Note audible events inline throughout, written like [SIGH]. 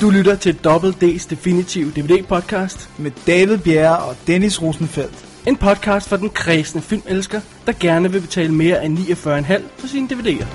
Du lytter til Double D's Definitive DVD-podcast. med David Bjerre og Dennis Rosenfeldt. En podcast for den kredsende filmelsker, der gerne vil betale mere end 49,5 for sine DVD'er.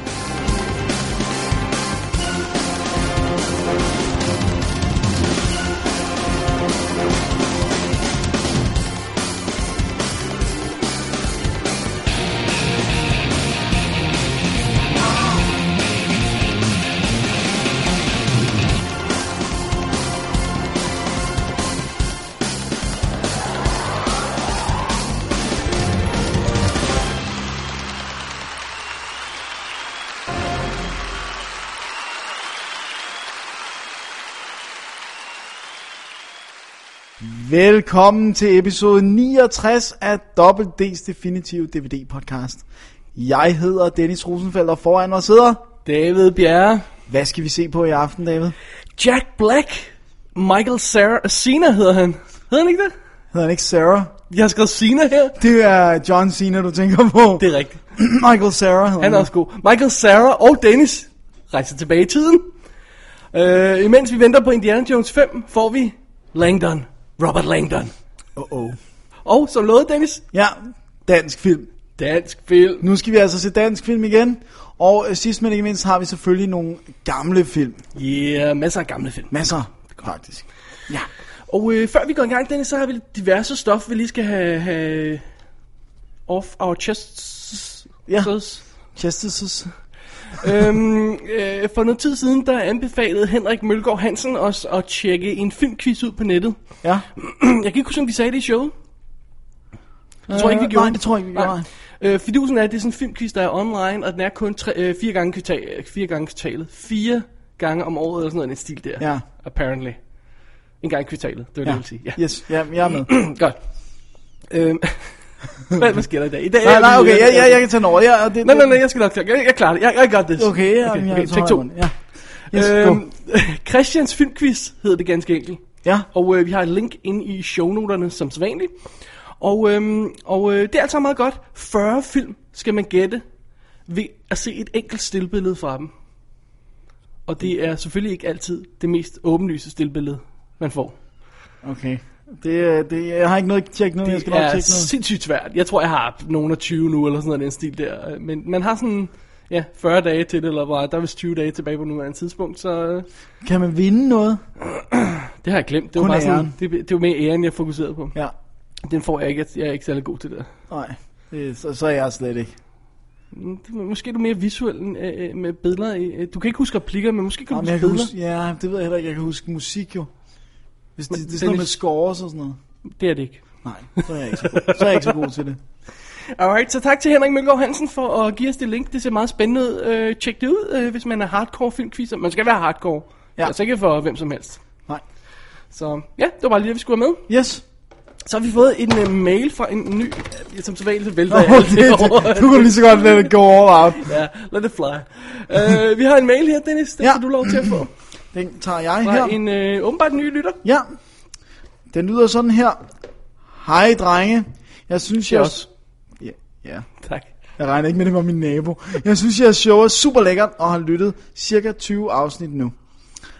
Velkommen til episode 69 af Double D's Definitive DVD Podcast. Jeg hedder Dennis Rosenfeldt, og foran mig sidder... David Bjerre. Hvad skal vi se på i aften, David? Jack Black. Michael Sarah Cena hedder han. Hedder han ikke det? Hedder han ikke Sarah? Jeg har skrevet Cena her. Det er John Cena, du tænker på. Det er rigtigt. Michael Sarah hedder Han er også god. Michael, Sarah og Dennis rejser tilbage i tiden. Øh, imens vi venter på Indiana Jones 5, får vi Langdon. Robert Langdon. Oh, oh. Og som lovede Dennis, Ja, dansk film. dansk film. Nu skal vi altså se dansk film igen. Og øh, sidst men ikke mindst har vi selvfølgelig nogle gamle film. Yeah, masser af gamle film. Masser, faktisk. Ja. Og øh, før vi går i gang, Dennis, så har vi lidt diverse stof, vi lige skal have, have off our chests. Ja. Chests. Justices. øhm, øh, for noget tid siden, der anbefalede Henrik Mølgaard Hansen os at tjekke en filmquiz ud på nettet. [CLEARS THROAT] Ja. Jeg kan ikke huske, om de sagde det i showet. Jeg tror ikke, vi Øh, gjorde Nej, det tror jeg ikke, vi gjorde. Øh, fidusen er, at det er sådan en filmquiz, der er online, og den er kun tre, øh, fire, gange kvartal, fire gange kvartalet. Fire gange om året, eller sådan noget, i den stil der. Ja. Apparently. En gang i kvartalet, det var ja. det, jeg ville sige. Ja. Yes, ja, jeg er med. [CLEARS THROAT] Godt. Øhm, [LAUGHS] hvad, hvad sker der i dag? I dag nej, er nej, vi- øh, okay, jeg, jeg, jeg kan tage den over. Jeg, det, Nej, nej, nej, jeg skal nok klare Jeg, jeg klarer det. Jeg, jeg got this. Okay, jeg, okay, okay, jeg, take to. Ja. Yes, øhm, Øhm, [LAUGHS] Christians filmquiz hedder det ganske enkelt. ja, Og øh, vi har et link ind i shownoterne som sædvanligt. Og, øhm, og øh, det er altså meget godt. 40 film skal man gætte ved at se et enkelt stillbillede fra dem. Og det er selvfølgelig ikke altid det mest åbenlyse stillbillede, man får. okay. Det, øh, det, jeg har ikke noget at tjekke nu, jeg Det skal nok er tjekke noget. sindssygt svært. Jeg tror, jeg har nogen af 20 nu, eller sådan noget i den stil der. Øh, Men man har sådan ja, 40 dage til det, eller bare, der er vist 20 dage tilbage på nuværende tidspunkt, så øh, Kan man vinde noget? det har jeg glemt. Det var, Kun bare sådan, æren. det, det var mere æren, jeg fokuserede på. Ja, Den får jeg ikke. Jeg- Jeg er ikke særlig god til det. nej. Det, så, så er jeg slet ikke. Mm, det- Måske er du mere visuel end, øh, øh, med billeder. i- øh, Du kan ikke huske replikker, men måske kan Jamen, du jeg huske kan billeder. huske, ja, det ved jeg heller ikke. Jeg kan huske musik jo. Hvis det, Men det er sådan noget med Dennis- scores og sådan noget. Det er det ikke. Nej, så er jeg ikke så god, så er jeg ikke så god til det. Alright, så tak til Henrik Mølgaard Hansen for at give os det link. Det ser meget spændende ud. Øh, Tjek det ud, øh, hvis man er hardcore filmquizer. Man skal være hardcore. Ja. Ja. Altså ikke for hvem som helst. Nej. Så ja, det var bare lige det, vi skulle have med. Yes. Så har vi fået en uh, mail fra en ny, uh, som sædvanligt vælter Nå, jeg alt det, det det, over. [LAUGHS] du kunne lige så godt lade det gå over out. [LAUGHS] Ja, lad det fly. Uh, vi har en mail her, Dennis, den ja. Ja. får du lov til at få. Den tager jeg Fra her. en uh, åbenbart ny lytter. Ja. Den lyder sådan her. Hej drenge. Jeg synes, jeg... os. Ja, ja. Tak. Jeg regner ikke med, det var min nabo. Jeg synes, jeres show er super lækkert, og har lyttet cirka 20 afsnit nu.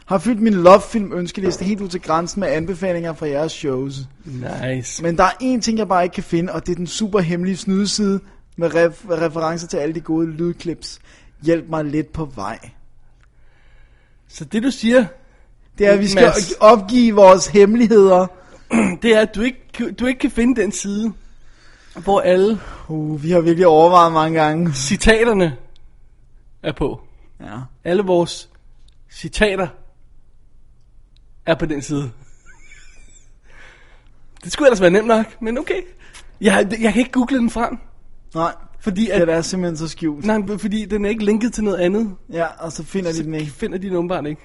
Har fyldt min love-film ønskeliste helt ud til grænsen med anbefalinger fra jeres shows. Nice. Men der er én ting, jeg bare ikke kan finde, og det er den super hemmelige snydeside med ref- referencer til alle de gode lydklips. Hjælp mig lidt på vej. Så det du siger, [CLEARS THROAT] Det er, at vi skal Mads. opgive vores hemmeligheder. det er, at du ikke, du ikke kan finde den side, hvor alle Uh, vi har virkelig overvejet mange gange. citaterne er på. Ja. Alle vores citater er på den side. Det skulle ellers være nemt nok, men okay. Jeg, jeg kan ikke google den frem, Nej, fordi, Ja, at, det er simpelthen så skjult. nej, men fordi den er ikke linket til noget andet. Ja, og så finder de den Så ikke. finder de den åbenbart ikke.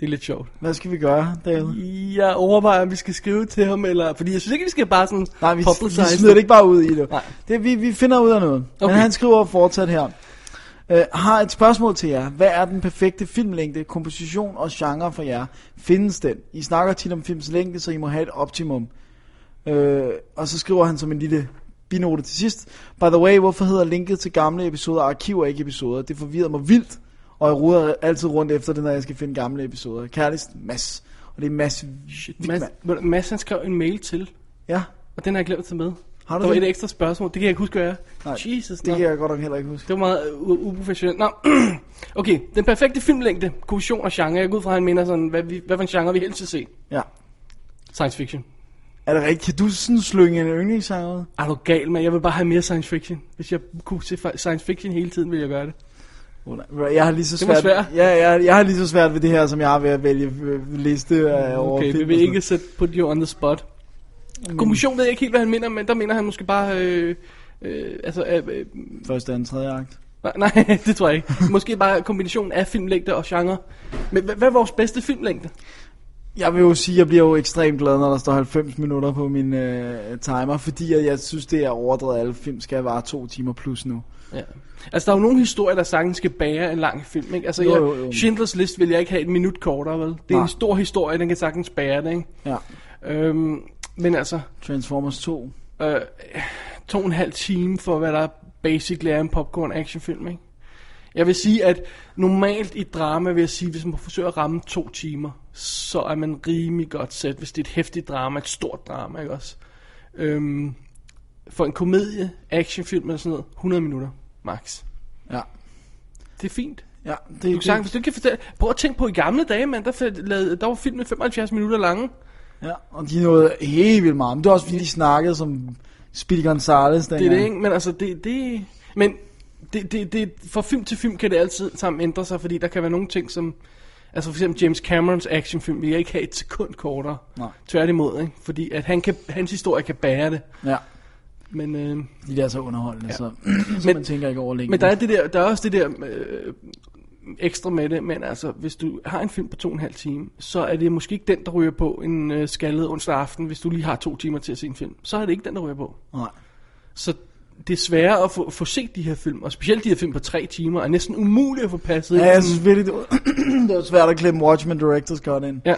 Det er lidt sjovt. Hvad skal vi gøre, Mm. David? Jeg overvejer, om vi skal skrive til ham, eller... Fordi jeg synes ikke, vi skal bare sådan Nej, vi, vi publicize smider det ikke bare ud i det. Nej. det vi, vi finder ud af noget. Okay. Okay. Men han skriver fortsat her. Øh, har et spørgsmål til jer. Hvad er den perfekte filmlængde, komposition og genre for jer? Findes den? I snakker tit om films længde, så I må have et optimum. Øh, og så skriver han som en lille binote til sidst. By the way, hvorfor hedder linket til gamle episoder arkiver ikke episoder? Det forvirrer mig vildt. Og jeg ruder altid rundt efter det, når jeg skal finde gamle episoder. Kærligst Mads. Og det er Mads Shit, Wichmann. Mads, ved du, Mads han skrev en mail til, Ja, og den har jeg glemt at tage med. har Der du var det? et Det, ekstra spørgsmål, det kan jeg ikke huske, hvad jeg Nej, Jesus, nå. det kan jeg godt nok heller ikke huske. Det var meget øh, u- uprofessionelt. Nå, [CLEARS THROAT] okay. Den perfekte filmlængde, kommission og genre. Jeg går ud fra, at han minder sådan, hvad, vi, hvad for en genre vi helst vil se. Ja. Science fiction. Er det rigtigt? Kan du sådan slynge en yndlingssanger ud? Er du gal, mand? Jeg vil bare have mere science fiction. Hvis jeg kunne se fa- science fiction hele tiden, ville jeg gøre det. Åh, nej. Jeg har lige så Det var svært, svært. Ja, jeg, jeg har lige så svært ved det her, som jeg har ved at vælge øh, liste øh, over Okay, film vi og vil sådan ikke sætte på you on the spot. Kommission ved jeg ikke helt, hvad han mener, men der mener han måske bare... Øh, øh, altså, øh, øh, noget. Første, anden, tredje akt. nej, [LAUGHS] nej, det tror jeg ikke. Måske bare kombination af filmlængde og genre. Men hvad, hvad er vores bedste filmlængde? Jeg vil jo sige, at jeg bliver jo ekstremt glad, når der står 90 minutter på min øh, timer, fordi at jeg synes, det er overdrevet. Alle film skal vare to timer plus nu. Ja. Altså, der er jo nogle historier, der sagtens skal bære en lang film, ikke? Altså, Jo, jeg, jo, jo. Schindlers List vil jeg ikke have et minut kortere, vel? Det er Nej. en stor historie, den kan sagtens bære det, ikke? Ja. Øhm, men altså, Transformers 2. øh, to og en halv time for, hvad der basically er en popcorn actionfilm, ikke? Jeg vil sige, at normalt i drama vil jeg sige, hvis man forsøger at ramme to timer, så er man rimelig godt sæt, hvis det er et hæftigt drama, et stort drama, ikke også? Øhm, for en komedie, actionfilm eller sådan noget, 100 minutter, max. Ja. Det er fint. Ja, det, Du kan sagtens, hvis du ikke kan fortælle... Prøv at tænke på, i gamle dage, mand, der, fed- lavede, der var filmen 75 minutter lange. Ja, og de nåede helt vildt meget. Men det var også, fordi de snakkede som Speedy Gonzales Det er dengang. det, ikke? Men altså, det... det men det, det, det, fra film til film kan det altid sammen ændre sig, fordi der kan være nogle ting, som... Altså for eksempel James Camerons actionfilm vil jeg ikke have et sekund kortere. Nej. Tværtimod, ikke? Fordi at han kan, hans historie kan bære det. Ja, Men, øh, de der er så underholdende, ja. Ja. [CLEARS THROAT] så, så men, Men- man tænker ikke over længe. men der, er det der, der er også det der øh, ekstra med det, men altså, hvis du har en film på to og en halv time, så er det måske ikke den, der ryger på en øh, skaldet onsdag aften, hvis du lige har to timer til at se en film. Så er det ikke den, der ryger på. Nej. Så det er sværere at få, få set de her film, og specielt de her film på tre timer, er næsten umuligt at få passet Ja, jeg ind. synes virkelig, det var, [CLEARS THROAT] det var svært at klemme Watchmen Directors Cut ind. ja.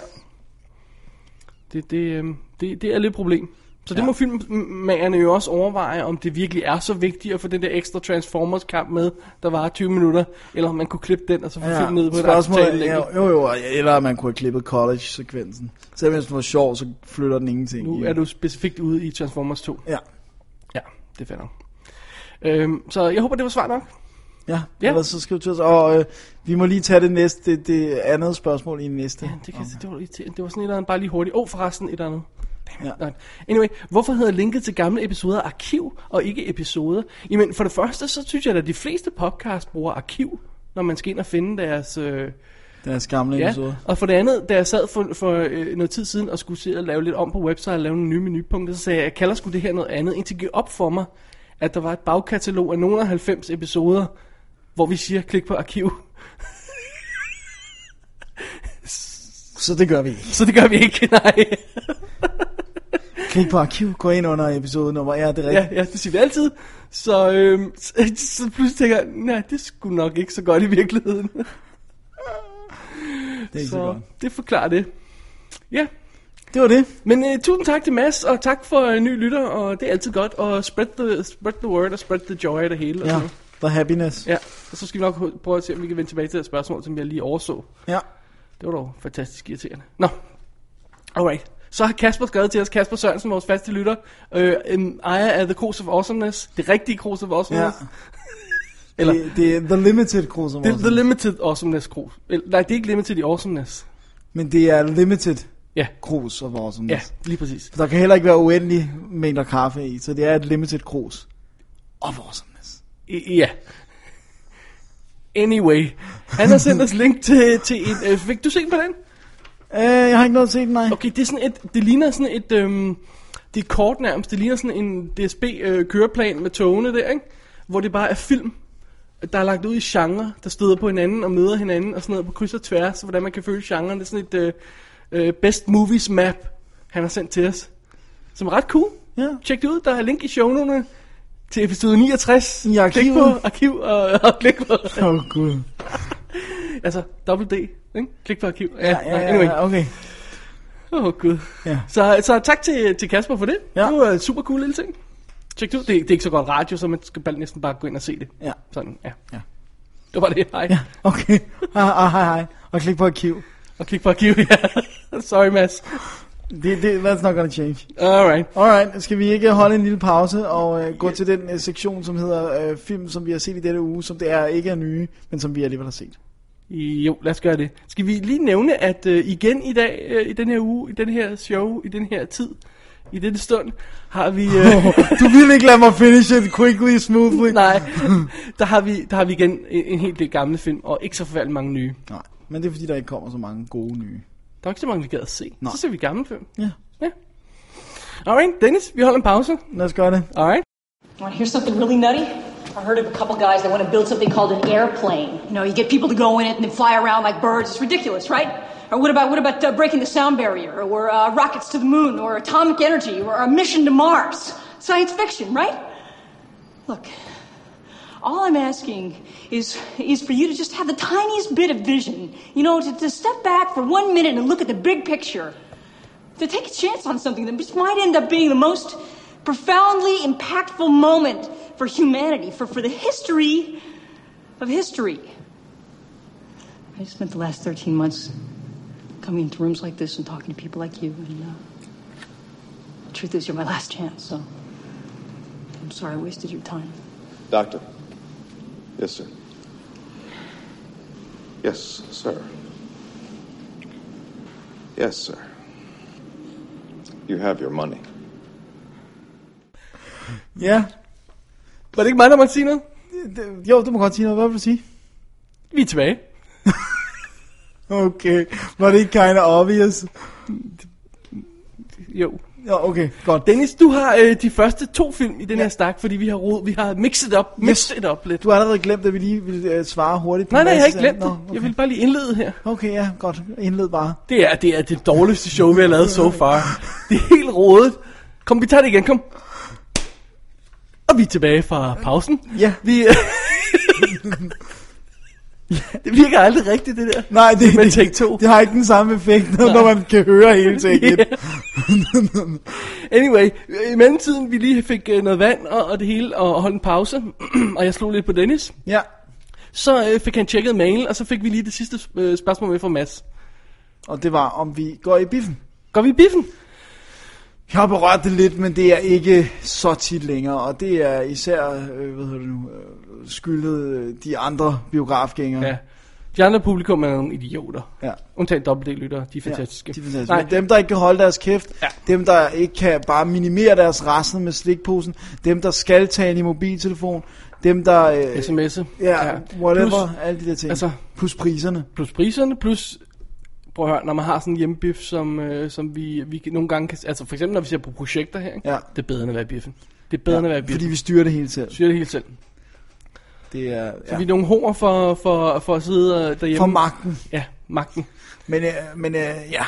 Det, det, øhm, det, det er lidt et problem. Så det Ja. ja. må filmmagerne jo også overveje, om det virkelig er så vigtigt at få den der ekstra Transformers-kamp med, der var 20 minutter, eller om man kunne klippe den og så få ja, filmen ned på et Spørgsmålet, acceptabelt ja, længde. jo, jo, og- eller at man kunne have klippet college-sekvensen. Selvom hvis den var sjov, så flytter den ingenting. Nu i- er du specifikt ude i Transformers 2. Ja, Ja, det finder øhm, Så jeg håber, det var svar nok. ja. ja. Ja. Ellers så skriv til os. Og øh, vi må lige tage det næste, det, det andet spørgsmål i næste. Ja, det, kan, omgang. det, var, irriterende. det var sådan et eller andet, bare lige hurtigt. Åh, oh, forresten, et eller andet. Ja. Nej. Anyway, hvorfor hedder linket til gamle episoder arkiv og ikke episode? Jamen, for det første, så synes jeg, at de fleste podcast bruger arkiv, når man skal ind og finde deres... Øh, Det er skamle ja. ja. episode. Og for det andet, da jeg sad for, for øh, noget tid siden og skulle se at lave lidt om på website og lave nogle nye menupunkter, så sagde jeg, jeg kalder sgu det her noget andet, indtil det gik op for mig, at der var et bagkatalog af nogle af 90 episoder, hvor vi siger, klik på arkiv. [LAUGHS] Så det gør vi ikke. Så det gør vi ikke, [LAUGHS] nej. Klik på arkiv, gå ind under episode nummer. Ja, det er rigtigt. Ja, ja, det siger vi altid. Så, øhm, så, [LAUGHS] så pludselig tænker jeg, nej, det skulle nok ikke så godt i virkeligheden. det er ikke så, så så godt. det forklarer det. Ja, Det var det. men øh, tusind tak til Mads, og tak for øh, ny lytter, og det er altid godt. Og spread the, spread the word, og spread the joy af det hele. Og Ja, sådan noget. for happiness. ja. Og så skal vi nok ho- prøve at se, om vi kan vende tilbage til det spørgsmål, som jeg lige overså. Ja. Det var dog fantastisk irriterende. Nå, alright. Så har Kasper skrevet til os, Kasper Sørensen, vores faste lytter, øh, en ejer af The Cruise of Awesomeness, det rigtige Cruise of ja. Awesomeness. Eller, det, det er The Limited Cruiser Det er The Limited Awesomeness Cruise. Eller, nej, det er ikke Limited i Awesomeness. Men det er Limited Ja, krus og vores ja, lige præcis. Der kan heller ikke være uendelige mængder kaffe i, så det er et limited krus. Og vores I, ja. Anyway, han har sendt os link til, til en... Øh, fik du set på den? Øh, jeg har ikke noget set, nej. Okay. Okay, det er sådan et... Det ligner sådan et... Øhm, det er kort nærmest. Det ligner sådan en DSB-køreplan øh, med togene der, ikke? Hvor det bare er film, der er lagt ud i genre, der støder på hinanden og møder hinanden og sådan noget på kryds og tværs. Hvordan man kan føle genren. Det er sådan et øh, øh, best movies map, han har sendt til os. Som er ret cool. Ja. Tjek det ud, der er link i shownoterne til episode 69. I arkivet. Klik på arkiv og, [LAUGHS] og klik på... Åh, oh, gud. Altså, WD, ikke? Klik på arkiv. Ja, ja, ja, anyway. ja, okay. Åh, oh, gud. Ja. Så, så tak til, til Kasper for det. Ja. Det var en super cool lille ting. Tjek det ud. Det, det er ikke så godt radio, så man skal bare næsten bare gå ind og se det. Ja. Sådan, ja. Ja. Det var det, hej. Ja, okay. [LAUGHS] Ah, ah, hej, hej. Og klik på arkiv. Og kig på arkiv, [LAUGHS] ja. Sorry, Mads. Det, det, that's not gonna change. Alright. Alright, skal vi ikke holde en lille pause og øh, gå til den øh, sektion, som hedder øh, film, som vi har set i dette uge, som det er ikke er nye, men som vi alligevel har set. Jo, lad os gøre det. Skal vi lige nævne, at øh, igen i dag, øh, i den her uge, i den her show, i den her tid, i denne stund, har vi... Øh, Du vil ikke lade mig finish it quickly, smoothly. [LAUGHS] nej, der har, vi, der har vi igen en, en hel del gamle film, og ikke så forfærdelig mange nye. Nej, men det er fordi, der ikke kommer så mange gode nye. Der er ikke så mange, vi gad at se. Nej. Så ser vi gamle film. Ja, Ja. Alright, Dennis, vi holder en pause. lad os gøre det. Alright. Want to hear something really nutty? I heard of a couple guys that want to build something called an airplane. You know, you get people to go in it and then fly around like birds. It's ridiculous, right? Or what about what about uh, breaking the sound barrier, or uh, rockets to the moon, or atomic energy, or a mission to Mars? Science fiction, right? Look, all I'm asking is is for you to just have the tiniest bit of vision. You know, to, to step back for one minute and look at the big picture to take a chance on something that just might end up being the most profoundly impactful moment for humanity, for, for the history of history. I spent the last 13 months coming into rooms like this and talking to people like you, and uh, the truth is, you're my last chance, so I'm sorry I wasted your time. Doctor. Yes, sir. Yes, sir. Yes, sir. You have your money. Ja, Var det ikke mig, der måtte sige noget? det, jo, du må godt sige noget. Hvad vil du sige? Vi er tilbage. Okay, var det ikke kind of obvious? Jo. Ja, okay, godt. Dennis, du har øh, de første to film i den her stak, fordi vi har rod, vi har mixet op, mixet yes. op lidt. Du har allerede glemt, at vi lige ville øh, svare hurtigt. på Nej, nej, en jeg har ikke masse glemt ting. det. Nå, Jeg vil bare lige indlede her. Okay, ja, godt. Indled [LAUGHS] bare. Det er det, er det dårligste show, vi har lavet so far. Det er helt rodet. Kom, vi tager det igen, kom. Og vi er tilbage fra pausen. Ja. Vi, [LAUGHS] øh, det virker aldrig rigtigt, det der. Nej, det, Men det, take two. det har ikke den samme effekt, når man kan høre [LAUGHS] hele ting. Ja. [LAUGHS] Anyway, i mellemtiden, vi lige fik øh, noget vand og, og det hele, og holdt en pause, [CLEARS THROAT] og jeg slog lidt på Dennis. Ja, Så øh, fik han tjekket mail, og så fik vi lige det sidste øh, spørgsmål med fra Mads. og det var, om vi går i biffen. Går vi i biffen? Jeg har berørt det lidt, men det er ikke så tit længere, og det er især, øh, hvad hedder det nu, øh, skyldet øh, de andre biografgængere. Ja. De andre publikum er nogle idioter. Ja. Undtagen dobbelt-D-lytter, de er fantastiske. Ja, de er fantastiske. Nej, Men Dem, der ikke kan holde deres kæft, ja. Ja. dem, der ikke kan bare minimere deres raslen med slikposen, dem, der skal tale i mobiltelefon, dem, der... Øh, sms'e. ja, whatever, Plus, plus, alle de der ting. altså- plus priserne. plus priserne, plus... Prøv at høre, når man har sådan en hjemmebiff, som, øh, som vi, vi kan- nogle gange kan... Altså for eksempel, når vi ser på projekter her, ikke? Ja. det er bedre end at være i biffen. Det er bedre ja, end at være i biffen. fordi Fordi vi vi styrer det hele selv. siger det helt selv. Det er Ja. ja, Vi er nogle hår for, for, for at sidde øh, derhjemme. for magten. Ja, magten. Men, øh, men øh, ja,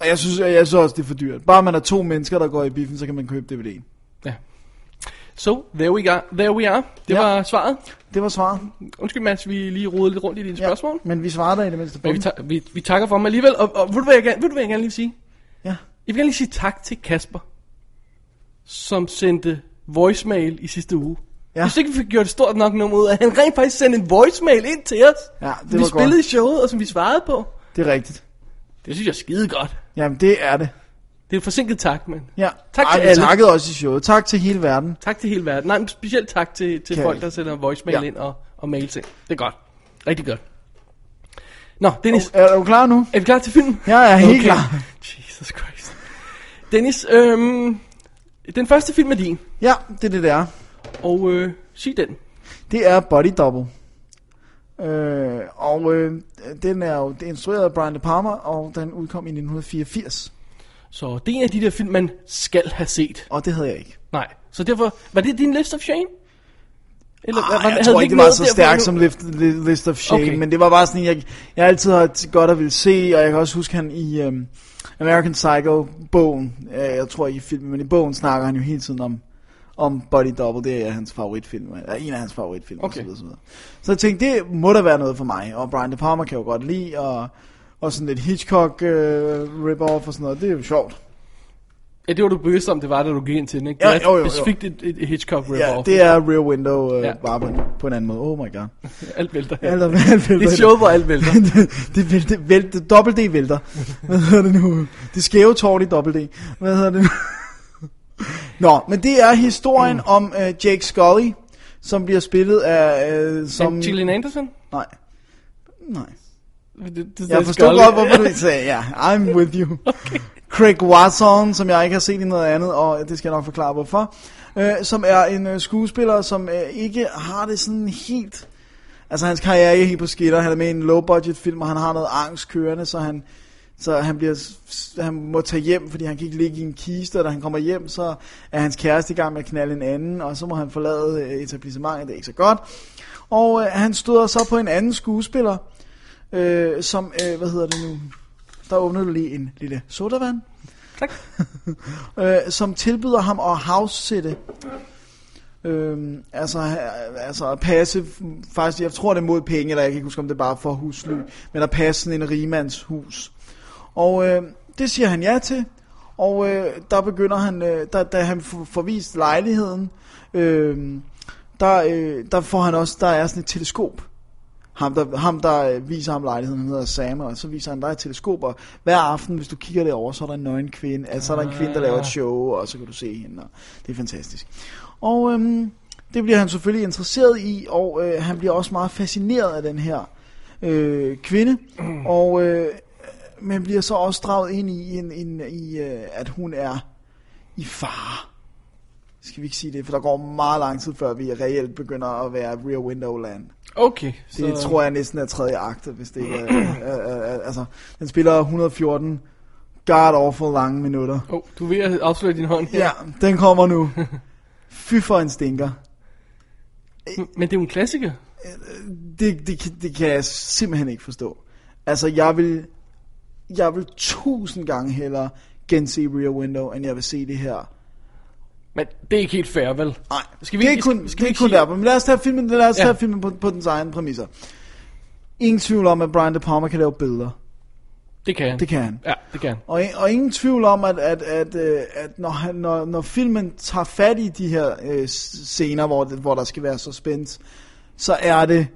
og jeg synes, jeg synes også, det er for dyrt. Bare man er to mennesker, der går i biffen, så kan man købe DVD'en. Ja. So, there we, are. there we are. Det Ja. ja. var svaret. Det var svaret. Undskyld Mads, vi lige rodede lidt rundt i dine ja. spørgsmål. men vi svarer dig i det mindste på Men vi, dem. ta- vi, vi takker for dem alligevel. Og, og ved, du, hvad jeg gerne, ved du, hvad jeg gerne lige vil sige? Ja. Jeg vil gerne lige sige tak til Kasper, som sendte voicemail i sidste uge. Ja. Ja. Hvis ikke vi fik gjort et stort nok nummer ud af, at han rent faktisk sendte en voicemail ind til os. Ja, det som vi var godt. spillede i showet, og som vi svarede på. Det er rigtigt. Det synes jeg er skide godt. Jamen, det er det. Det er en forsinket tak, men Ja. Tak til vi alle. takkede også i showet. Tak til hele verden. tak til hele verden. Nej, men specielt tak til, til Kan- folk, der sender voicemail Ja. ja. ind og, og mail til. Det er godt. Rigtig godt. Nå, Dennis, Er du klar nu? er vi klar til filmen? Oh, Jeg er helt klar. Jesus Christ. Dennis, øhm, den første film er din, Ja, det er det, det er. og øh, sig den. Det er Body Double. Øh, og øh, den er jo det er instrueret af Brian De Palma, og den udkom i 1984. Så det er en af de der film, man skal have set. Og det havde jeg ikke. Nej. Så derfor, var det din list of shame? Eller, Ej, Ah, jeg tror ikke, det var så stærkt som Lift, Li- List of Shame, okay. Okay. men det var bare sådan, jeg, jeg altid har t- godt at ville se, og jeg kan også huske, han i øhm, American Psycho-bogen, øh, jeg tror ikke i filmen, men i bogen snakker han jo hele tiden om, om Body Double, det er hans favoritfilm, eller en af hans favoritfilm, okay. Okay. osv. osv. Så jeg tænkte, det må der være noget for mig, og Brian De Palma kan jo godt lide, og, og sådan lidt Hitchcock øh, rip-off og sådan noget, det er jo sjovt. Ja, det var du bevidst om, det var, da du gik ind til den, ikke? Ja, Det er jo, jo, jo. Specifikt et, et Hitchcock ripoff. Ja, det er Rear Window, øh, Ja. ja. bare på en, på en anden måde. Oh my god. Alt vælter. Alt er- [LAUGHS] alt vælter. Det er showet, hvor alt vælter. det vælter, vælter, dobbelt D vælter. Hvad hedder det nu? Det skæve tårn i dobbelt D. Hvad hedder det nu? [LAUGHS] Nå, men det er historien mm. om øh, Jake Scully, som bliver spillet af... Øh, [LAUGHS] som... Som... Gillian Anderson? Nej. Nej. Det, det, det, Jeg forstod godt, hvorfor du sagde, ja, I'm with you. Okay. Craig Watson, som jeg ikke har set i noget andet, og det skal jeg nok forklare hvorfor, øh, som er en øh, skuespiller, som øh, ikke har det sådan helt... Altså hans karriere er helt på skitter, han er med i en low-budget film, og han har noget angst kørende, så han, så han, bliver, s- s- han må tage hjem, fordi han kan ikke ligge i en kiste, og da han kommer hjem, så er hans kæreste i gang med at knalde en anden, og så må han forlade øh, etablissementet, det er ikke så godt. Og øh, han støder så på en anden skuespiller, øh, som, øh, hvad hedder det nu? Der åbnede du lige en lille sodavand. Tak. [LAUGHS] øh, som tilbyder ham at house-sitte. Øh, altså, ha- altså at passe, f- faktisk, jeg tror det er mod penge, eller jeg kan ikke huske, om det er bare for husly, men at passe sådan en rimands hus. Og øh, det siger han ja til, og øh, der begynder han, øh, da, da han får får vist lejligheden, øh, der, øh, der får han også, der er sådan et teleskop, ham der, ham, der øh, viser ham lejligheden, han hedder Sam, og så viser han dig et teleskop, og hver aften, hvis du kigger derover, så er der en nøgen kvinde, altså så er der en kvinde, der laver et show, og så kan du se hende, og det er fantastisk. Og øhm, det bliver han selvfølgelig interesseret i, og øh, han bliver også meget fascineret af den her øh, kvinde, og øh, man bliver så også draget ind i, en, en, i øh, at hun er i fare. Skal vi ikke sige det, for der går meget lang tid, før vi reelt begynder at være Rear Window Land. Okay. Det så... tror jeg næsten er tredje akte, hvis det ikke er, er, er, er, altså, den spiller 114 god-awful lange minutter. Åh, oh, du er ved at afsløre din hånd her. Ja, den kommer nu. Fy for en stinker. Men det er jo en klassiker. Det, det, kan- det kan jeg simpelthen ikke forstå. Altså, jeg vil, jeg vil tusind gange hellere gense Rear Window, end jeg vil se det her. Men det er ikke helt fair, vel? Nej, Skal skal vi vi det er ikke- kun, skal skal vi det er ikke kun sige- derfor. Men lad os tage filmen, lad os Ja. tage filmen på, på dens egen præmisser. Ingen tvivl om, at Brian De Palma kan lave billeder. Det kan han. Det kan han. Ja, det kan han. Og, og ingen tvivl om, at, at, at, øh, at når, han- når, når filmen tager fat i de her øh, scener, hvor, det, hvor der skal være suspense, så er det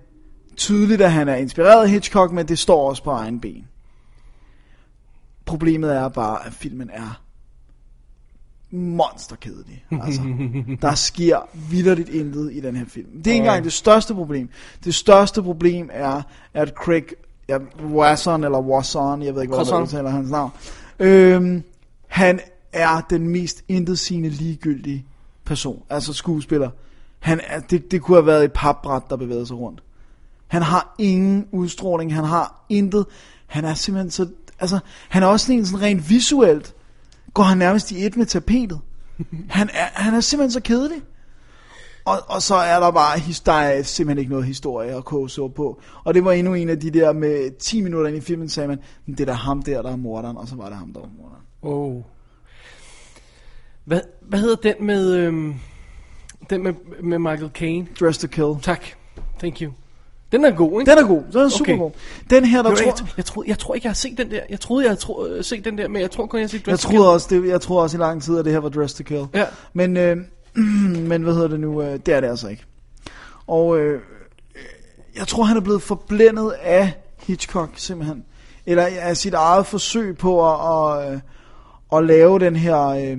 tydeligt, at han er inspireret af Hitchcock, men det står også på egen ben. Problemet er bare, at filmen er monsterkedelig. Altså, der sker vidderligt intet i den her film. Det er ikke engang det største problem. Det største problem er, at Craig ja, Wasson, eller Wasson, jeg ved ikke, hvordan Croissant. man udtaler hans navn, øhm, han er den mest intetsigende ligegyldige person, altså skuespiller. Han er, det, det kunne have været et papbræt, der bevægede sig rundt. Han har ingen udstråling, han har intet. Han er simpelthen så... Altså, han er også sådan en sådan rent visuelt, går han nærmest i et [LAUGHS] med tapetet. Han er, han er simpelthen så kedelig. Og, og så er der bare, his- der er simpelthen ikke noget historie at koge så på. Og det var endnu en af de der med 10 minutter ind i filmen, sagde man, "Men det er da ham der, der er morderen, og så var det ham, der var morderen. Oh. Hvad, hvad hedder den med, øhm, den med, med Michael Caine? Dress to kill. Tak. Thank you. Den er god, ikke? Den er god, den er super Okay. okay. god. Den her, der jeg, tror... jeg, jeg, troede, jeg tror ikke, jeg har set den der. Jeg troede, jeg havde tro, øh, set den der, men jeg tror kun, jeg har set Jeg Dress to troede, også, det, jeg troede også i lang tid, at det her var Dress to Kill. Ja. Men, øh, [CLEARS THROAT] men hvad hedder det nu? Øh, Det er det altså ikke. Og øh, jeg tror, han er blevet forblændet af Hitchcock simpelthen. Eller af sit eget forsøg på at, at, at lave den her... Øh,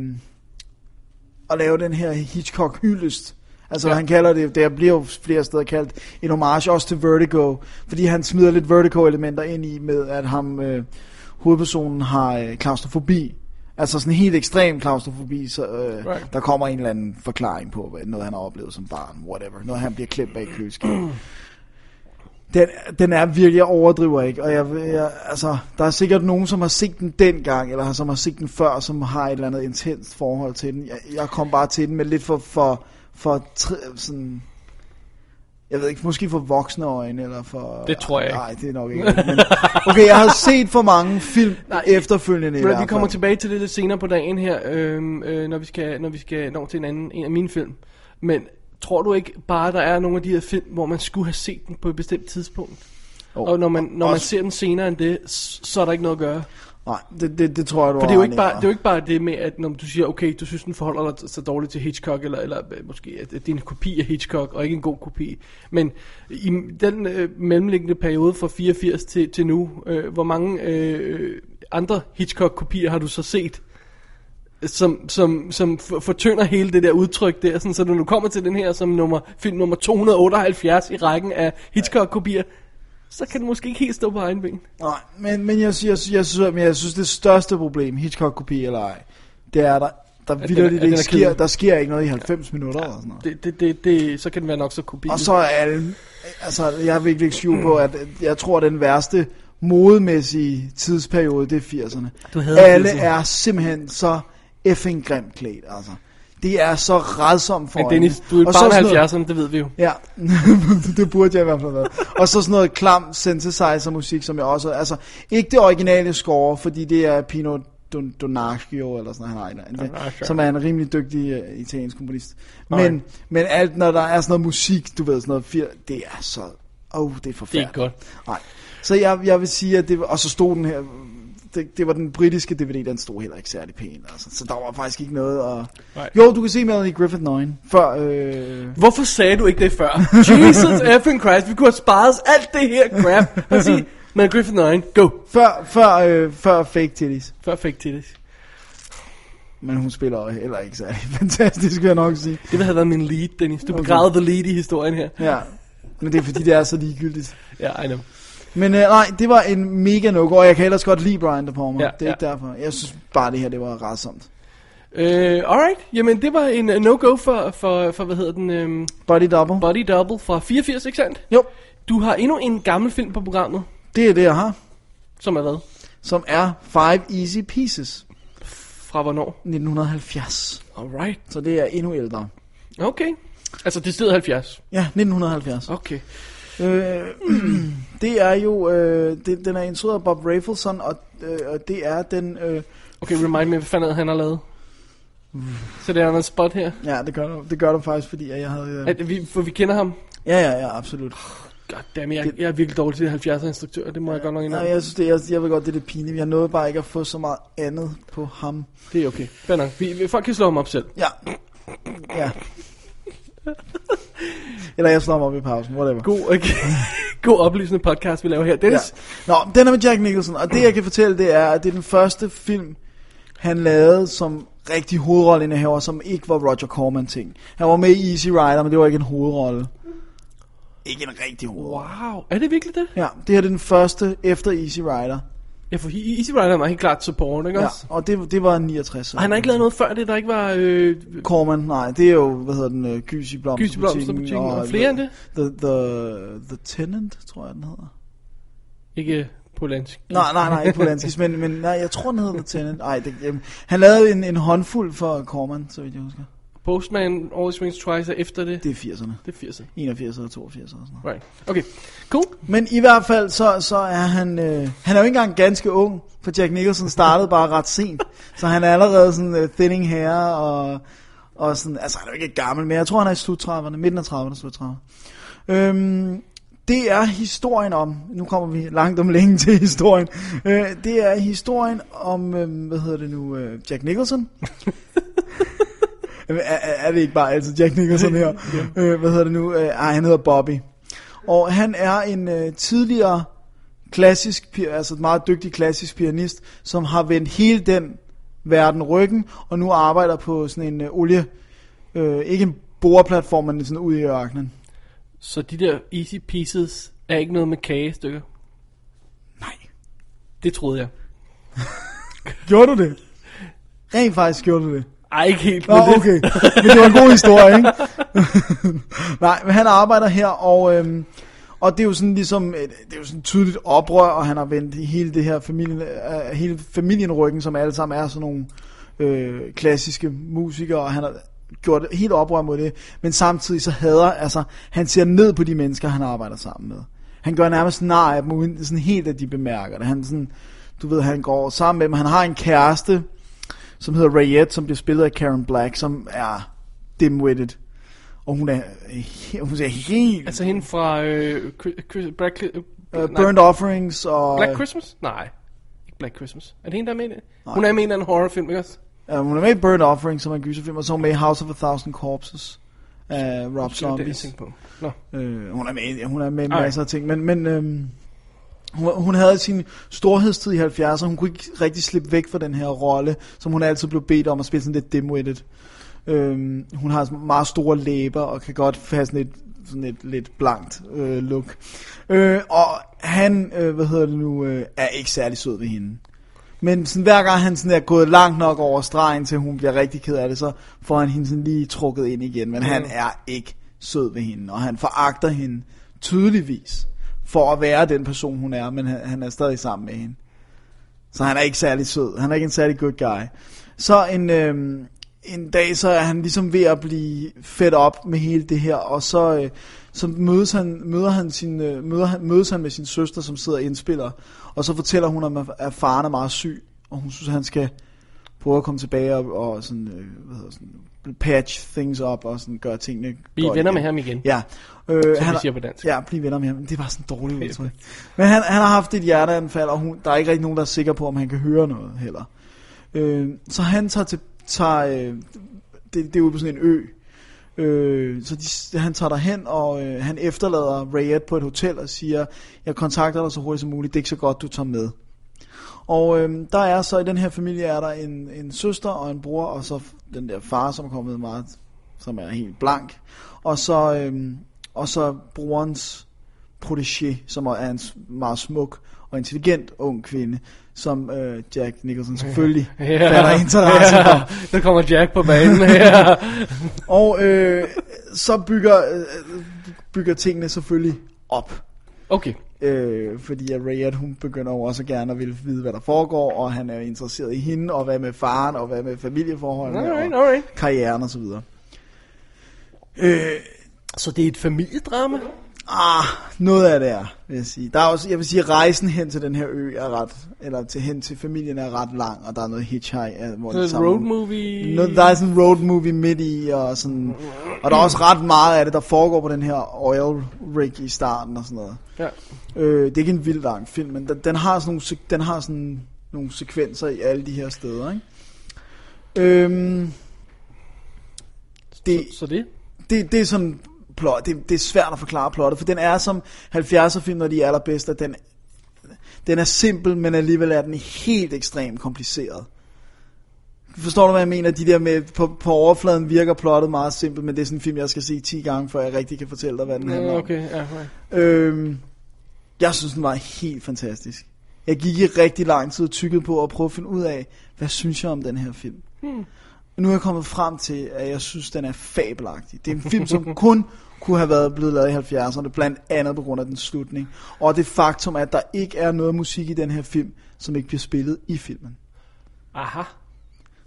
at lave den her Hitchcock hyldest. Altså Ja. ja. han kalder det, der bliver jo flere steder kaldt en homage også til Vertigo, fordi han smider lidt Vertigo-elementer ind i med, at ham, øh, hovedpersonen har øh, klaustrofobi. Altså sådan helt ekstrem klaustrofobi, så øh, Right. right. der kommer en eller anden forklaring på, hvad- noget han har oplevet som barn, whatever. Noget han bliver klemt bag køleskabet. Den, den er virkelig, jeg overdriver ikke, og jeg, jeg, altså, der er sikkert nogen, som har set den dengang, eller som har set den før, som har et eller andet intenst forhold til den. Jeg, jeg kom bare til den med lidt for, for, for tri, sådan, jeg ved ikke, måske for voksne øjne, eller for... Det tror jeg ikke. Nej, det er nok ikke. rigtigt, Men, okay, jeg har set for mange film nej, efterfølgende i Ved du hvad, hvert vi kommer fald. tilbage til det lidt senere på dagen her, øhm, øh, når, vi skal, når vi skal nå til en anden en af mine film. Men tror du ikke bare, der er nogle af de her film, hvor man skulle have set den på et bestemt tidspunkt? Oh. Jo. Og når man, når man Også- ser den senere end det, s- så er der ikke noget at gøre. Nej, det, det, det tror jeg, For du har det er, jo ikke ret i, bare, Ivar. det er jo ikke bare det med, at når du siger, okay, du synes, den forholder dig så dårligt til Hitchcock, eller, eller øh, måske, at det er en kopi af Hitchcock, og ikke en god kopi. Men i den øh, mellemliggende periode fra 84 til, til nu, øh, hvor mange øh, andre Hitchcock-kopier har du så set, som, som, som for- fortynder hele det der udtryk der, sådan, så når du kommer til den her som nummer, film nummer 278 i rækken af Hitchcock-kopier, så kan den måske ikke helt stå på egen ben. Nej, men, men jeg, jeg, jeg, synes, men jeg synes, det største problem, Hitchcock-kopi eller ej, det er, der, der den vildt er- at det den er ikke sker, kedelig. der sker ikke noget i 90 ja. minutter eller sådan noget. Det, det, det, det, så kan den være nok så kopi. Og så er alle, altså, jeg vil ikke lægge skjul på, at jeg tror, at den værste modemæssige tidsperiode, det er 80'erne. Du hader Alle 80'erne. er simpelthen så effing grimt klædt, altså. Det er så rædsomt for Men Dennis, øjnene. du er et Og så barn sådan noget- af 70'erne, det ved vi jo. Ja, [LAUGHS] det burde jeg i hvert fald være. Og så sådan noget klam synthesizer musik, som jeg også... Altså, ikke det originale score, fordi det er Pino Don- Donaggio, eller sådan noget, han ejer, Donaggio. det, som er en rimelig dygtig uh, italiensk komponist. Men, men alt, når der er sådan noget musik, du ved, sådan noget, fir- det er så... Åh, oh, det er Det er ikke forfærdeligt. godt. Nej. Så jeg, jeg vil sige, at det var, og så stod den her, det, det var den britiske DVD, den stod heller ikke særlig pæn, altså. Så der var faktisk ikke noget at... Nej. Jo, du kan se Melanie Griffith nøgen, før... Øh... Hvorfor sagde du ikke det [LAUGHS] før? Jesus effing Christ, vi kunne have sparet os alt det her crap. Og sige, men Griffin 9, go. Før, før, øh, før fake titties. Før fik til det. Men hun spiller jo heller ikke særlig [LAUGHS] fantastisk, vil jeg nok sige. Det ville have været min lead, Dennis. Du begravede the lead i historien her. Ja. Men det er fordi, det er så ligegyldigt. Ja, I know. Men øh, nej, det var en mega no og jeg kan ellers godt lide Brian De Palma. Ja, det er ikke derfor. Jeg synes bare, det her, det var rædsomt. Øh, alright, jamen det var en øh, no-go for, for, for, hvad hedder den, øhm, Body Double. Body Double fra 84, ikke sandt? Jo, Du har endnu en gammel film på programmet, det er det, jeg har. som er hvad? Som er Five Easy Pieces. Fra hvornår? 1970. Alright, Så det er endnu ældre. okay. Altså, det steder 70. Ja, 1970. Okay. Øh, [CLEARS THROAT] det er jo... Øh, det, den er instrueret af Bob Rafelson, og, øh, og det er den... Øh, Okay, remind me, hvad fanden er det, han har lavet? Så det er en spot her. ja, det gør, du, det gør du faktisk, fordi at jeg havde... Øh, At vi, for vi kender ham. Ja, ja, ja, absolut. Goddammit, jeg, jeg er virkelig dårlig til 70'er instruktører, det må jeg godt nok Nej, indrømme. jeg synes det, jeg, jeg ved godt, det er lidt pinligt. Jeg nåede bare ikke at få så meget andet på ham. Det er okay, fair nok. Vi, vi, folk kan slå ham op selv. Ja. Ja. Eller jeg slår mig op i pausen, whatever. God, okay. [LAUGHS] God oplysende podcast, vi laver her. Ja. Dennis, Nå, den er med Jack Nicholson, og det jeg kan fortælle, det er, at det er den første film, han lavede som rigtig hovedrolleindehaver, som ikke var Roger Corman ting. Han var med i Easy Rider, men det var ikke en hovedrolle. Ikke en rigtig hovedrolle. wow, er det virkelig det? Ja, det her er den første efter Easy Rider. Ja, for He- Easy Rider var helt klart support, ikke Ja, også? og det, det var 69. Og han har ikke lavet noget før det, der ikke var... Øh, Corman, nej, det er jo, hvad hedder den, uh, Gys i Gys i Blomsterbutikken, og flere end det? øh, The, the, the Tenant, tror jeg, den hedder. ikke Polanski. Nej, nej, nej, ikke Polanskis, men, men nej, jeg tror, den hedder The Tenant. Nej, det, jamen, han lavede en, en håndfuld for Corman, så vidt jeg husker. Postman, Always Swings Twice er efter det. Det er 80'erne. Det er 80'er. 81 og 82 og sådan noget. Right. Okay, cool. Men i hvert fald, så, så er han... Øh, han er jo ikke engang ganske ung, for Jack Nicholson startede bare ret sent. Så han er allerede sådan øh, thinning hair, og, og sådan... Altså, han er jo ikke gammel, men jeg tror, han er i sluttrapperne. Midten af 30'erne, slut 30'erne. Øhm, det er historien om... Nu kommer vi langt om længe til historien. Øh, det er historien om... Øh, hvad hedder det nu? Øh, Jack Nicholson. Jamen, er, er er det ikke bare altid Jack Nicholson [LAUGHS] her? øh, hvad hedder det nu? Øh, ej, han hedder Bobby. Og han er en øh, tidligere klassisk, pi- altså et meget dygtig klassisk pianist, som har vendt hele den verden ryggen, og nu arbejder på sådan en øh, olie, øh, ikke en boreplatform, men sådan ude i ørkenen. Så de der Easy Pieces er ikke noget med kagestykker. Nej. Det troede jeg. Gjorde du det? Rent faktisk gjorde du det. Ej, ikke helt. Nå, men det- okay. Men det var en god historie, ikke? [LAUGHS] Nej, men han arbejder her, og, øhm, og det er jo sådan ligesom, et, det er jo sådan et tydeligt oprør, og han har vendt i hele det her familien, øh, hele familien ryggen, som alle sammen er sådan nogle øh, klassiske musikere, og han har gjort et helt oprør mod det, men samtidig så hader, altså, han ser ned på de mennesker, han arbejder sammen med. Han gør nærmest nar af dem, uden sådan helt, at de bemærker det. Han sådan, du ved, han går sammen med dem, han har en kæreste, som hedder Rayette, som bliver spillet af Karen Black, som er dimwitted. Og hun er, øh, hun er helt Altså hende fra øh, Chris, Chris, Black, uh, Burnt Offerings og... Black Christmas? Nej. Ikke Black Christmas. Er det hende, der er med i det? Hun er med i en eller anden horrorfilm, ikke også? Uh, hun er med i Burn Offering, som er en gyserfilm, og så er hun med i House of a Thousand Corpses af Rob Det var det, jeg Zombies. tænkte på. Nå. Øh, hun er med, i- hun er med i Ej. masser af ting, men, men øhm, hun, hun havde sin storhedstid i 70'erne, hun kunne ikke rigtig slippe væk fra den her rolle, som hun altid blev bedt om at spille sådan lidt dimwitted. Øhm, hun har sådan meget store læber og kan godt have sådan et, sådan et lidt blankt øh, look. Øh, og han, øh, hvad hedder det nu, øh, er ikke særlig sød ved hende. Men sådan, hver gang han sådan er gået langt nok over stregen, til hun bliver rigtig ked af det, så får han hende sådan lige trukket ind igen. Men han er ikke sød ved hende, og han foragter hende tydeligvis for at være den person, hun er, men han han er stadig sammen med hende. Så han er ikke særlig sød. Han er ikke en særlig good guy. Så en, øhm, en dag, så er han ligesom ved at blive fedt op med hele det her, og så, øh, så mødes, han, møder han sin, øh, møder, han- mødes han med sin søster, som sidder og indspiller, og så fortæller hun, om, at- at faren er meget syg, og hun synes, han skal prøve at komme tilbage og, og sådan, øh, hvad hedder, sådan, patch things up og sådan gøre tingene Vi er godt venner igen. med ham igen. Ja. Øh, Som han vi har- siger på dansk. Ja, bliv venner med ham. Det var sådan et dårligt udtryk. Men han, han har haft et hjerteanfald, og hun, der er ikke rigtig nogen, der er sikker på, om han kan høre noget heller. Øh, så han tager til... Tager, øh, det, det er ude på sådan en ø. Øh, så de, han tager derhen, og øh, han efterlader Rayet på et hotel og siger, jeg kontakter dig så hurtigt som muligt, det er ikke så godt, du tager med. Og øh, der er så i den her familie er der en, en søster og en bror, og så f- den der far, som er kommet meget, som er helt blank. Og så, øh, og så brorens protégé, som er en s- meget smuk og intelligent ung kvinde, som øh, Jack Nicholson selvfølgelig [LAUGHS] Ja. fatter interesse ja. for. [LAUGHS] Der kommer Jack på [LAUGHS] banen. ja. Og øh, så bygger, øh, bygger tingene selvfølgelig op. Okay. Øh, fordi at Rayet, hun begynder jo også gerne at ville vide, hvad der foregår, og han er interesseret i hende, og hvad med faren, og hvad med familieforholdene, Alright, og alright. karrieren og så videre. Øh, Så det er et familiedrama? ah, noget af det er, vil jeg sige. Der er også, jeg vil sige, rejsen hen til den her ø er ret, eller til hen til familien er ret lang, og der er noget hitchhike, hvor Det er de et sammen- road movie? Noget, der er sådan en road movie midt i, og, sådan, og der er også ret meget af det, der foregår på den her oil rig i starten og sådan noget. Ja. Øh, det er ikke en vild lang film, men den, den har sådan nogle, sek- den har sådan nogle sekvenser i alle de her steder, ikke? Øhm, det, Så det? det, det er sådan plot, det, det er svært at forklare plottet, for den er som 70'er film, når de er allerbedst, at den, den er simpel, men alligevel er den helt ekstremt kompliceret. Forstår du, hvad jeg mener? De der med, på, på overfladen virker plottet meget simpelt, men det er sådan en film, jeg skal se 10 gange, før jeg rigtig kan fortælle dig, hvad den handler Ja, om. okay, ja, right. Øhm, jeg synes, den var helt fantastisk. Jeg gik i rigtig lang tid og tykkede på at prøve at finde ud af, hvad synes jeg om den her film. Hmm. Nu er jeg kommet frem til, at jeg synes, den er fabelagtig. Det er en film, som kun kunne have været blevet lavet i 70'erne, blandt andet på grund af den slutning. Og det faktum, at der ikke er noget musik i den her film, som ikke bliver spillet i filmen. Aha.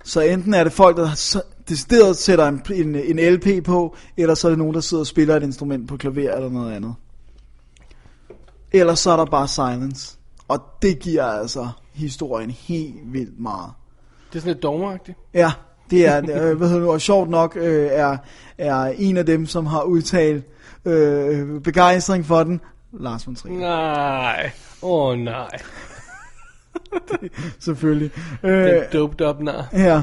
Så enten er det folk, der så- decideret sætter en, en, en LP på, eller så er det nogen, der sidder og spiller et instrument på klaver eller noget andet. Eller så er der bare silence. Og det giver altså historien helt vildt meget. Det er sådan lidt dogmeragtigt. Ja, det er, øh, hvad hedder det, nu, og sjovt nok øh, er, er en af dem, som har udtalt øh, begejstring for den, Lars von Trier, Nej. Åh oh, nej. selvfølgelig. Den Øh, doped up nar. Ja.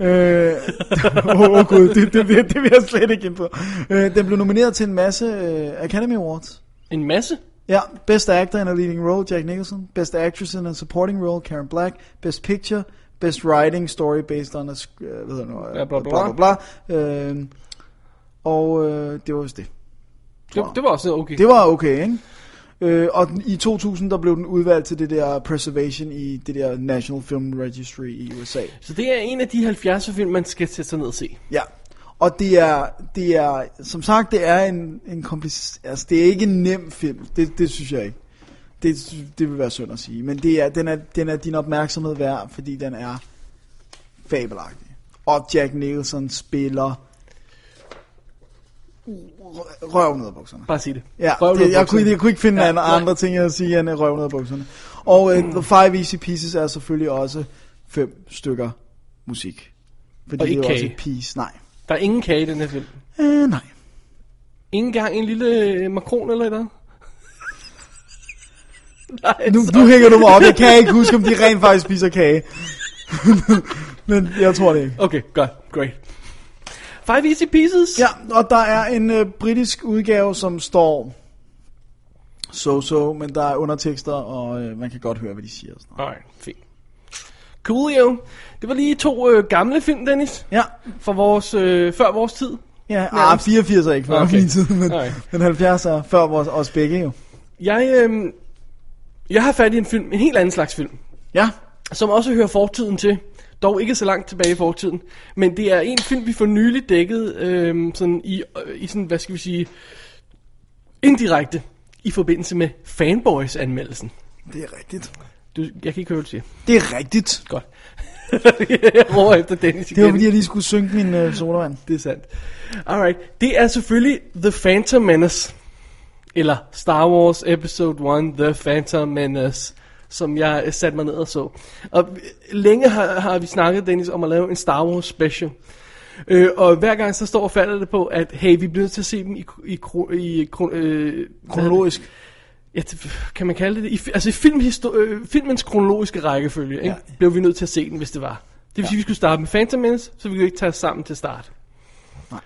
Øh, [LAUGHS] åh oh, oh, gud, det, det, det, det vil jeg slet ikke ind på. Øh, den blev nomineret til en masse øh, Academy Awards. En masse? Ja, Best Actor in a Leading Role, Jack Nicholson. Best Actress in a Supporting Role, Karen Black. Best Picture, Best Writing Story based on a... sk- Øh, hvad hedder det nu, øh, Bla, bla, bla. bla, bla, bla. Øh, og øh, det var vist det. Det, det var også okay. Det var okay, ikke? Øh, og den, i 2000, der blev den udvalgt til det der preservation i det der National Film Registry i USA. Så det er en af de 70'er film, man skal sætte sig ned og se. Ja, og det er, det er som sagt, det er en, en komplic- altså, det er ikke en nem film, det, det synes jeg ikke. Det, sy- det vil være synd at sige, men det er, den, er, den er din opmærksomhed værd, fordi den er fabelagtig. Og Jack Nicholson spiller rø- røven ud af bukserne. Bare sig det. Ja, Røv det, ud af jeg, kunne, bukserne. jeg kunne ikke finde ja, andre, nej. andre ting, jeg vil sige, end øh, røven ud af bukserne. Og uh, The Five Easy Pieces er selvfølgelig også fem stykker musik. Fordi Og det ikke er jo også kage. et piece. Nej. Der er ingen kage i den her film. Øh, nej. Ingen gang en lille øh, makron eller noget. Nej, Nu, nu hænger du mig op. Jeg kan ikke huske, om de rent faktisk spiser kage. [LAUGHS] Men jeg tror det ikke. Okay, godt. Great. Five Easy Pieces. Ja, og der er en øh, britisk udgave, som står so-so, men der er undertekster, og øh, man kan godt høre, hvad de siger. og Sådan noget. Alright, fint. Coolio. Det var lige to øh, gamle film, Dennis. Ja, Fra vores, øh, før vores tid. ja ah, 84 er ikke før Okay. okay. min tid, [LAUGHS] men, Nej. men 70 er før vores, os begge jo. Jeg, øh, jeg har fat i en film, en helt anden slags film, Ja, som også hører fortiden til. Dog ikke så langt tilbage i fortiden. Men det er en film, vi for nylig dækkede øh, sådan i, øh, i sådan, hvad skal vi sige, indirekte i forbindelse med Fanboys-anmeldelsen. det er rigtigt. Du, jeg kan ikke høre, hvad du siger. Det er rigtigt. Godt. [LAUGHS] jeg roer efter Dennis igen. Det var fordi, jeg lige skulle synke min øh, sodavand. [LAUGHS] Det er sandt. Alright, det er selvfølgelig The Phantom Menace. Eller Star Wars Episode 1, The Phantom Menace, som jeg øh, satte mig ned og så. Og øh, længe har, har vi snakket, Dennis, om at lave en Star Wars special. Øh, og hver gang så står og falder det på, at hey, vi bliver nødt til at se dem i, kro- i, kro- i, kro- øh, Kronologisk. ja, det- kan man kalde det, det? I, fi- altså i filmhisto- øh, filmens kronologiske rækkefølge, ikke? Ja. blev vi nødt til at se den, hvis det var. Det vil sige, at vi skulle starte med Phantom Menace, så vi kunne ikke tage os sammen til start. Nej.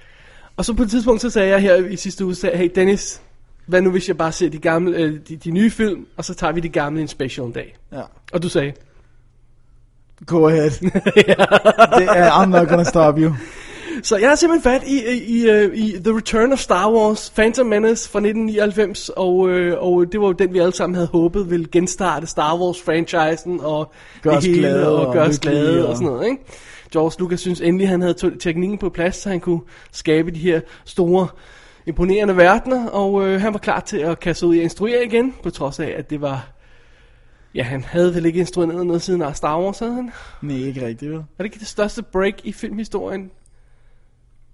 Og så på et tidspunkt, så sagde jeg her i sidste uge, sagde, jeg, hey Dennis, hvad nu hvis jeg bare ser de, gamle, øh, de, de nye film, og så tager vi de gamle i en special en dag. Ja. Og du sagde, Go [LAUGHS] ahead. det er, I'm not gonna stop you. så jeg har simpelthen fat i, i, i, øh, i The Return of Star Wars, Phantom Menace fra 1999, og, øh, og det var jo den, vi alle sammen havde håbet ville genstarte Star Wars-franchisen, og Gør det os hele, glade og og gøre os lykkelige, glade, og og- sådan noget, ikke? George Lucas synes endelig, han havde to- teknikken på plads, så han kunne skabe de her store, imponerende verdener, og øh, han var klar til at kaste sig ud i at instruere igen, på trods af, at det var... Ja, han havde vel ikke instrueret noget siden af Star Wars, havde han? Nej, ikke rigtigt, vel? Er det ikke det største break i filmhistorien?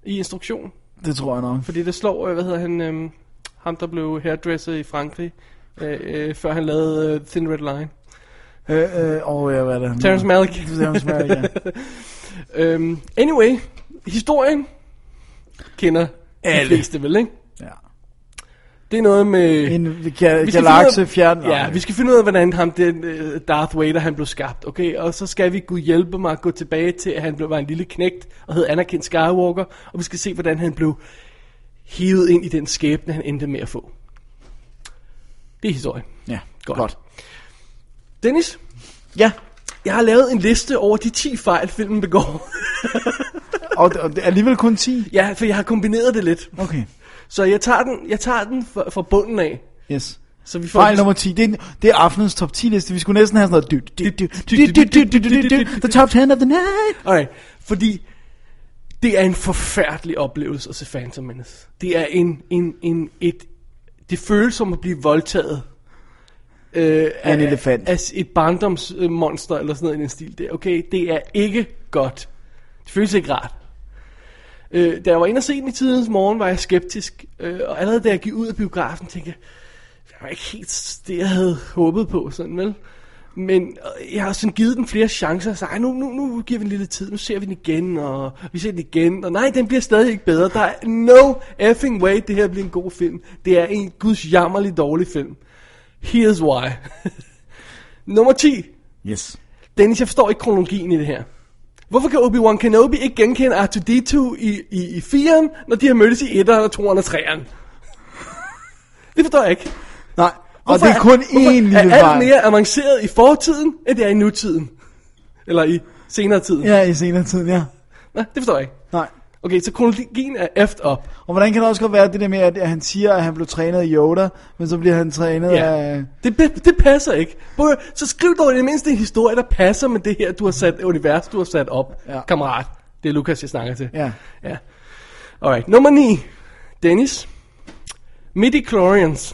I instruktion? Det tror jeg nok. Fordi det slår, øh, hvad hedder han, øhm, ham der blev hairdresser i Frankrig, øh, øh, før han lavede øh, Thin Red Line. Øh, øh, og ja, hvad er det? Terrence Malick. [LAUGHS] Terrence Malick, ja. [LAUGHS] øhm, anyway, historien kender Alle. de fleste vel, ikke? ja. Det er noget med... En ga- Vi skal finde ud galakse af- fjern. Ja, vi skal finde ud af, hvordan ham, den, øh, Darth Vader han blev skabt, okay? Og så skal vi, Gud hjælpe mig, gå tilbage til, at han blev, var en lille knægt og hed Anakin Skywalker. Og vi skal se, hvordan han blev hivet ind i den skæbne, han endte med at få. Det er historien. Ja, Godt. godt. Dennis, Ja, jeg har lavet en liste over de 10 fejl, filmen begår. [LAUGHS] og, og det er alligevel kun 10. ja, for jeg har kombineret det lidt. Okay, Så jeg tager den, jeg tager den fra, fra bunden af. yes. Så vi får Fejl nummer 10, det er, det er aftenens top 10 liste. Vi skulle næsten have sådan noget... du- du- du- du- du- du- du- du- du- The top 10 of the night. Alright, fordi det er en forfærdelig oplevelse at se Phantom Menace. Det er en, en, en, et, det føles som at blive voldtaget. Øh, Af en elefant. Af et barndomsmonster eller sådan noget i den stil der. Okay, det er ikke godt. Det føles ikke rart. Øh, da jeg var inde og se den i tidens morgen, var jeg skeptisk. Øh, og allerede da jeg gik ud af biografen, tænkte jeg, det var ikke helt det, jeg havde håbet på, sådan vel. Men øh, jeg har sådan givet den flere chancer, og sagt, "Ej, nu, nu, nu giver vi den lidt tid, nu ser vi den igen, og vi ser den igen, og nej, den bliver stadig ikke bedre. Der er no effing way, det her bliver en god film. Det er en guds jammerlig dårlig film. Here's why. [LAUGHS] Nummer 10. Yes. Dennis, jeg forstår ikke kronologien i det her. Hvorfor kan Obi-Wan Kenobi ikke genkende R2-D2 i, i, i 4'eren, når de har mødtes i 1'eren og 2'eren og 3'eren? [LAUGHS] Det forstår jeg ikke. Nej, og det er kun hvorfor én lille er alt fejl. mere avanceret i fortiden, end det er i nutiden? Eller i senere tiden? Ja. Ja, i senere tid, ja. Nej, det forstår jeg ikke. Nej. Okay, så kronologien er efter op. Og hvordan kan det også godt være det der med, at at han siger, at han blev trænet af Yoda, men så bliver han trænet Ja. af... Det, det, det passer ikke. Prøv, at høre, så skriv dog i det mindste en historie, der passer med det her du har sat, univers, du har sat op, ja. Ja. kammerat. Det er Lukas, jeg snakker til. Ja. ja. Alright, nummer 9. Dennis. Midi-chlorians.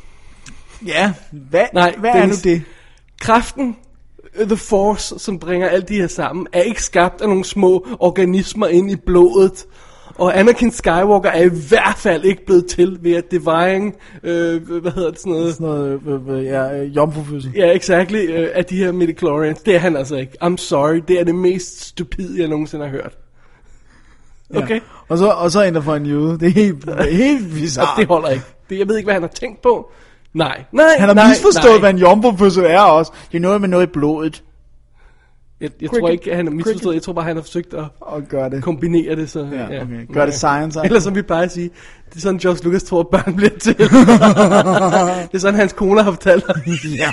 Ja, hvad, Nej, hvad er nu Dennis. det? kraften, øh, The Force, som bringer alt det her sammen, er ikke skabt af nogle små organismer ind i blodet. Og Anakin Skywalker er i hvert fald ikke blevet til ved at divine, øh, hvad hedder det sådan noget? Sådan noget, øh, øh, ja, øh, jomfrufødsel. Ja, exactly, øh, af de her midichlorians. Det er han altså ikke. I'm sorry, det er det mest stupide, jeg nogensinde har hørt. Okay? Ja. Og så, og så en, der får en jøde. Det er helt, helt Og bizarrt. Altså, det holder ikke. Det, jeg ved ikke, hvad han har tænkt på. Nej, nej, Han har nej, misforstået, nej. hvad en jombrupøsse er også. Det er noget med noget i blodet. Jeg, jeg tror Cricket. ikke, at han har misforstået. Jeg tror bare, han har forsøgt at Og gør det. kombinere det. Så, Ja, okay. Gør det science. Eller som vi plejer at sige, det er sådan, George Lucas tror, at børn bliver [LAUGHS] til. det er sådan, hans kone har fortalt. ja.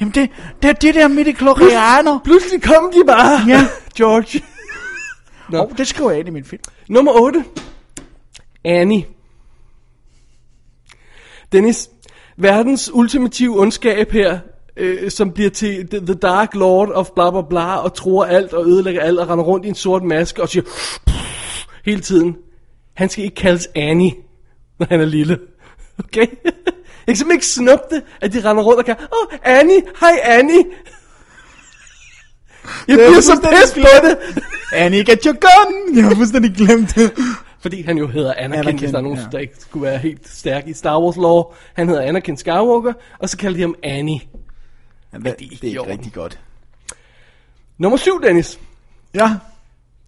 Jamen det, det er det der midt i klorianer. Pludselig kom de bare. Ja. George. Nå. Åh, oh, det skriver jeg ind i min film. Nummer 8. Annie. Dennis, verdens ultimative ondskab her, øh, som bliver til the, the Dark Lord of bla bla bla, og tror alt og ødelægger alt, og render rundt i en sort maske og siger hele tiden. Han skal ikke kaldes Annie, når han er lille. [LAUGHS] Okay? Jeg kan simpelthen ikke snuppe det, at de render rundt og kan, åh, oh, Annie, hej Annie. [LAUGHS] Jeg Det er bliver så fuldstændig pissed på det. [LAUGHS] Annie, get your gun! Jeg har fuldstændig glemt det. Fordi han jo hedder Anakin, Anakin, Anakin hvis der er nogen, ja. ja. der ikke skulle være helt stærk i Star Wars lore. Han hedder Anakin Skywalker, og så kalder de ham Annie. Jamen, det, det er i ikke orden. rigtig godt. Nummer 7, Dennis. Ja.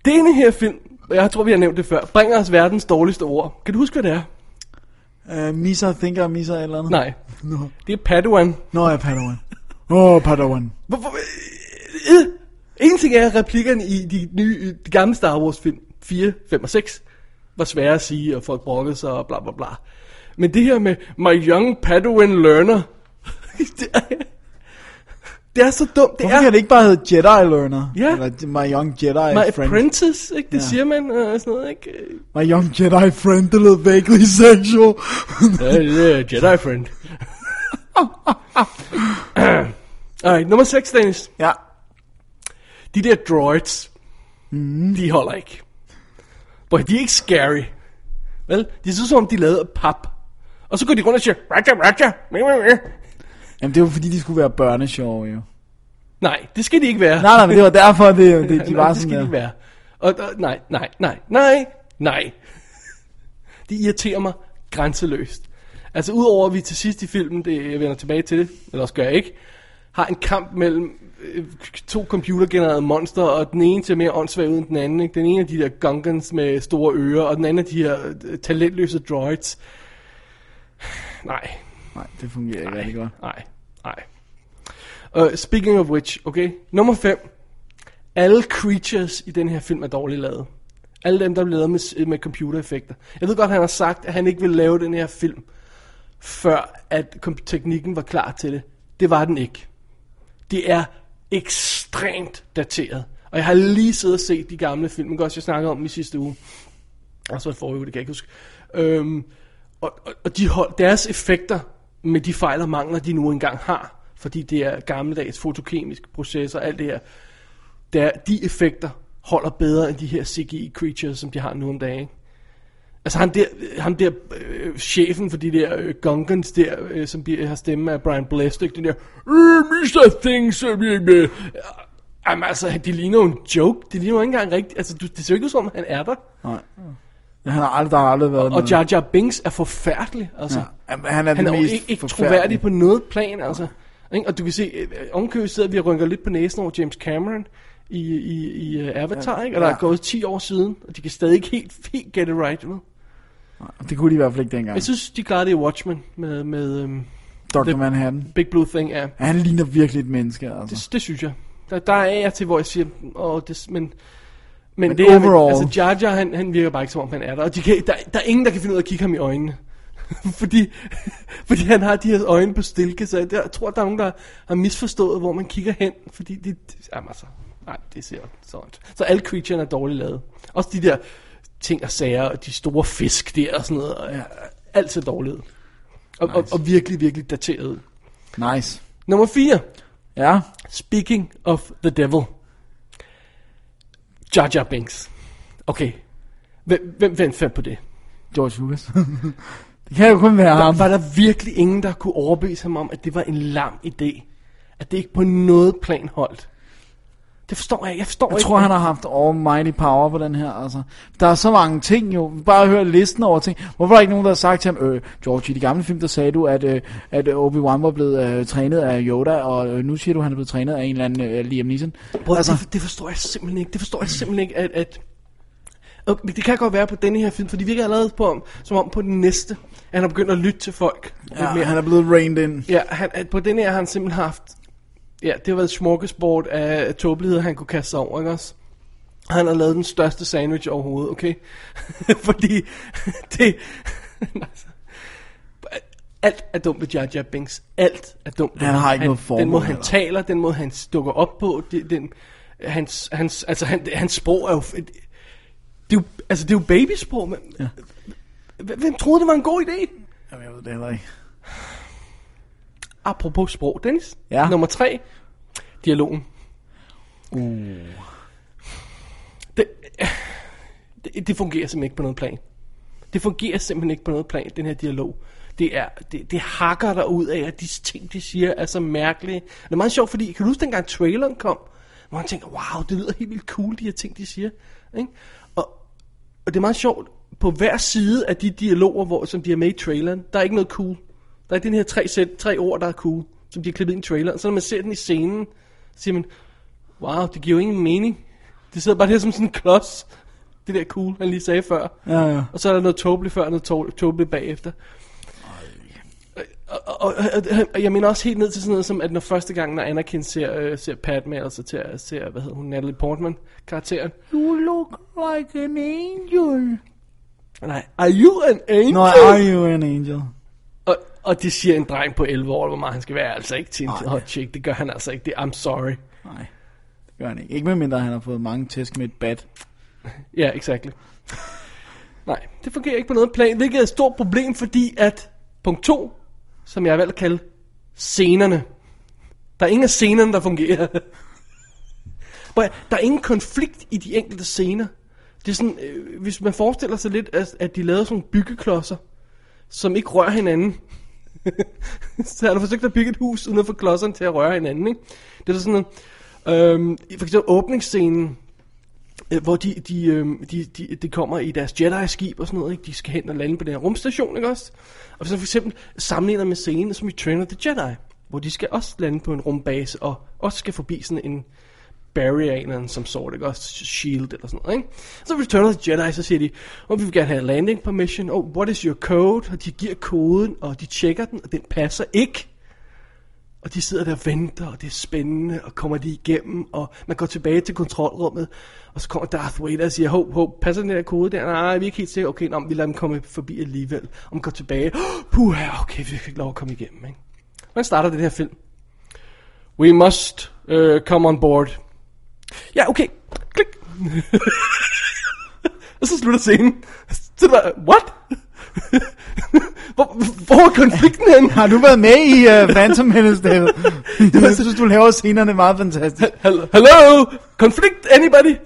Denne her film, og jeg tror, vi har nævnt det før, bringer os verdens dårligste ord. Kan du huske, hvad det er? Uh, Misa Thinker, Misa eller andet. Nej, Nå, det er Padawan. Nå ja, Padawan. Åh, oh, Padawan. Hvorfor? øh, øh. En ting er, at replikkerne i de, nye, de gamle Star Wars film, 4, 5 og 6, var svære at sige, og folk brokkede sig og bla bla bla. Men det her med, my young Padawan learner, [LAUGHS] det er, det er så dumt. Det Hvorfor er kan det ikke bare hedde Jedi Learner? Ja. Eller My Young Jedi My Friend. apprentice, ikke? Det Ja. ja. siger man, og sådan noget, ikke? Øh, My Young Jedi Friend, det lød vaguely sensual. Ja, det er øh, Jedi friend. [COUGHS] Alright, nummer 6, Dennis. [LAUGHS] ja. De der droids, mm. de holder ikke. Boy, de er ikke scary. Vel, de ser ud som om, de er lavet af pap. Og så går de rundt og siger, Raja, Raja, meh, meh, meh. Jamen, det var fordi, de skulle være børnesjove, jo. Nej, det skal de ikke være. Nej, nej, men det var derfor, [LAUGHS] [LAUGHS] det, det, de Nej, var det sådan skal der. de være. Og, og, nej, nej, nej, nej, nej. De irriterer mig grænseløst. Altså udover at vi til sidst i filmen, det, jeg vender tilbage til det, eller også gør jeg ikke, har en kamp mellem øh, to computergenererede monster, og den ene ser mere åndssvag ud end den anden. Ikke? Den ene er de der gunkans med store ører, og den anden er de her øh, talentløse droids. [SIGHS] Nej, Nej, det fungerer ikke rigtig godt. Nej, nej. Uh, speaking of which, okay. Nummer 5. Alle creatures i den her film er dårligt lavet. Alle dem, der blev lavet med, med computereffekter. Jeg ved godt, han har sagt, at han ikke ville lave den her film, før at kom- teknikken var klar til det. Det var den ikke. Det er ekstremt dateret. Og jeg har lige siddet og set de gamle film, også jeg snakkede om dem i sidste uge. Og så forrige uge, det kan jeg ikke huske. Øhm, og, og, og de hold, deres effekter med de fejl og mangler, de nu engang har, fordi det er gammeldags fotokemiske processer og alt det her, der, de effekter holder bedre end de her CGI-creatures, som de har nu om dagen. ikke? Altså ham der, ham der øh, chefen for de der øh, gunkens der, øh, som bliver, har stemme af Brian Blessed, den der, øh, Mr. Things, øh, øh, øh. Jamen altså, de ligner jo en joke, de ligner jo ikke engang rigtigt, altså du, det ser jo ikke ud som, om, han er der. Nej. Ja, Han har aldrig, der har aldrig været Og Jar Jar Binks er forfærdelig, altså. Ja. Jamen, han er, Han det er jo mest ikke, ikke forfærdelige. troværdig på noget plan, altså. Ikke? Og du kan se, øh, øh, ovenkøbet sidder vi og rynker lidt på næsen over James Cameron i, i, i øh, Avatar, ikke? Og der Ja. er gået 10 år siden, og de kan stadig ikke helt, helt get it right, vel? Det kunne de i hvert fald ikke dengang. Jeg synes, de klarede det i Watchmen med, med øhm, Dr. det- Manhattan. Big Blue Thing, ja. Han ligner virkelig et menneske, altså. Det, det synes jeg. Der, der er jeg til, hvor jeg siger, åh, det, men... Men, Men det er- overall- Altså, Jar Jar, han, han virker bare ikke, som om han er der. Og de kan, der, der er ingen, der kan finde ud af at kigge ham i øjnene. [LAUGHS] fordi, [LAUGHS] fordi han har de her øjne på stilke, så jeg, jeg tror, der er nogen, der har misforstået, hvor man kigger hen. Fordi det... det- Jamen altså, nej, det ser sådan. Så alle creaturene er dårligt lavet. Også de der ting og sager, og de store fisk der og sådan noget. Og, ja. Alt ser dårligt ud. Og, nice. og, og virkelig, virkelig dateret. ud. Nice. Nummer 4. Ja. Speaking of the devil. Jar Jar Binks. Okay. Hvem, hvem, hvem fandt på det? George Lucas. [LAUGHS] det kan jo kun være ham. Var, var der virkelig ingen, der kunne overbevise ham om, at det var en lam idé? At det ikke på noget plan holdt? Det forstår jeg. Jeg forstår Jeg ikke. tror, han har haft almighty power på den her, altså. Der er så mange ting jo. Vi Bare hør listen over ting. Hvorfor er der ikke nogen, der har sagt til ham, øh, George, i de gamle film, der sagde du, at, øh, at Obi-Wan var blevet øh, trænet af Yoda, og øh, nu siger du, at han er blevet trænet af en eller anden øh, Liam Neeson. Bror, altså, altså, det, det forstår jeg simpelthen ikke. Det forstår jeg simpelthen ikke, at... at og det kan godt være på denne her film, for de virker allerede på, om- som om på den næste, Han har begyndt at lytte til folk. lidt Ja, mere. han er blevet reined in. Ja, han, at på den her har han simpelthen haft... Ja, det har været et smorgasbord af af tåbeligheder, han kunne kaste sig over, ikke også? Han har lavet den største sandwich overhovedet, okay? [LAUGHS] Fordi [LAUGHS] det... Nej, så- Alt er dumt ved Jar Jar Binks. Alt er dumt. ved Han ham. har ikke noget formål Den måde, han heller. taler, den måde, han dukker op på, det, den, hans, hans, altså, han, hans sprog er jo... f- Det, det er jo, altså, det er jo babysprog, men... Ja. Hvem troede, det var en god idé? Jamen, jeg ved det heller ikke. Apropos sprog, Dennis. Ja. Nummer tre. Dialogen. Uh. Det, det, det fungerer simpelthen ikke på noget plan. Det fungerer simpelthen ikke på noget plan, den her dialog. Det, er, det, det hakker der ud af, at de ting, de siger, er så mærkelige. Det er meget sjovt, fordi kan du huske dengang traileren kom, hvor man tænker, wow, det lyder helt vildt cool, de her ting, de siger. Ikke? Og, og det er meget sjovt, på hver side af de dialoger, hvor, som de har med i traileren, der er ikke noget cool. Der er den her tre, sæt, tre ord, der er cool, som de har klippet ind i traileren. Så når man ser den i scenen, så siger man, wow, det giver jo ingen mening. Det sidder bare der som sådan en klods. Det der cool, han lige sagde før. Ja, ja. Og så er der noget tåbeligt før, og noget tå- tåbeligt bagefter. Og, og, og, og- og jeg mener også helt ned til sådan noget som, at når første gang, når Anakin ser, øh, ser Padme, altså til, ser, hvad hedder hun, Natalie Portman karakteren. You look like an angel. Nej, are you an angel? Nå, are you an angel? Og, og det siger en dreng på 11 år, hvor meget han skal være, altså ikke til en Nej. hot chick. Det gør han altså ikke. Det, I'm sorry. Nej, det gør han ikke. Ikke medmindre han har fået mange tæsk med et bat. Ja, yeah, exactly. Nej, det fungerer ikke på noget plan, hvilket er et stort problem, fordi at punkt 2, som jeg har valgt at kalde scenerne. Der er ingen af scenerne, der fungerer. Prøv at- der er ingen konflikt i de enkelte scener. Det er sådan, øh, hvis man forestiller sig lidt, at, at de lavede sådan nogle byggeklodser, som ikke rører hinanden. [LAUGHS] så har du forsøgt at bygge et hus, uden at få klodserne til at røre hinanden, ikke? Det er da sådan noget, øhm, for eksempel åbningsscenen, øh, hvor de, de, øh, de, de, de kommer i deres Jedi-skib og sådan noget, ikke? De skal hen og lande på den her rumstation, ikke også? Og så for eksempel sammenligner med scenen, som i Return of the Jedi, hvor de skal også lande på en rumbase og også skal forbi sådan en barrier af en eller anden som sort, ikke? Også shield eller sådan noget, ikke? Så Return of the Jedi, så siger de, oh, vi vil gerne have landing permission, oh, what is your code? Og de giver koden, og de tjekker den, og den passer ikke. Og de sidder der og venter, og det er spændende, og kommer de igennem, og man går tilbage til kontrolrummet, og så kommer Darth Vader og siger, hov, hov, passer den der kode der? Nej, vi er ikke helt sikre. Okay, nå, men vi lader dem komme forbi alligevel. Og man går tilbage, [GASPS] oh, puha, okay, vi fik ikke lov at komme igennem, ikke? Man starter den her film. We must uh, come on board. Ja, okay. Klik. [LAUGHS] og så slutter scenen. Så er der, what? [LAUGHS] hvor, hvor er konflikten henne? Har du været med i uh, Phantom Menace, David? [LAUGHS] Jeg synes, du laver scenerne meget fantastisk. Hal- Hello? Konflikt, anybody?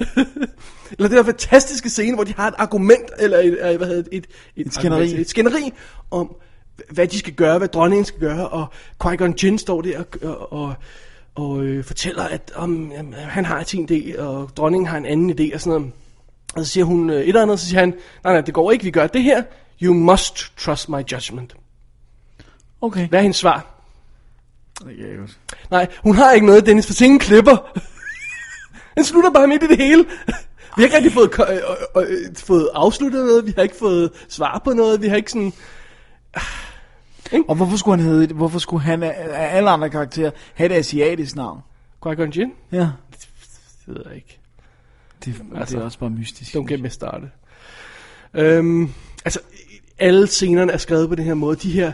[LAUGHS] eller det der fantastiske scene, hvor de har et argument, eller et, øh, hvad hedder det, et, et, et, skænderi. et skænderi om, h- hvad de skal gøre, hvad dronningen skal gøre, og Qui-Gon Jinn står der og, og, og, og øh, fortæller, at om, jamen, han har sin idé, og dronningen har en anden idé, og sådan noget. Og så siger hun øh, et eller andet, så siger han, nej, nej, det går ikke, vi gør det her. You must trust my judgment. Okay. Hvad er hendes svar? Det kan jeg huske. Nej, hun har ikke noget, Dennis, for scenen klipper. Den slutter bare midt i det hele. Vi har ikke rigtig fået, ko- øh, øh, øh, fået afsluttet noget, vi har ikke fået svar på noget, vi har ikke sådan... Og hvorfor skulle han hedde, hvorfor skulle han af af alle andre karakterer have et asiatisk navn? Qui-Gon Jinn? Ja. Det ved jeg ikke. Det, altså, det er også bare mystisk. Don't get me started. Øhm, altså, alle scenerne er skrevet på den her måde. De her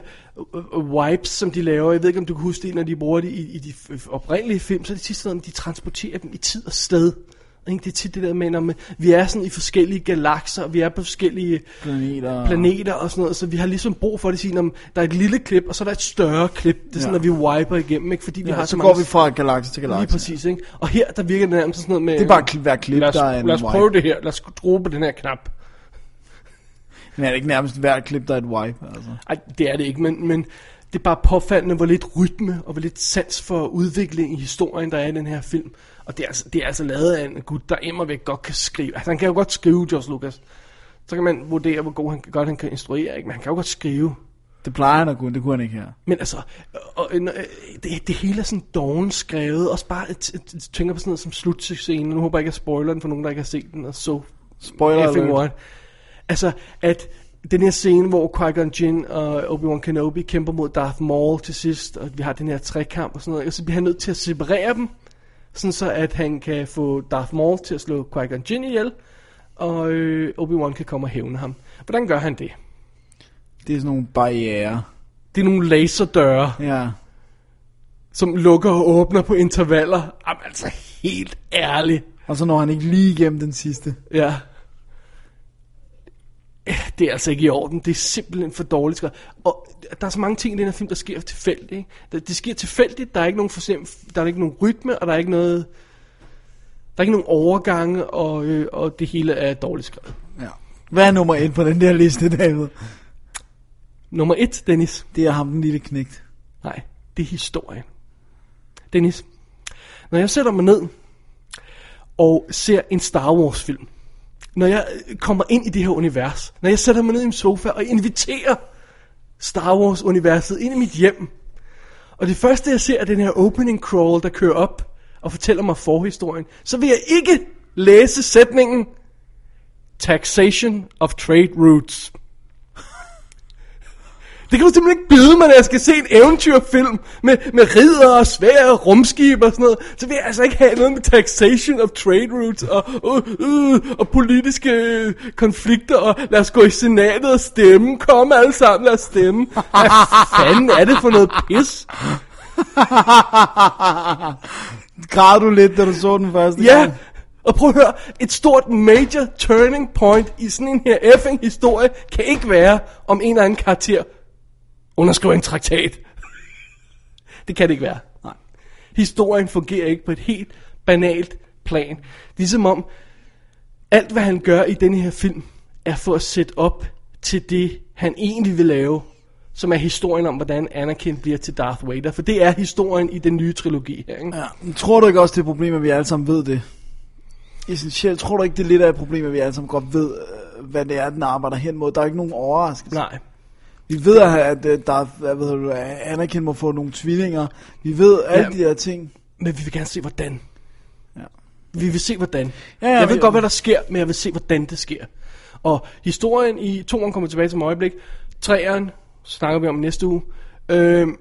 øh, øh, wipes, som de laver, jeg ved ikke, om du kan huske det, når de bruger det i, i de f- oprindelige film, så er det tit sådan, at de transporterer dem i tid og sted. Ikke? Det er tit det der med, om vi er sådan i forskellige galakser, og vi er på forskellige Planeter. planeter og sådan noget, så vi har ligesom brug for det, at sige, om der er et lille klip, og så er der et større klip. Det er sådan, Ja. at vi wiper igennem, ikke? fordi vi Ja, har så, så, så mange... går vi fra galakse til galakse. Lige præcis, ikke? Og her, der virker det nærmest sådan noget med... Det er bare kl- hver klip, lad os, der er en Lad os wipe. prøve det her. Lad os drue på den her knap. Men er det ikke nærmest hvert klip, der er et wipe? Altså? Ej, det er det ikke, men, men det er bare påfaldende, hvor lidt rytme og hvor lidt sans for udvikling i historien, der er i den her film. Og det er altså, det er altså lavet af en gut, der immervæk godt kan skrive. Altså, han kan jo godt skrive, George Lucas. Så kan man vurdere, hvor god han, godt han kan instruere, ikke? men han kan jo godt skrive. Det plejer han at kunne, det kunne han ikke her. Men altså, og, og, øh, det, det hele er sådan doven skrevet. Også bare at- at- at tænker på sådan noget som slutscenen. Nu håber jeg ikke, at jeg spoiler den for nogen, der ikke har set den. Og så Spoiler effing alert. what. Altså, at den her scene, hvor Qui-Gon Jinn og Obi-Wan Kenobi kæmper mod Darth Maul til sidst, og vi har den her trækamp og sådan noget, og så bliver han nødt til at separere dem, sådan så at han kan få Darth Maul til at slå Qui-Gon Jinn ihjel, og øh, Obi-Wan kan komme og hævne ham. Hvordan gør han det? Det er sådan nogle barriere. Det er nogle laserdøre, Ja. som lukker og åbner på intervaller. Jamen altså, helt ærligt. Og så når han ikke lige igennem den sidste. Ja. Det er altså ikke i orden. Det er simpelthen for dårligt. skrevet. Og der er så mange ting i den her film, der sker tilfældigt. Ikke? Der- Det sker tilfældigt. Der er ikke nogen, for eksempel, der er ikke nogen rytme, og der er ikke noget... Der er ikke nogen overgange, og, øh, og det hele er dårligt skrevet. Ja. Hvad er nummer et på den der liste, David? Nummer et, Dennis. Det er ham, den lille knægt. Nej, det er historien. Dennis, når jeg sætter mig ned og ser en Star Wars film, når jeg øh, kommer ind i det her univers, når jeg sætter mig ned i en sofa og inviterer Star Wars-universet ind i mit hjem, og det første jeg ser er den her opening crawl, der kører op og fortæller mig forhistorien, så vil jeg ikke læse sætningen Taxation of Trade Routes. Det kan du simpelthen ikke bide mig, når jeg skal se en eventyrfilm med, med ridder og svære og rumskib og sådan noget. Så vil jeg altså ikke have noget med taxation of trade routes og, og, øh, og politiske øh, konflikter og lad os gå i senatet og stemme. Kom alle sammen, lad os stemme. Hvad fanden er det for noget pis? Græd du lidt, da du så den første Ja, gang? og prøv at høre, et stort major turning point i sådan en her effing historie kan ikke være, om en eller anden karakter underskriver en traktat. [LAUGHS] det kan det ikke være. Nej. Historien fungerer ikke på et helt banalt plan. Ligesom om, alt hvad han gør i den her film, er for at sætte op til det, han egentlig vil lave, som er historien om, hvordan Anakin bliver til Darth Vader. For det er historien i den nye trilogi her, ikke? Ja, men tror du ikke også, det er et problem, at vi alle sammen ved det? Essentielt, tror du ikke, det er lidt af et problem, at vi alle sammen godt ved, øh, hvad det er, den arbejder hen mod? Der er ikke nogen overraskelse. Nej. Vi ved, at øh, der, hvad ved du, at Anakin må få nogle tvillinger. Vi ved alle Ja. de her ting. Men vi vil gerne se, hvordan. Ja. Vi vil se, hvordan. Ja, Ja, ja, jeg ved vi- godt, hvad der sker, men jeg vil se, hvordan det sker. Og historien i toeren kommer tilbage til om et øjeblik. Treeren snakker vi om næste uge. Øhm,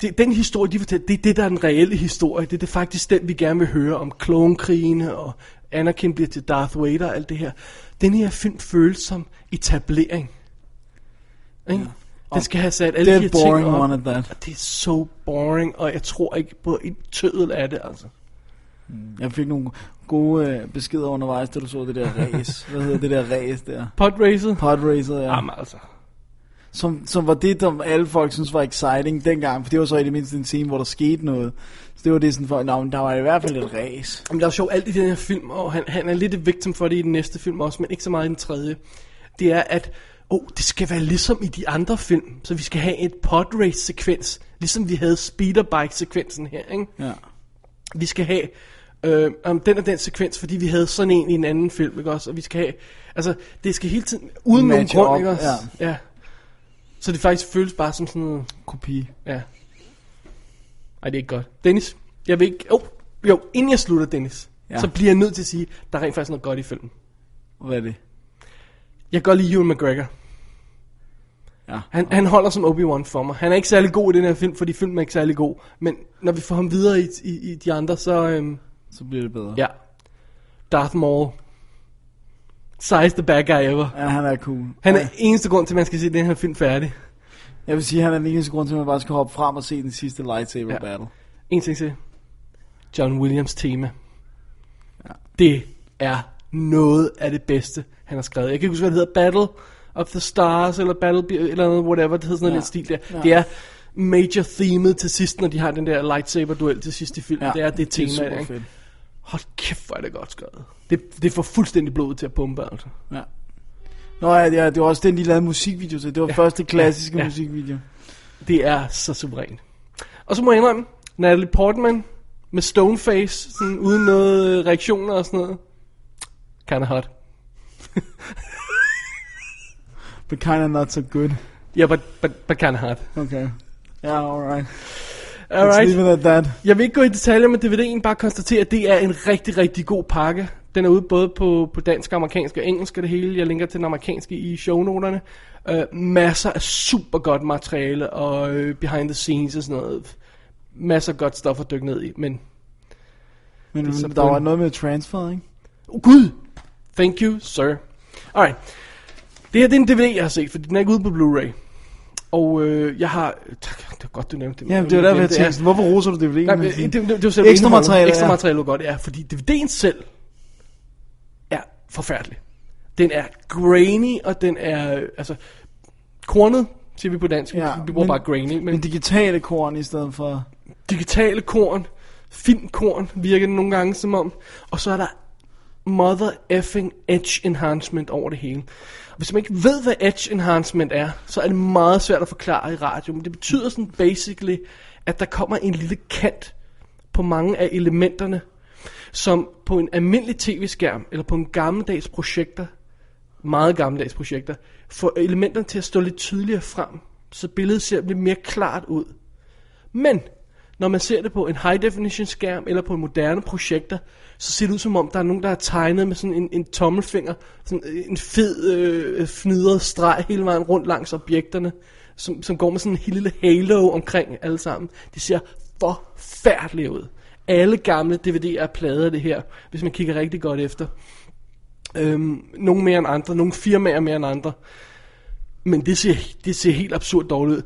det, den historie, de fortæller, det er det, der er den reelle historie. Det er det faktisk den, vi gerne vil høre om klonkrigene, og Anakin bliver til Darth Vader og alt det her. Den her film føles som etablering. Ikke? Den skal have sat alle de her Dead ting op. boring one at that. Det er så boring, og jeg tror ikke på en tødel af det, altså. Jeg fik nogle gode øh, beskeder undervejs, da du så det der race. Hvad hedder det der race der? Podracet? Podracer, ja. Jamen altså. Som, som var det, som alle folk synes var exciting dengang, for det var så i det mindste en scene, hvor der skete noget. Så det var det sådan for, "Nå, men der var i hvert fald et race. Jamen, der er jo sjovt alt i den her film, og han, han er lidt et victim for det i den næste film også, men ikke så meget i den tredje. Det er, at oh, det skal være ligesom i de andre film, så vi skal have et podrace-sekvens, ligesom vi havde speederbike-sekvensen her, ikke? Ja. vi skal have øh, om den og den sekvens, fordi vi havde sådan en i en anden film, ikke også? Og vi skal have, altså, det skal hele tiden, uden nogen Matche grund, op, ikke også? Ja. ja. Så det faktisk føles bare som sådan noget, Kopi. ja. Ej, det er ikke godt. Dennis, jeg vil ikke, oh, jo, inden jeg slutter, Dennis, Ja. ja. så bliver jeg nødt til at sige, der er rent faktisk noget godt i filmen. Hvad er det? Jeg kan godt lide Ewan McGregor. Ja. Han, han holder som Obi-Wan for mig. Han er ikke særlig god i den her film, fordi filmen er ikke særlig god. Men når vi får ham videre i, i, i de andre, så... Øhm, Så bliver det bedre. Ja. Darth Maul. Size the bad guy ever. ja han er cool. Han er Ja. eneste grund til, at man skal se den her film færdig. Jeg vil sige, han er den eneste grund til, at man bare skal hoppe frem og se den sidste lightsaber ja. Ja. battle. En ting til. John Williams tema. Det er noget af det bedste, han har skrevet. Jeg kan ikke huske, hvad det hedder. Battle of the Stars, eller Battle, Be- eller noget, whatever. Det hedder sådan Ja. ja. lidt stil der. Ja. Ja. Det er major themet til sidst, når de har den der lightsaber-duel til sidst i filmen. Ja. Det er det, tema. Det er super ikke? fedt. Hold kæft, hvor er det godt skrevet. Det, det får fuldstændig blodet til at pumpe, altså. Ja. Nå ja, ja, det var også den, de lavede musikvideo til. Det var ja. første klassiske ja. Ja. musikvideo. Det er så suverænt. Og så må jeg indrømme, Natalie Portman med stoneface, sådan, uden noget øh, reaktioner og sådan noget. Kinda hot. But kinda not so good. Ja, yeah, but, but, but kinda hot. Okay. Ja, yeah, alright. Let's leave Alright. it at that. Jeg vil ikke gå i detaljer med DVD'en, bare konstatere, at det er en rigtig, rigtig god pakke. Den er ude både på, på dansk, amerikansk og engelsk og det hele. Jeg linker til den amerikanske i shownoterne. Øh, masser af super godt materiale og øh, behind the scenes og sådan noget. Masser af godt stof at dykke ned i, men... Men Det er så der på var en- noget med transfer, ikke? Oh, Gud! Thank you, sir. Alright. Det her det er en DVD, jeg har set, for den er ikke ude på Blu-ray. Og øh, jeg har... Tak, det var godt, du nævnte det. Ja, det var derfor, jeg Det er- tænkte, sådan, hvorfor roser du DVD'en? Nej, men Sådan, det, det, det var selve Ekstra indholdet. materiale, Ekstra ja. materiale var godt, ja. Fordi DVD'en selv er forfærdelig. Den er grainy, og den er... øh, Altså, kornet, siger vi på dansk. Ja, vi bruger bare grainy. Men, men digitale korn i stedet for... digitale korn, filmkorn virker det nogle gange som om. Og så er der mother effing edge enhancement over det hele. Og hvis man ikke ved, hvad edge enhancement er, så er det meget svært at forklare i radio. Men det betyder sådan basically, at der kommer en lille kant på mange af elementerne, som på en almindelig tv-skærm, eller på en gammeldags projekter, meget gammeldags projekter, får elementerne til at stå lidt tydeligere frem, så billedet ser lidt mere klart ud. Men når man ser det på en high definition skærm eller på en moderne projekter, så ser det ud som om, der er nogen, der har tegnet med sådan en, en tommelfinger, sådan en fed øh, fnidret streg hele vejen rundt langs objekterne, som, som går med sådan en lille halo omkring alle sammen. Det ser forfærdeligt ud. Alle gamle DVD'er er plader af det her, hvis man kigger rigtig godt efter. Øhm, nogle mere end andre, nogle firmaer mere end andre. Men det ser, det ser helt absurd dårligt ud.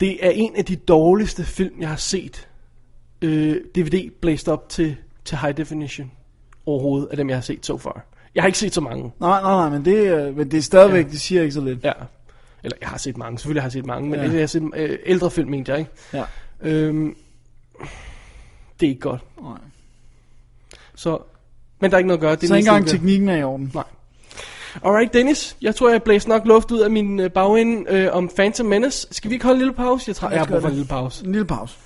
Det er en af de dårligste film, jeg har set. Øh, DVD blæst op til, til high definition overhovedet af dem, jeg har set så so far. Jeg har ikke set så mange. Nej, nej, nej, men det, øh, men det er stadigvæk, det siger ikke så lidt. Ja. Eller jeg har set mange, selvfølgelig har jeg set mange, men Ja. ja. jeg har set øh, ældre film, mente jeg, ikke? Ja. Øhm, det er ikke godt. Nej. Så, men der er ikke noget at gøre. Det er Så den ikke engang eneste, vi teknikken er i orden. kan- Nej. Alright, Dennis. Jeg tror, jeg blæste nok luft ud af min øh, bagende øh, om Phantom Menace. Skal vi ikke holde en lille pause? Jeg, tror, jeg har skal brug for en det. lille pause. En lille pause.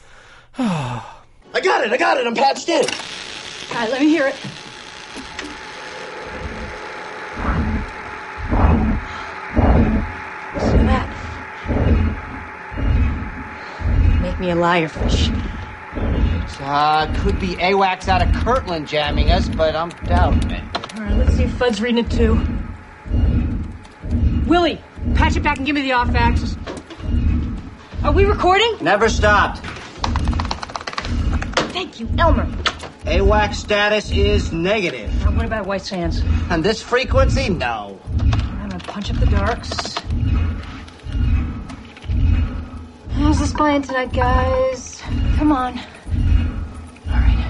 I got it, I got it, I'm patched in. All right, let me hear it. Listen to that. Make me a liar, fish. Uh, could be AWACS out of Kirtland jamming us, but I'm doubting it. All right, let's see if Fud's reading it too. Willie, patch it back and give me the off axis. Are we recording? Never stopped. Thank you, Elmer. AWACS status is negative. Now, what about White Sands? On this frequency, no. I'm gonna punch up the darks. How's this playing tonight, guys? Come on. All right.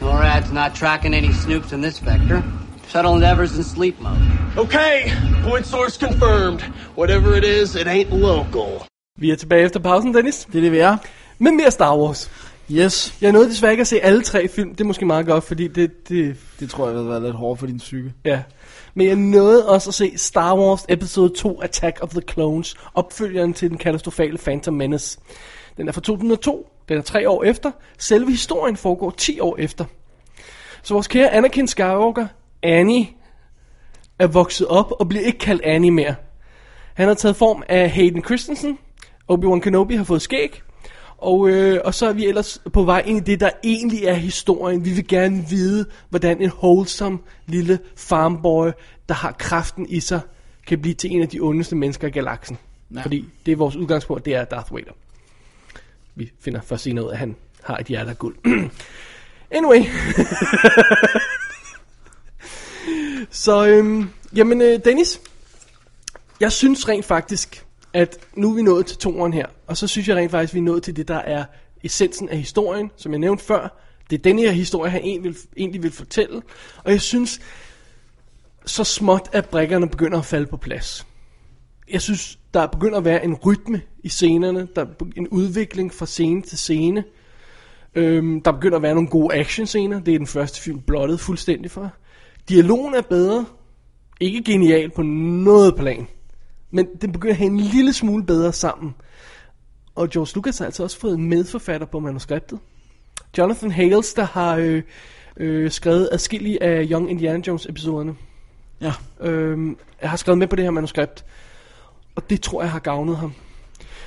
NORAD's not tracking any snoops in this vector. Shuttle Endeavor's in sleep mode. Okay, point source confirmed. Whatever it is, it ain't local. Vi er tilbage efter pausen, Dennis. Det er det, vi er. Med mere Star Wars. Yes. Jeg nåede desværre ikke at se alle tre film. Det er måske meget godt, fordi det... det Det tror jeg vil være lidt hårdt for din psyke. ja. Men jeg nåede også at se Star Wars Episode 2 Attack of the Clones, opfølgeren til den katastrofale Phantom Menace. Den er fra 2002, den er tre år efter. Selve historien foregår 10 år efter. Så vores kære Anakin Skywalker, Annie, er vokset op og bliver ikke kaldt Annie mere. Han har taget form af Hayden Christensen. Obi-Wan Kenobi har fået skæg. Og, øh, og så er vi ellers på vej ind i det, der egentlig er historien. Vi vil gerne vide, hvordan en wholesome lille farmboy, der har kraften i sig, kan blive til en af de ondeste mennesker i galaksen. Ja. Fordi det er vores udgangspunkt, det er Darth Vader. Vi finder først senere ud, af, at han har et hjerte af guld. [CLEARS THROAT] anyway. så, øhm, jamen øh, Dennis, jeg synes rent faktisk, at nu er vi nået til toeren her, og så synes jeg rent faktisk, at vi er nået til det, der er essensen af historien, som jeg nævnte før. Det er den her historie, han egentlig vil, egentlig vil fortælle, og jeg synes, så småt, at brækkerne begynder at falde på plads. Jeg synes, der begynder at være en rytme i scenerne, der er be- en udvikling fra scene til scene. Øhm, der begynder at være nogle gode actionscener, det er den første film blottet fuldstændig for. Dialogen er bedre, ikke genial på noget plan. Men den begynder at have en lille smule bedre sammen. Og George Lucas har altså også fået en medforfatter på manuskriptet. Jonathan Hales, der har øh, øh, skrevet adskillige af Young Indiana Jones-episoderne, øhm, Ja. øh, har skrevet med på det her manuskript. Og det tror jeg har gavnet ham.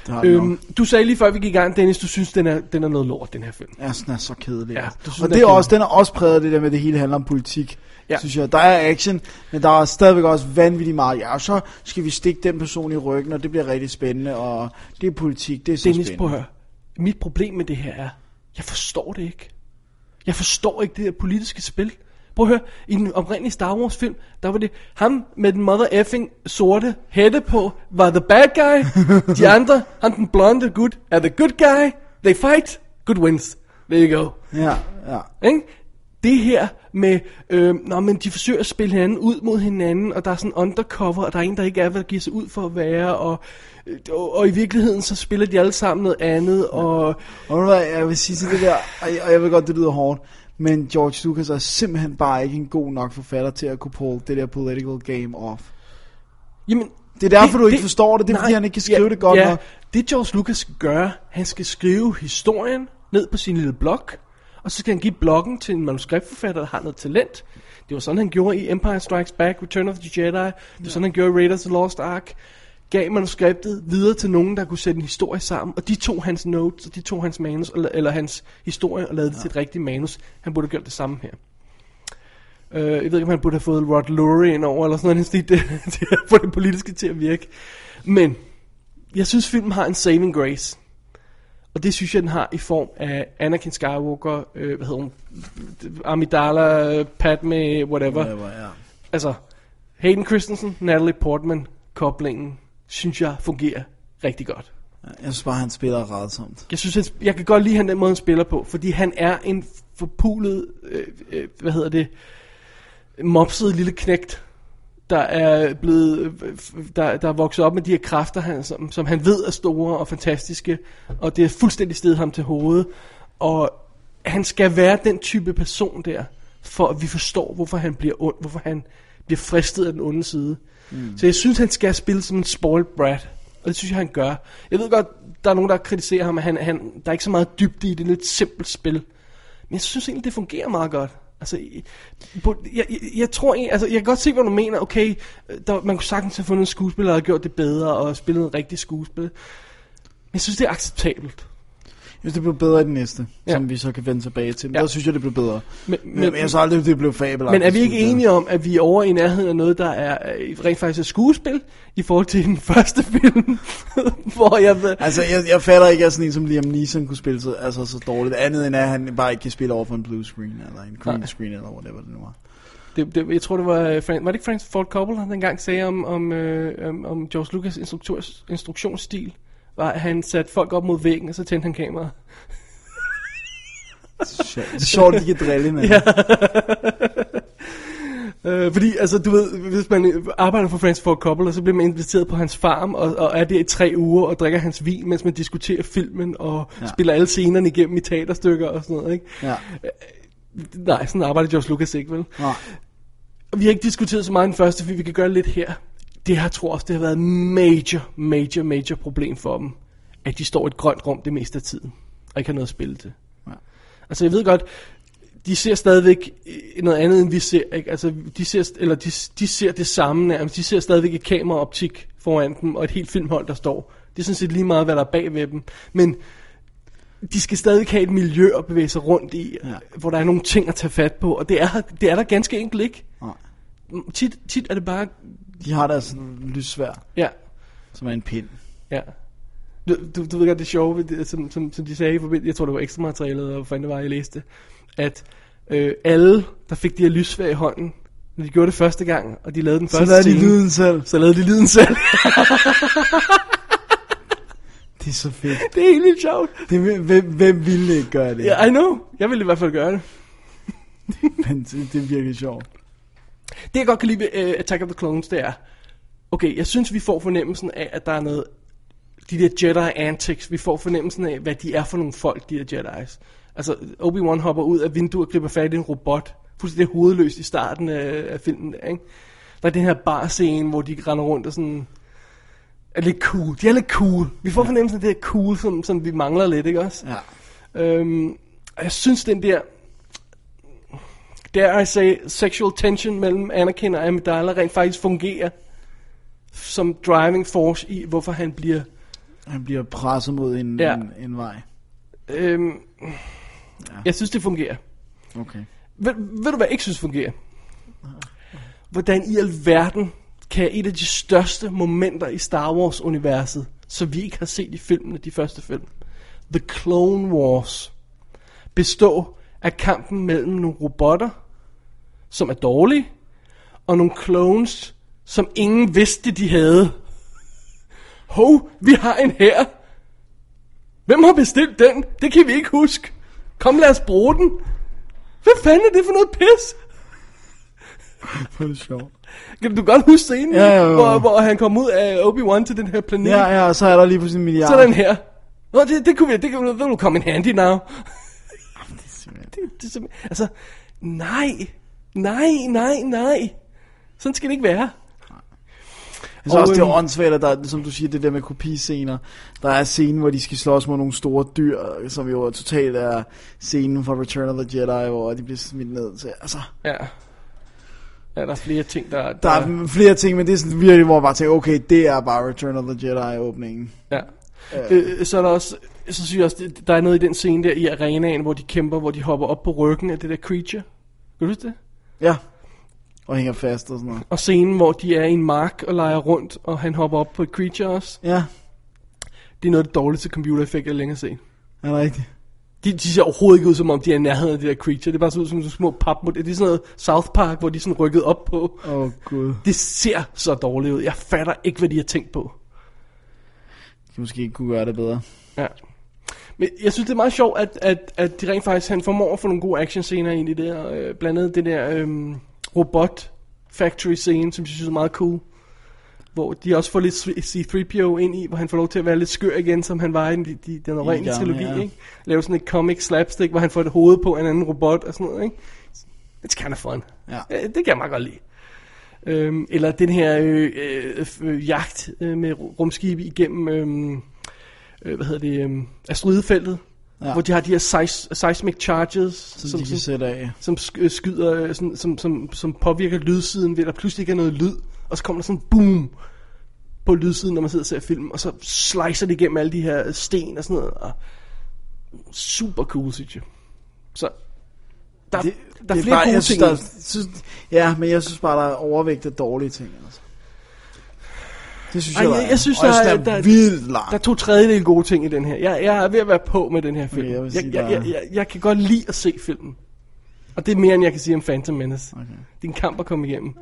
Det har øhm, Øhm, du sagde lige før vi gik i gang, Dennis, du synes, den er, den er noget lort, den her film. Ja, sådan er så kedelig. Ja, Ja, du synes, og den det er er kedelig. også, den er også præget af det der med, at det hele handler om politik. Ja. Ja. Synes jeg. Der er action, men der er stadigvæk også vanvittigt meget. Ja, og så skal vi stikke den person i ryggen, og det bliver rigtig spændende, og det er politik, det er så Dennis, spændende. prøv at høre. Mit problem med det her er, jeg forstår det ikke. Jeg forstår ikke det her politiske spil. Prøv at høre, i den oprindelige Star Wars film, der var det ham med den mother effing sorte hætte på, var the bad guy. De andre, han den blonde good, er the good guy. They fight, good wins. There you go. Ja, ja. Ikke? Det her med, øh, når men de forsøger at spille hinanden ud mod hinanden, og der er sådan undercover, og der er en, der ikke er, hvad der giver sig ud for at være, og, øh, og, og i virkeligheden så spiller de alle sammen noget andet, og Og ved du hvad, jeg vil sige til det der, og jeg- og jeg ved godt, det lyder hårdt, men George Lucas er simpelthen bare ikke en god nok forfatter til at kunne pull det der political game off. jamen... Det er derfor, du ikke forstår det. Det er, fordi han ikke kan skrive det godt ja, nok. Det George Lucas gør, han skal skrive historien ned på sin lille blog, og så skal han give bloggen til en manuskriptforfatter, der har noget talent. Det var sådan, han gjorde i Empire Strikes Back, Return of the Jedi. Det var sådan, han gjorde i Raiders of the Lost Ark. Gav manuskriptet videre til nogen, der kunne sætte en historie sammen, og de tog hans notes, og de tog hans manus, eller, eller hans historie, og lavede det til et rigtigt manus. Han burde have gjort det samme her. Øh, jeg ved ikke, om han burde have fået Rod Lurie ind over, eller sådan noget, [LAUGHS] til, til at få det politiske til at virke. Men, jeg synes, filmen har en saving grace. Og det synes jeg, den har i form af Anakin Skywalker, øh, hvad hedder hun? Amidala, Padme, whatever. Whatever, ja. Altså, Hayden Christensen, Natalie Portman, koblingen, synes jeg fungerer rigtig godt. Jeg synes bare, han spiller rædsomt. Jeg synes, han, jeg kan godt lide han den måde, han spiller på, fordi han er en forpulet, øh, øh, hvad hedder det, mopset lille knægt, der er blevet, øh, f- der, der er vokset op med de her kræfter, han, som, som han ved er store og fantastiske, og det er fuldstændig stedet ham til hovedet, og han skal være den type person der, for at vi forstår, hvorfor han bliver ond, hvorfor han bliver fristet af den onde side. Mm. Så jeg synes, han skal spille som en spoiled brat, og det synes jeg, han gør. Jeg ved godt, der er nogen, der kritiserer ham, at han, han, der er ikke så meget dybde i det, det er lidt simpelt spil. Men jeg synes egentlig, det fungerer meget godt. Altså, i- på- jeg, jeg, jeg tror egentlig, altså, jeg kan godt se, hvad du mener. Okay, øh, der, man kunne sagtens have fundet en skuespiller, der havde gjort det bedre, og spillet en rigtig skuespil. Men jeg synes, det er acceptabelt. Jeg synes, det blev bedre i den næste, Ja. ja. som vi så kan vende tilbage til. Men Ja. ja. der synes jeg, det blev bedre. Men- Men, men- men, men jeg synes aldrig, det blev fabelagtigt. Men er vi ikke synes jeg. enige om, at vi er over i nærheden af noget, der er øh, rent faktisk er skuespil, i forhold til den [LAUGHS] første film, [LAUGHS] hvor jeg ved... Altså, jeg, jeg fatter ikke, at sådan en som Liam Neeson kunne spille så, altså, så dårligt. Andet end, at han bare ikke kan spille over for en blue screen, eller en green Nej. screen, eller whatever det nu var. Det, det, jeg tror, det var, øh, Fran, var det ikke Francis Ford Coppola, der engang sagde om, om, øh, om, om George Lucas instruktors, instruktionsstil, var, at han satte folk op mod væggen, og så tændte han kameraet. Sjovt. Det er sjovt, at de kan drille hinanden. Ja. Øh, fordi, altså, du ved, hvis man arbejder for Francis Ford Coppola, så bliver man inviteret på hans farm, og, og er der i tre uger, og drikker hans vin, mens man diskuterer filmen, og ja. Ja. spiller alle scenerne igennem i teaterstykker og sådan noget, ikke? ja. Nej, sådan arbejder George Lucas ikke, vel? Nå. Vi har ikke diskuteret så meget den første, for vi kan gøre lidt her. Det her tror jeg også, det har været et major, major, major problem for dem, at de står i et grønt rum det meste af tiden, og ikke har noget at spille til. Ja. Altså jeg ved godt, de ser stadigvæk øh, noget andet, end vi ser. Ikke? Altså, de, ser st- eller de, de ser det samme nærmest. De ser stadigvæk et kameraoptik foran dem, og et helt filmhold, der står. Det er sådan set lige meget, hvad der er bag ved dem. Men de skal stadigvæk have et miljø at bevæge sig rundt i, ja. Ja. hvor der er nogle ting at tage fat på. Og det er, det er der ganske enkelt ikke. Nå. Mm, Tit, tit er det bare... De har deres lyssvær, Ja, som er en pind. ja. Du, du, du ved godt, det sjove, ved det, som, som, som de sagde i forbindelse... Jeg tror, det var ekstra materialet, og hvor fanden det var, jeg læste. At øh, alle, der fik de her lysfag i hånden, når de gjorde det første gang, og de lavede den Så første lader de scene, lyden selv. så lavede de lyden selv. [LAUGHS] Det er så fedt. det er helt vildt sjovt. Det, hvem, hvem ville ikke gøre det? Ja, I know. Jeg ville i hvert fald gøre det. Men det, det er virkelig sjovt. Det jeg godt kan lide ved uh, Attack of the Clones, det er, okay, jeg synes vi får fornemmelsen af, at der er noget, de der Jedi antics, vi får fornemmelsen af, hvad de er for nogle folk, de der Jedi's. Altså, Obi-Wan hopper ud af vinduet og griber fat i en robot, fuldstændig hovedløst i starten af, af filmen der, ikke? Der er den her bar-scene, hvor de render rundt og sådan, er lidt cool. De er lidt cool. Vi får fornemmelsen af det her cool, som, som vi mangler lidt, ikke også? Ja. Øhm, og jeg synes den der Dare I say Sexual tension mellem Anakin og Amidala Rent faktisk fungerer Som driving force i Hvorfor han bliver Han bliver presset mod en, Ja. ja. en, en vej. Øhm, Jeg synes, det fungerer. Okay. Ved, ved du, hvad jeg ikke synes fungerer? Hvordan i alverden kan et af de største momenter i Star Wars-universet, som vi ikke har set i filmene, de første film, The Clone Wars, bestå af kampen mellem nogle robotter, som er dårlige, og nogle clones, som ingen vidste, de havde. Hov, vi har en her. Hvem har bestilt den? Det kan vi ikke huske. Kom, lad os bruge den. Hvad fanden er det for noget pis? Det er sjovt. Kan du godt huske scenen, Ja, ja, ja. Hvor, hvor han kom ud af Obi-Wan til den her planet? Ja, ja, og så er der lige pludselig en milliard. Så er den her. Nå, det, det kunne vi, det kunne, det kunne komme in handy now. [LAUGHS] Simpelthen. Det, det, er simpelthen- altså, nej, nej, nej, nej. Sådan skal det ikke være. Jeg synes Og, også, det er øhm, åndssvagt, at der, er, som du siger, det der med kopiscener. Der er scenen, hvor de skal slås mod nogle store dyr, som jo totalt er scenen fra Return of the Jedi, hvor de bliver smidt ned til. Altså, Ja. Ja, der er flere ting, der... der er flere ting, men det er sådan virkelig, hvor jeg bare tænker, okay, det er bare Return of the Jedi-åbningen. Ja. Øh, så er der også, så synes jeg også, det- der er noget i den scene der i arenaen, hvor de kæmper, hvor de hopper op på ryggen af det der creature. Kan du huske det? Ja. Og hænger fast og sådan noget. Og scenen, hvor de er i en mark og leger rundt, og han hopper op på et creature også. Ja, Det er noget af det dårligste computereffekt, jeg længere har set. er det rigtigt? De, de ser overhovedet ikke ud, som om de er i nærheden af det der creature. Det er bare så ud som sådan små papmod. Det er sådan noget South Park, hvor de er sådan rykket op på. Åh, oh, gud. Det ser så dårligt ud. Jeg fatter ikke, hvad de har tænkt på. De måske ikke kunne gøre det bedre. Ja. Men jeg synes, det er meget sjovt, at, at, at de rent faktisk, han formår at få nogle gode actionscener ind i det der. Øh, blandt andet det der øh, robot factory scene, som jeg synes er meget cool. Hvor de også får lidt C-3PO ind i, hvor han får lov til at være lidt skør igen, som han var i den, de, de, den oprindelige gamle, trilogi. ja. Ikke? Lave sådan et comic slapstick, hvor han får et hoved på af en anden robot og sådan noget. Ikke? It's kind of fun. Ja. Øh, Det kan jeg meget godt lide. Øhm, eller den her øh, øh, øh, jagt øh, med ru- rumskibe igennem, øh, øh, hvad hedder det, øh, asteroidefeltet, ja. Ja. hvor de har de her seis, seismic charges, Så som, de kan som, sætte af. som sk- øh, skyder, øh, sådan, som, som, som påvirker lydsiden ved, at der pludselig ikke er noget lyd, og så kommer der sådan en boom på lydsiden, når man sidder og ser film, og så slicer det igennem alle de her sten og sådan noget, og super cool, synes jeg. Så der, det, der er det flere bare, gode ting. jeg synes, der, er- synes, Ja, men jeg synes bare, der er overvægt af dårlige ting. Altså. Det synes Ej, jeg, jeg- der er. jeg synes, Og jeg der er- synes, der der- er vildt langt. Der er to tredjedel gode ting i den her. Jeg, jeg er ved at være på med den her film. Okay, jeg jeg, vil sige, jeg, jeg, der er- jeg, jeg, kan godt lide at se filmen. Og det er mere, end jeg kan sige om Phantom Menace. Okay. Det er en kamp at komme igennem.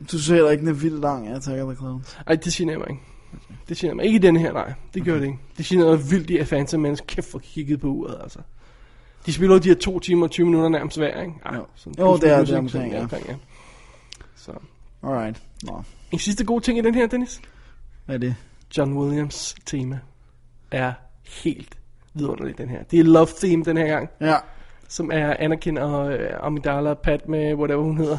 Du synes heller ikke, den er vildt lang, ja, Attack of the Clowns. Ej, det generer mig ikke. Det generer mig ikke i den her, nej. Det gør det ikke. Det generer mig vildt i at Phantom Menace. Kæft for kigget på uret, altså. De spiller jo de her to timer og 20 minutter nærmest hver, ikke? Ej, Jo. sådan Jo, plus det er minus, det ikke? Sådan omkring, ja. deromkring, ja. Så. Alright. Nå, En sidste god ting i den her, Dennis. hvad er det? John Williams tema er helt vidunderligt, den her. Det er love theme den her gang. Ja, som er Anakin og øh, Amidala Pat med whatever hun hedder.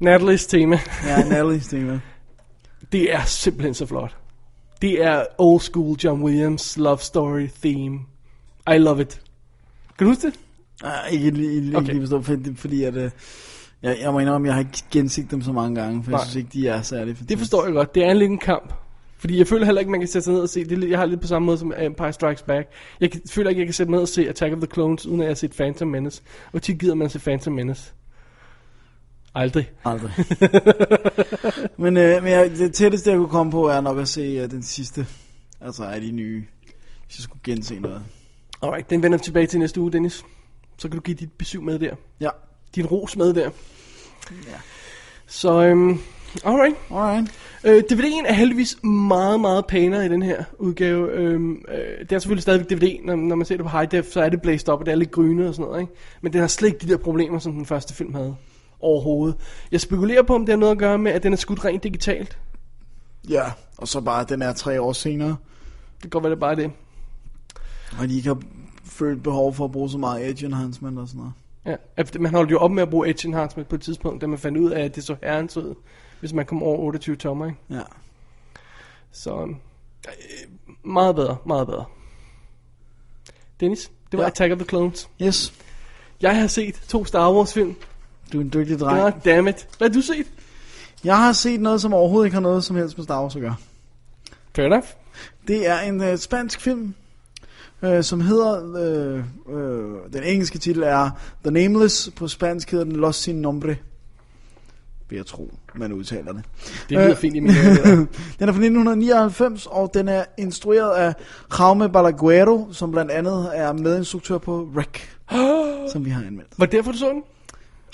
Natalie's tema. ja Natalie's tema. [LAUGHS] Det er simpelthen så flot. Det er old school John Williams love story theme. I love it. Kan du huske det? [LAUGHS] Ah, ikke lige, ikke Okay. okay. lige forstå, fordi, fordi at, øh, jeg, jeg må indrømme, jeg har ikke genset dem så mange gange, for Nej. Nej. jeg synes ikke, de er særlig fantastiske. Det forstår jeg godt. Det er en lille kamp. Fordi jeg føler heller ikke, man kan sætte sig ned og se det. er lidt- Jeg har lidt på samme måde som Empire Strikes Back. Jeg kan, føler ikke, jeg kan sætte mig ned og se Attack of the Clones, uden at jeg har set Phantom Menace. Hvor tit gider man se Phantom Menace? Aldrig. Aldrig. [LAUGHS] men øh, men jeg, det tætteste, jeg kunne komme på, er nok at se uh, den sidste. Altså af de nye. Hvis jeg skulle gense noget. Alright, den vender vi tilbage til næste uge, Dennis. Så kan du give dit besøg med der. Ja. din ros med der. Ja. Så, øhm, alright. Alright. Øh, DVD'en er heldigvis meget, meget pænere i den her udgave. Øhm, øh, det er selvfølgelig stadigvæk DVD. Når, når man ser det på high def, så er det blæst op, og det er lidt gryne og sådan noget. Ikke? Men den har slet ikke de der problemer, som den første film havde overhovedet. Jeg spekulerer på, om det har noget at gøre med, at den er skudt rent digitalt. Ja, og så bare, den er tre år senere, Det kan godt være, det er bare det. og de ikke har følt behov for at bruge så meget Edge Enhancement og sådan noget. Ja. at Man holdt jo op med at bruge Edge Enhancement på et tidspunkt, da man fandt ud af, at det så herrens ud, hvis man kom over 28 tommer. Ikke? Ja. Så øhm, øh, meget bedre, meget bedre. Dennis, det var ja. Ja. Attack of the Clones. Yes, Jeg har set to Star Wars film. du er en dygtig dreng. God damn it. Hvad har du set? Jeg har set noget, som overhovedet ikke har noget som helst med Star Wars at gøre. Fair enough. Det er en øh, spansk film, øh, som hedder, øh, øh, den engelske titel er The Nameless, på spansk hedder den Los Sin Nombre, vil jeg tro, man udtaler det. Det lyder Øh. fint i min ører. [LAUGHS] Den er fra 1999, og den er instrueret af Jaume Balaguero, som blandt andet er medinstruktør på [GASPS] REC, som vi har anmeldt. [LAUGHS] Var det derfor, du så den?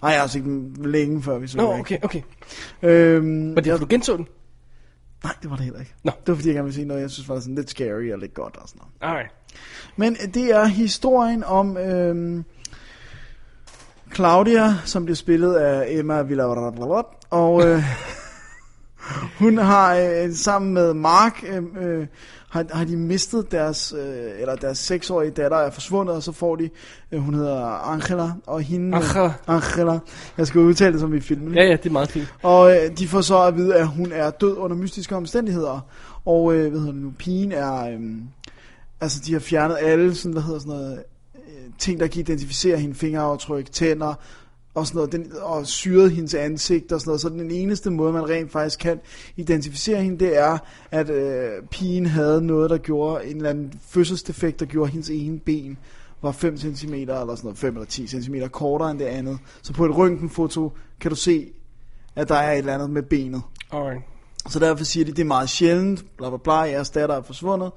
Ej, jeg har set den længe før vi så Nå, REC. okay, okay. Øhm, Var det derfor, du genså den? Nej, det var det heller ikke. Nå. Det var fordi, jeg gerne ville sige noget, jeg synes var sådan lidt scary og lidt godt og sådan noget. Alright. Men det er historien om øhm, Claudia, som bliver spillet af Emma Villarreal, og øh, [LAUGHS] hun har øh, sammen med Mark øh, øh, har, har de mistet deres øh, eller deres seksårige datter er forsvundet, og så får de øh, hun hedder Angela og hende Angela. Angela. Jeg skal udtale det som i filmen. Ja, ja, det er meget fint. Og øh, de får så at vide, at hun er død under mystiske omstændigheder. Og øh, hvad hedder det nu, pigen er... Øh, altså, de har fjernet alle sådan, hvad hedder sådan noget, øh, ting, der kan identificere hende, fingeraftryk, tænder, og sådan noget, den, og syret hendes ansigt og sådan noget. Så den eneste måde, man rent faktisk kan identificere hende, det er, at øh, pigen havde noget, der gjorde en eller anden fødselsdefekt, der gjorde at hendes ene ben var 5 cm eller sådan noget, 5 eller 10 cm kortere end det andet. Så på et røntgenfoto kan du se, at der er et eller andet med benet. Alright. Så derfor siger de, det er meget sjældent, bla bla bla, jeres datter er forsvundet,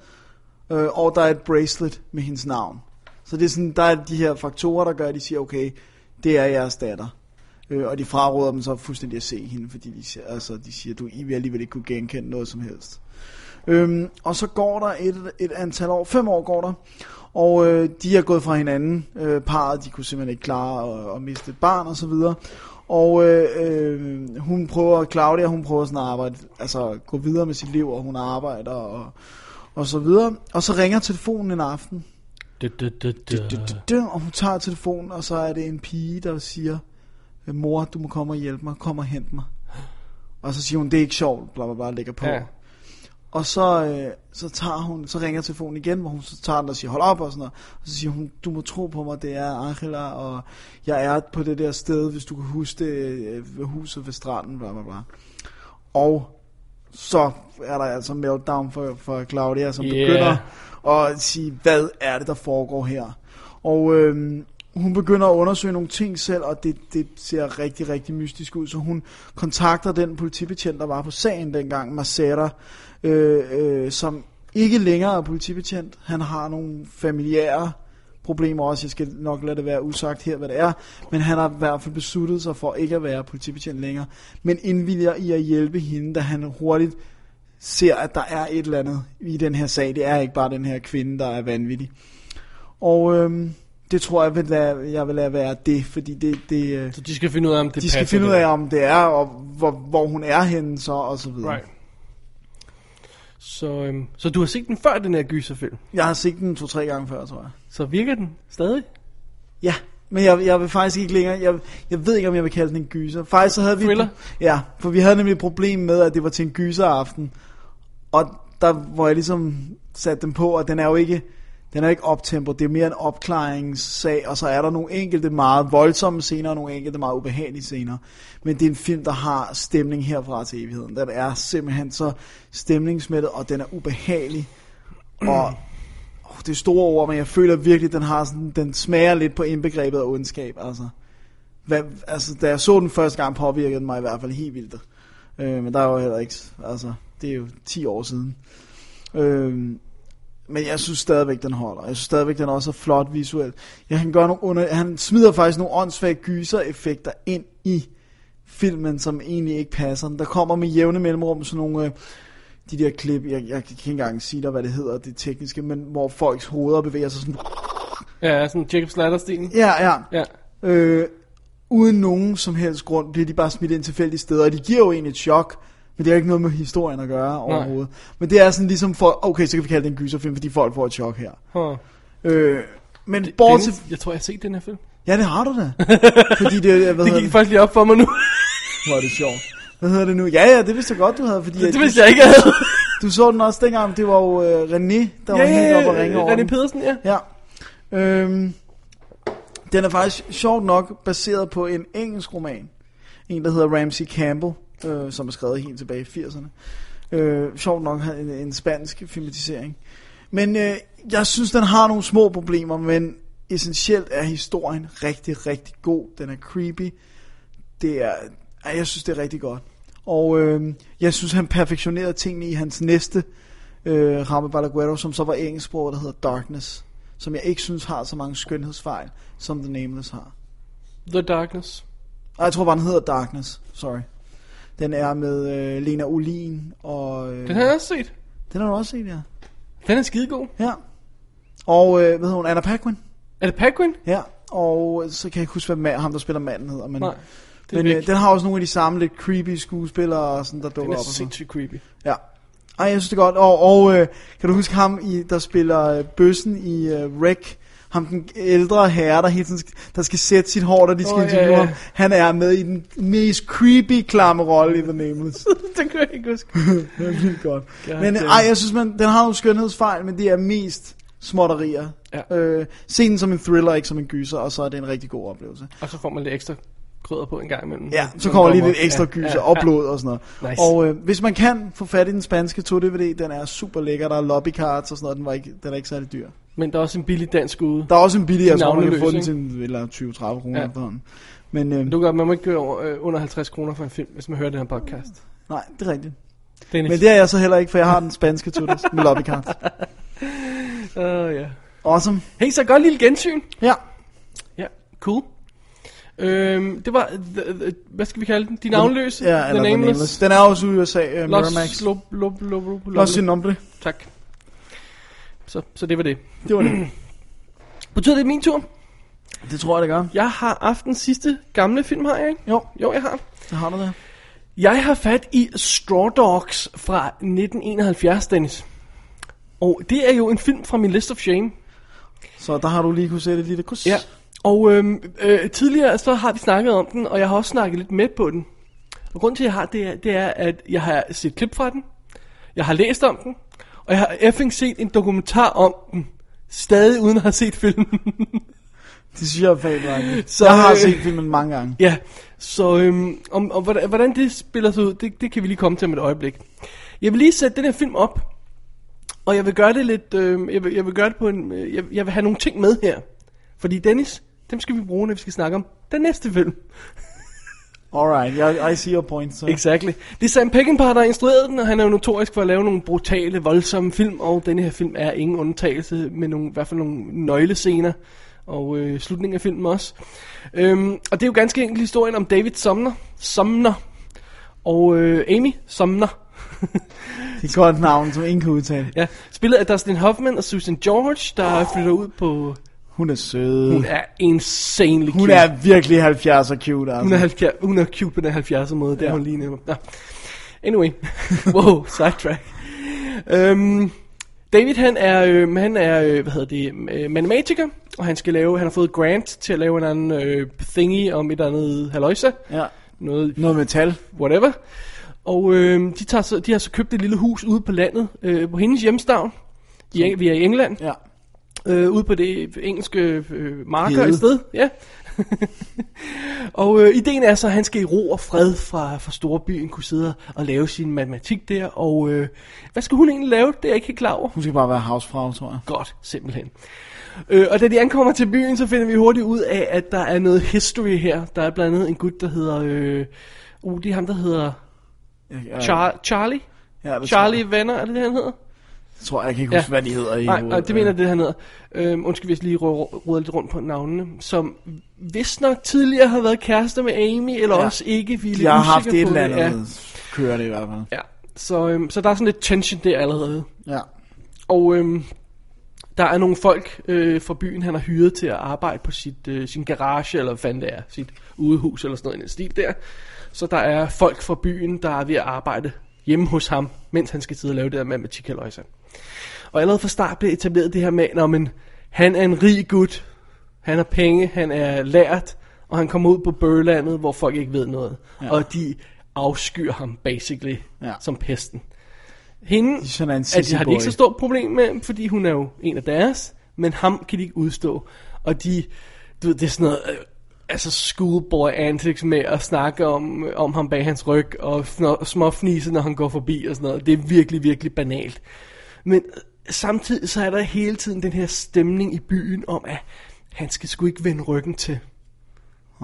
øh, og der er et bracelet med hendes navn. Så det er sådan, der er de her faktorer, der gør, at de siger, okay, det er jeres datter. Øh, og de fraråder dem så fuldstændig at se hende, fordi de siger, altså, de siger du I vil alligevel ikke kunne genkende noget som helst. Øhm, og så går der et, et antal år, fem år går der, og øh, de er gået fra hinanden. Øh, parret, de kunne simpelthen ikke klare at, at miste et barn og så videre. Og øh, øh, hun prøver, Claudia, hun prøver sådan at arbejde, altså at gå videre med sit liv, og hun arbejder og, og så videre. Og så ringer telefonen en aften, Du, du, du, du. Dø, dø, dø, og hun tager telefonen, og så er det en pige, der siger, "Øh, mor, du må komme og hjælpe mig, kom og hent mig. Og så siger hun, det er ikke sjovt, bla bla bla, lægger på. Ja. Ja. Og så, øh, så, tager hun, så ringer telefonen igen, hvor hun så tager den og siger, hold op og sådan noget. Og så siger hun, du må tro på mig, det er Angela, og jeg er på det der sted, hvis du kan huske det, øh, ved huset ved stranden, bla bla bla. Og så er der altså meltdown for, for Claudia, som Yeah. yeah. begynder at sige, hvad er det, der foregår her? Og øhm, hun begynder at undersøge nogle ting selv, og det, det ser rigtig, rigtig mystisk ud. Så hun kontakter den politibetjent, der var på sagen dengang, Marcera, øh, øh, som ikke længere er politibetjent. Han har nogle familiære problemer også. Jeg skal nok lade det være usagt her, hvad det er. Men han har i hvert fald besluttet sig for ikke at være politibetjent længere. Men indvilger i at hjælpe hende, da han hurtigt ser, at der er et eller andet i den her sag. Det er ikke bare den her kvinde, der er vanvittig. Og øhm, det tror jeg, vil lade, jeg vil lade være det, fordi det, det, øh, Så de skal finde ud af, om det de skal passer, finde ud det af, der. om det er, og hvor, hvor hun er henne så, og så videre. Right. Så, øhm, så du har set den før, den her gyserfilm. Jeg har set den to-tre gange før, tror jeg. Så virker den stadig? Ja, men jeg, jeg vil faktisk ikke længere, jeg, jeg ved ikke, om jeg vil kalde den en gyser. Faktisk så havde vi... Thriller? Ja, for vi havde nemlig et problem med, at det var til en gyseraften. Og der, hvor jeg ligesom satte den på, og den er jo ikke... Den er ikke optempo, det er mere en opklaringssag, og så er der nogle enkelte meget voldsomme scener, og nogle enkelte meget ubehagelige scener. Men det er en film, der har stemning herfra til evigheden. Den er simpelthen så stemningsmættet, og den er ubehagelig. Og oh, det er store ord, men jeg føler virkelig, den har sådan, den smager lidt på indbegrebet af ondskab, altså. Hvad, altså, da jeg så den første gang, påvirkede den mig i hvert fald helt vildt. Øh, men der er jo heller ikke, altså, det er jo 10 år siden. Øh, men jeg synes stadigvæk, den holder. Jeg synes stadigvæk, den også er flot visuelt. Ja, han, gør nogle under, han smider faktisk nogle åndssvage gyser-effekter ind i filmen, som egentlig ikke passer. Der kommer med jævne mellemrum sådan nogle... Øh, de der klip, jeg, jeg kan ikke engang sige dig, hvad det hedder, det tekniske, men hvor folks hoveder bevæger sig sådan... [LAUGHS] Ja, sådan Jacob Slatter-stilen. Ja, ja. Ja. Øh, uden nogen som helst grund bliver de bare smidt ind tilfældige steder, og de giver jo egentlig et chok, men det har ikke noget med historien at gøre overhovedet. Men det er sådan ligesom for, okay, så kan vi kalde det en gyserfilm, fordi folk får et chok her. Huh. Øh, men det, bortset... Dennis, jeg tror, jeg har set den her film. Ja, det har du [LAUGHS] da. fordi det, hvad Det hedder gik faktisk lige op for mig nu. Hvor er det sjovt. Hvad hedder det nu? Ja, ja, [LAUGHS] det vidste jeg godt, du havde, fordi det vidste jeg ikke, jeg havde. du så den også dengang, det var jo øh, René, der var helt oppe og ringe over René den. Pedersen, ja. Ja. Øhm, den er faktisk sjovt nok baseret på en engelsk roman. En, der hedder Ramsey Campbell, øh, som er skrevet helt tilbage i 80'erne. Øh, sjovt nok havde en, en spansk filmatisering. Men øh, jeg synes, den har nogle små problemer, men essentielt er historien rigtig, rigtig god. Den er creepy. Det er, ej, jeg synes, det er rigtig godt. Og øh, jeg synes, han perfektionerede tingene i hans næste øh, Rame Balaguero, som så var engelsksproget, der hedder Darkness. Som jeg ikke synes har så mange skønhedsfejl, som The Nameless har. The Darkness. Og jeg tror bare, den hedder Darkness. Sorry. Den er med øh, Lena Olin og... Øh, Den har jeg også set. den har du også set, ja. Den er skidegod. Ja. Og, øh, hvad hedder hun? Anna Paquin. Er det Paquin? Ja. Og øh, så kan jeg ikke huske, hvad ma- ham, der spiller manden hedder. Men, Nej. Det er men men, øh, den har også nogle af de samme lidt creepy skuespillere, og sådan, der den dukker er op. Og sådan. sindssygt creepy. Ja. Ej, jeg synes det er godt. Og, og øh, kan du huske ham, i, der spiller øh, bøssen i øh, Wreck? Ham den ældre herre, der hele tiden skal, der skal sætte sit hår, der de skal Åh, oh, ja, interviewe ja. ham. Han er med i den mest creepy, klamme rolle i The [LAUGHS] Nameless. [LAUGHS] den kan jeg ikke huske. det er vildt godt. Ja, men øh, det- ej, jeg synes, man, den har nogle skønhedsfejl, men det er mest småtterier. Ja. Øh, se den som en thriller, ikke som en gyser, og så er det en rigtig god oplevelse. Og så får man lidt ekstra krydder på en gang imellem. Ja, så Som kommer lige dommer. lidt ekstra Ja, gyser, ja, og blod og sådan noget. Nice. Og øh, hvis man kan få fat i den spanske 2-DVD, den er super lækker, der er lobbycards og sådan noget, den, var ikke, den er ikke særlig dyr. Men der er også en billig dansk ude. Der er også en billig, jeg tror, man kan Navneløs, få den ikke? til en- eller 20-30 kroner Ja. efterhånden. Men øh, Du gør, man må ikke gøre over, øh, under 50 kroner for en film, hvis man hører den her podcast. nej, det er rigtigt. Dennis. Men det er jeg så heller ikke, for jeg har den [LAUGHS] spanske 2 med lobbycards. Uh, ja. Awesome. Hey, så godt lille gensyn. Ja, Ja, cool. Øhm, det var, the, the, hvad skal vi kalde den? De navnløse? ja eller The Nameless. Den er også i USA, uh, Los, Miramax. lo, lo, lo, lo, lo, Los sin nombre. Tak. Så, så det var det. Det var [CLEARS THROAT] det. Betyder det min tur? Det tror jeg, det gør. Jeg har aftens sidste gamle film, har jeg ikke? Jo, Jo, jeg har. det har du det. Jeg har fat i Straw Dogs fra 1971, Dennis. Og det er jo en film fra min list of shame. Så der har du lige kunne sætte et lille kryds. Ja. Og øhm, øh, tidligere så har vi snakket om den, og jeg har også snakket lidt med på den. Og grunden til, at jeg har det, er, det er, at jeg har set klip fra den. Jeg har læst om den. Og jeg har effing set en dokumentar om den. Stadig uden at have set filmen. [LAUGHS] Det siger jeg fag, Så, Så jeg har øh, set filmen mange gange. Ja, så øhm, om, om, hvordan, hvordan det spiller sig ud, det, det kan vi lige komme til om et øjeblik. Jeg vil lige sætte den her film op, og jeg vil gøre det lidt, øhm, jeg, vil, jeg vil gøre det på en, øh, jeg, jeg vil have nogle ting med her. Fordi Dennis, dem skal vi bruge, når vi skal snakke om den næste film. Alright, I, I see your point. Så. Exactly. Det er Sam Peckinpah, der har instrueret den, og han er jo notorisk for at lave nogle brutale, voldsomme film, og denne her film er ingen undtagelse, med nogle, i hvert fald nogle nøglescener, og øh, slutningen af filmen også. Øhm, og det er jo ganske enkelt historien om David Sumner, Sumner og øh, Amy Sumner, [LAUGHS] Det er et godt navn, som ingen kan udtale. ja, spillet af Dustin Hoffman og Susan George, der flytter ud på... Hun er sød. Hun er insanely Hun cute. er virkelig 70 og cute, Hun er, altså. 70, hun er cute på den 70'er måde, det er Ja. hun lige nu. Nå. Anyway, [LAUGHS] wow, sidetrack. Øhm, David han er, øh, han er øh, hvad hedder det, øh, matematiker, og han skal lave, han har fået grant til at lave en anden øh, thingy om et eller andet haløjse, Ja. noget Noget metal. whatever. Og øh, de, tager så, de har så købt et lille hus ude på landet, øh, på hendes hjemstavn, i, Eng- vi er i England, Ja. øh, ude på det engelske øh, marker Hede. et sted. Ja. [LAUGHS] og øh, ideen er så, at han skal i ro og fred fra, fra storbyen kunne sidde og lave sin matematik der. Og øh, hvad skal hun egentlig lave? Det er jeg ikke helt klar over. Hun skal bare være housefrau, tror jeg. Godt, simpelthen. Øh, og da de ankommer til byen, så finder vi hurtigt ud af, at der er noget history her. Der er blandt andet en gut, der hedder... Øh, uh, det er ham, der hedder Ja, Char- Charlie. ja, det Tror jeg, Charlie Venner, er det det, han hedder? det tror jeg, jeg kan ikke huske, Ja. hvad de hedder i Nej, hovedet. nej, det mener jeg, det han hedder. Øhm, undskyld, hvis jeg lige råder lidt rundt på navnene. Som hvis nok tidligere har været kærester med Amy, eller Ja. ja. også ikke. Vi er lidt Jeg har haft usikre et på eller det. andet kørende i hvert fald. Ja. ja. Så, øhm, så der er sådan lidt tension der allerede. Ja. Og øhm, der er nogle folk øh, fra byen, han har hyret til at arbejde på sit, øh, sin garage, eller hvad fanden det er, sit udehus, eller sådan noget i den stil der. Så der er folk fra byen, der er ved at arbejde hjemme hos ham, mens han skal sidde og lave det der matematik Og allerede fra start bliver etableret det her med, når man, han er en rig gut, han har penge, han er lært, og han kommer ud på børlandet, hvor folk ikke ved noget. Ja. Og de afskyr ham, basically, Ja. ja. som pesten. Hende, er sådan en at de har de ikke sissy så boy. stort problem med, fordi hun er jo en af deres, men ham kan de ikke udstå. Og de, du ved, det er sådan noget, øh, altså schoolboy antics med at snakke om, om ham bag hans ryg, og fn- små fnise, når han går forbi og sådan noget. Det er virkelig, virkelig banalt. Men øh, samtidig så er der hele tiden den her stemning i byen om, at han skal sgu ikke vende ryggen til.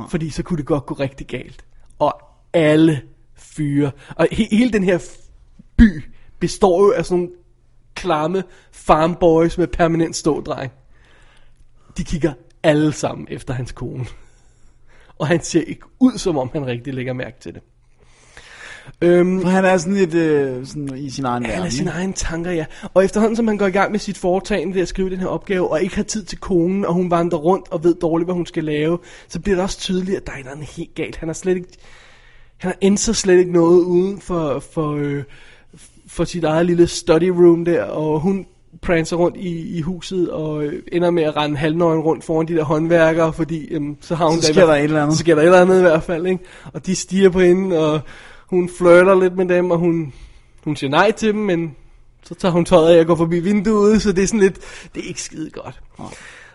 Fordi så kunne det godt gå rigtig galt. Og alle fyre. Og he- hele den her f- by består jo af sådan nogle klamme farmboys med permanent stådreng. De kigger alle sammen efter hans kone. Og han ser ikke ud, som om han rigtig lægger mærke til det. Øhm, For han er sådan lidt øh, sådan i sin egen han verden. er sine ikke? egne tanker, ja. Og efterhånden, som han går i gang med sit foretagende ved at skrive den her opgave, og ikke har tid til konen, og hun vandrer rundt og ved dårligt, hvad hun skal lave, så bliver det også tydeligt, at der er et eller andet helt galt. Han har slet ikke... Han har indset slet ikke noget uden for, for, øh, for sit eget lille study room der, og hun prancer rundt i, i huset og øh, ender med at rende halvnøgen rundt foran de der håndværkere, fordi øhm, så har hun Så i sker hvert- der et eller andet. Så sker der et eller andet i hvert fald, ikke? Og de stiger på hende, og hun flirter lidt med dem, og hun, hun siger nej til dem, men så tager hun tøjet af og går forbi vinduet, så det er sådan lidt, det er ikke skide godt.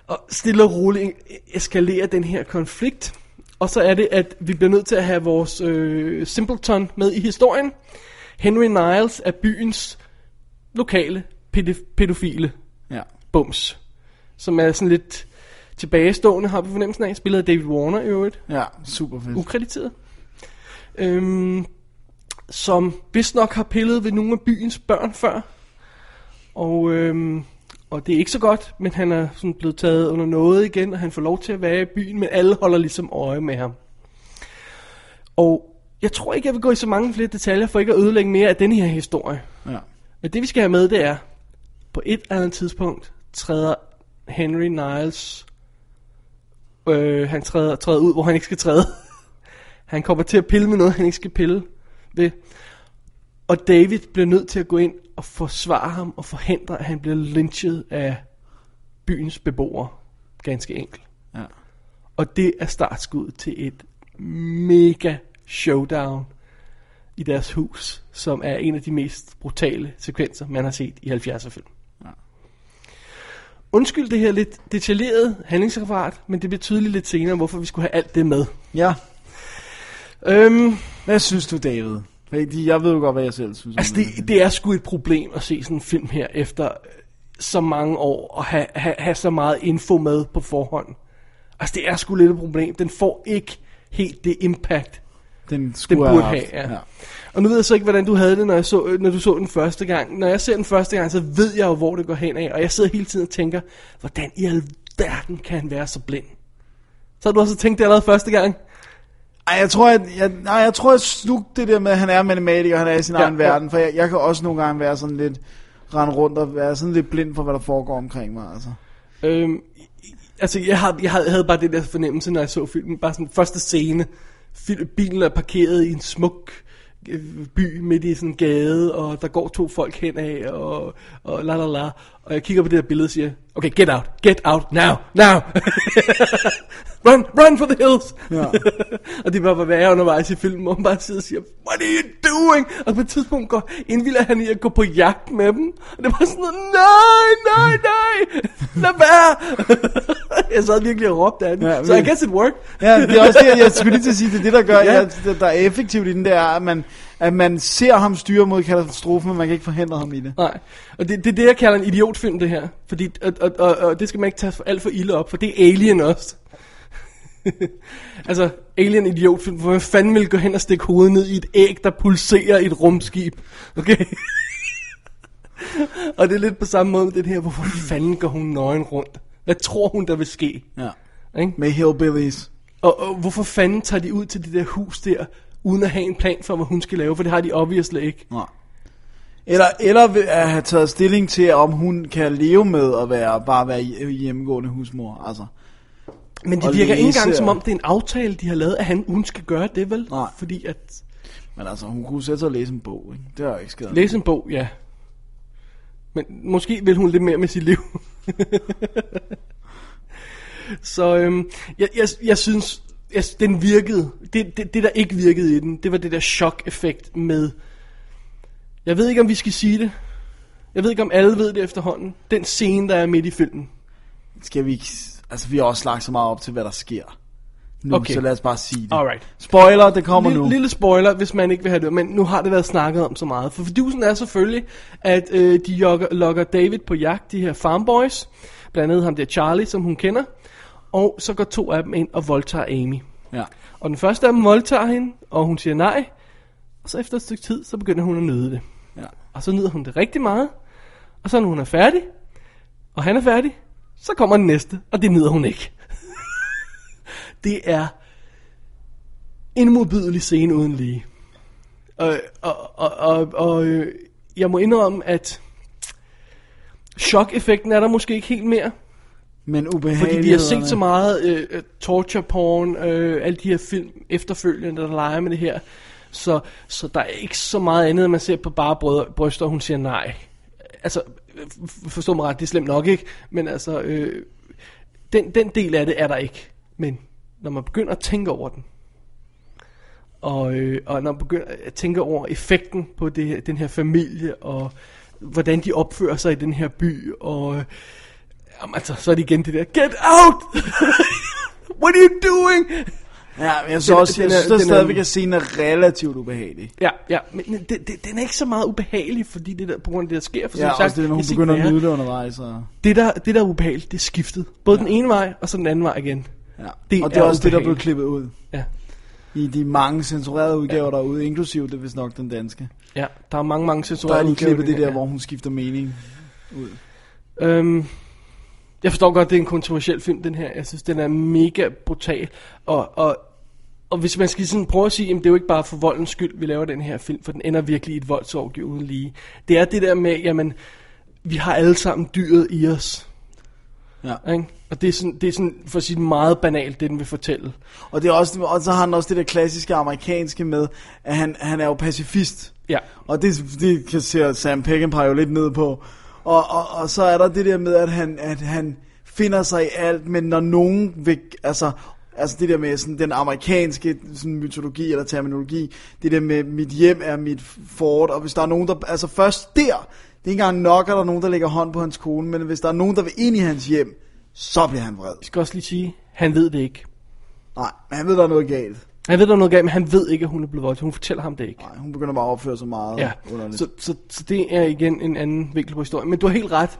Og stille og roligt eskalerer den her konflikt, og så er det, at vi bliver nødt til at have vores øh, simpleton med i historien. Henry Niles er byens lokale pædif- pædofile Ja. bums, som er sådan lidt tilbagestående, har vi fornemmelsen af. Spillet af David Warner i øvrigt ja, super fedt. ukrediteret. Øhm, som vist nok har pillet ved nogle af byens børn før. Og, øhm, og det er ikke så godt, men han er sådan blevet taget under noget igen, og han får lov til at være i byen, men alle holder ligesom øje med ham. Og jeg tror ikke, jeg vil gå i så mange flere detaljer, for ikke at ødelægge mere af den her historie. Ja. Men det vi skal have med, det er, på et eller andet tidspunkt træder Henry Niles, øh, han træder, træder ud, hvor han ikke skal træde. [LAUGHS] Han kommer til at pille med noget, han ikke skal pille ved. Og David bliver nødt til at gå ind og forsvare ham og forhindre, at han bliver lynchet af byens beboere. Ganske enkelt. Ja. Og det er startskuddet til et mega showdown i deres hus, som er en af de mest brutale sekvenser, man har set i 70'er film. Ja. Undskyld det her lidt detaljerede handlingsreferat, men det bliver tydeligt lidt senere, hvorfor vi skulle have alt det med. ja. Øhm, Hvad synes du, David? Fordi jeg ved jo godt, hvad jeg selv synes. om altså det, her. det er sgu et problem at se sådan en film her efter øh, så mange år og have, have, have så meget info med på forhånd. Altså det er sgu lidt et problem. Den får ikke helt det impact, den, den skulle burde have, have. haft. Ja. Ja. Og nu ved jeg så ikke, hvordan du havde det, når, jeg så, når du så den første gang. Når jeg ser den første gang, så ved jeg jo, hvor det går hen af. Og jeg sidder hele tiden og tænker, hvordan i alverden kan han være så blind? Så har du også tænkt det allerede første gang? Ej, jeg tror, jeg, jeg, nej, jeg tror, jeg slugte det der med, at han er matematiker, og han er i sin Ja, ja, egen ja. verden, for jeg, jeg kan også nogle gange være sådan lidt rende rundt og være sådan lidt blind for, hvad der foregår omkring mig, altså. Øhm, altså, jeg, har, jeg havde havde bare den der fornemmelse, når jeg så filmen. Bare sådan første scene. Fil- Bilen er parkeret i en smuk øh, by midt i sådan en gade, og der går to folk henad, og, og la la la. Og jeg kigger på det der billede og siger, okay, get out, get out, now, now. [LAUGHS] run, run for the hills. Ja. [LAUGHS] og det var bare værre undervejs i filmen, hvor man bare sidder og siger, what are you doing? Og på et tidspunkt går, indvilder han i at gå på jagt med dem. Og det var sådan noget, nej, nej, nej, lad være. [LAUGHS] jeg sad virkelig og råbte af den. Ja, Ja, så I virkelig. guess it worked. Ja, det er også det, jeg skulle lige til at sige, det er det, der gør, Ja. ja. at det, der er effektivt i den, der er, at man, at man ser ham styre mod katastrofen, men man kan ikke forhindre ham i det. Nej, og det, det er det, jeg kalder en idiotfilm, det her. Fordi, og, og, og, og det skal man ikke tage for- alt for ilde op, for det er Alien også. [LAUGHS] altså, Alien idiotfilm, hvor man fanden vil gå hen og stikke hovedet ned i et æg, der pulserer i et rumskib. Okay? [LAUGHS] og det er lidt på samme måde med den her, hvorfor fanden går hun nøgen rundt? Hvad tror hun, der vil ske? Ja. Ikke? Med hillbillies. Og, og hvorfor fanden tager de ud til det der hus der, uden at have en plan for, hvad hun skal lave? For det har de obviously ikke. Nej. Eller, eller ved at have taget stilling til, om hun kan leve med at være, bare være hj- hjemmegående husmor, altså. Men det og virker ikke læse engang som og- om, det er en aftale, de har lavet, at han, hun skal gøre det, vel? Nej. Fordi at Men altså, hun kunne sætte sig og læse en bog, ikke? Det er jo ikke skidt. læse en bog, ja. Men måske vil hun lidt mere med sit liv. [LAUGHS] Så øhm, jeg, jeg, jeg synes, jeg, den virkede. Det, det, det, der ikke virkede i den, det var det der chok-effekt med... Jeg ved ikke, om vi skal sige det. Jeg ved ikke, om alle ved det efterhånden. Den scene, der er midt i filmen. Skal vi ikke... Altså, vi har også lagt så meget op til, hvad der sker. nu, Okay. så lad os bare sige det. Alright. Spoiler, det kommer Lille, nu. lille spoiler, hvis man ikke vil have det, men nu har det været snakket om så meget. For fidusen er selvfølgelig, at øh, de jogger, lokker David på jagt, de her farmboys, blandt andet ham der Charlie, som hun kender, og så går to af dem ind og voldtager Amy. Ja. Og den første af dem voldtager hende, og hun siger nej, og så efter et stykke tid, så begynder hun at nyde det. Ja. Og så nyder hun det rigtig meget, og så når hun er færdig, og han er færdig, så kommer den næste, og det nyder hun ikke. [LAUGHS] det er en modbydelig scene uden lige. Og, og, og, og, og øh, jeg må indrømme, at chok-effekten er der måske ikke helt mere. Men ubehagelighederne... Fordi vi har set så meget øh, øh, torture porn, øh, alle de her film efterfølgende, der leger med det her. Så, så der er ikke så meget andet, at man ser på bare brød- bryster, og hun siger nej. Altså, øh, f- forstå mig ret, det er slemt nok, ikke? Men altså, øh, den, den del af det er der ikke. Men når man begynder at tænke over den, og, øh, og når man begynder at tænke over effekten på det, her- den her familie, og hvordan de opfører sig i den her by, og... Øh, Jamen altså, så er det igen det der, get out! [LAUGHS] What are you doing? Ja, men jeg Den så er- også, jeg den er- synes, at den er- stadigvæk, at scenen er relativt ubehagelig. Ja, ja, men det, det, den er ikke så meget ubehagelig, fordi det der, på grund af det, der sker. For som Ja, sagt, også det, når hun jeg siger ikke, begynder hvad at jeg er. nyde det undervejs. Og... Det der, det der er ubehageligt, det er skiftet. Både ja. den ene vej, og så den anden vej igen. Ja. Det og det er, er også det, der blev ubehageligt. klippet ud. Ja. I de mange censurerede udgaver ja. derude, inklusive det, hvis nok den danske. Ja, der er mange, mange sensorer. Der er lige klippet det der, hvor hun skifter mening. Øhm, jeg forstår godt, det er en kontroversiel film, den her. Jeg synes, den er mega brutal. Og, og, og hvis man skal sådan prøve at sige, at det er jo ikke bare for voldens skyld, vi laver den her film, for den ender virkelig i et voldsorgie uden lige. Det er det der med, jamen, vi har alle sammen dyret i os. Ja. Ikke? Og det er, sådan, det er sådan, for at sige det meget banalt, det den vil fortælle. Og, det er også, og så har han også det der klassiske amerikanske med, at han, han er jo pacifist. Ja. Og det, det kan se Sam Peckinpah jo lidt ned på. Og, og, og så er der det der med, at han, at han finder sig i alt, men når nogen vil, altså, altså det der med sådan den amerikanske sådan mytologi eller terminologi, det der med, mit hjem er mit fort, og hvis der er nogen, der, altså først der, det er ikke engang nok, at der er nogen, der lægger hånd på hans kone, men hvis der er nogen, der vil ind i hans hjem, så bliver han vred. Jeg skal også lige sige, han ved det ikke. Nej, men han ved, der er noget galt. Han ved, der er noget galt, men han ved ikke, at hun er blevet voldtaget. Hun fortæller ham det ikke. Nej, hun begynder bare at opføre sig meget Ja, underligt. så, så, så det er igen en anden vinkel på historien. Men du har helt ret.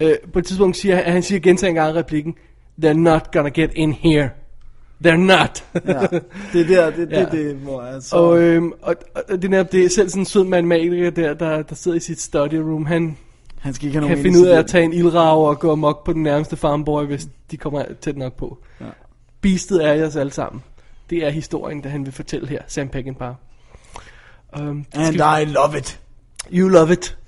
Øh, på et tidspunkt siger han, han siger gentagne gange i replikken, They're not gonna get in here. They're not. ja, det er der, det, [LAUGHS] det, Ja. ja. det, hvor jeg [LAUGHS] så... og, øhm, og, og det er netop det, selv sådan en sød matematiker der, der, der sidder i sit study room, han han skal ikke have kan nogen finde ud af at incident. tage en ildrag og gå amok på den nærmeste farmboy, hvis de kommer tæt nok på. Ja. Beastet er i os alle sammen. Det er historien, der han vil fortælle her, Sam Peckinpah. Um, And I love it. You love it.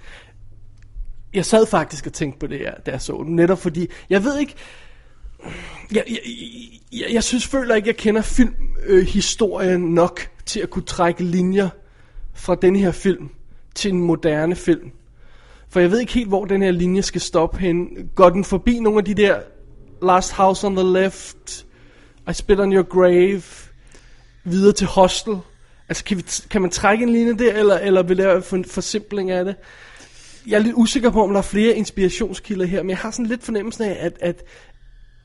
Jeg sad faktisk og tænkte på det her, da jeg så den. Netop fordi, jeg ved ikke... Jeg, jeg, jeg, jeg synes, føler ikke, jeg kender filmhistorien øh, nok til at kunne trække linjer fra den her film til en moderne film. For jeg ved ikke helt, hvor den her linje skal stoppe hen. Går den forbi nogle af de der Last House on the Left, I Spit on Your Grave, videre til Hostel? Altså, kan, vi, kan man trække en linje der, eller, eller vil der for en forsimpling af det? Jeg er lidt usikker på, om der er flere inspirationskilder her, men jeg har sådan lidt fornemmelsen af, at, at,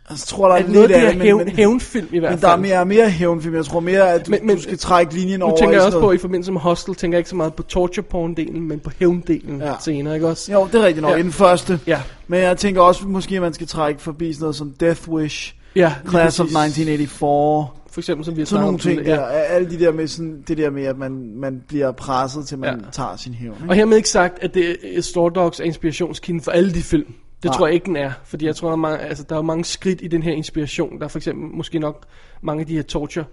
Altså, jeg tror, der er at noget af lidt det er af det, men, hævn, men, hævnfilm i hvert men fald. der er mere, mere hævnfilm. Jeg tror mere, at du, Men- men- men, men, du skal trække linjen nu over. tænker jeg i også på, stedet. i forbindelse med Hostel, tænker jeg ikke så meget på torture porn-delen, men på hævndelen ja. Ja. senere, ikke også? Jo, det er rigtigt nok. Ja. Ja. Den første. Ja. Men jeg tænker også, måske at man skal trække forbi sådan noget som Death Wish, Ja, lige Class of præcis. 1984, For eksempel, som vi har sådan snakket om nogle ting tidligere. der. Alle de der med, sådan, det der med, at man, man bliver presset, til man Ja. ja. tager sin hævn. Og hermed ikke sagt, at det er Store Dogs er inspirationskilden for alle de film. Det Nej. tror jeg ikke, den er. Fordi jeg tror, der er, mange, altså, der er jo mange skridt i den her inspiration. Der er for eksempel måske nok mange af de her torture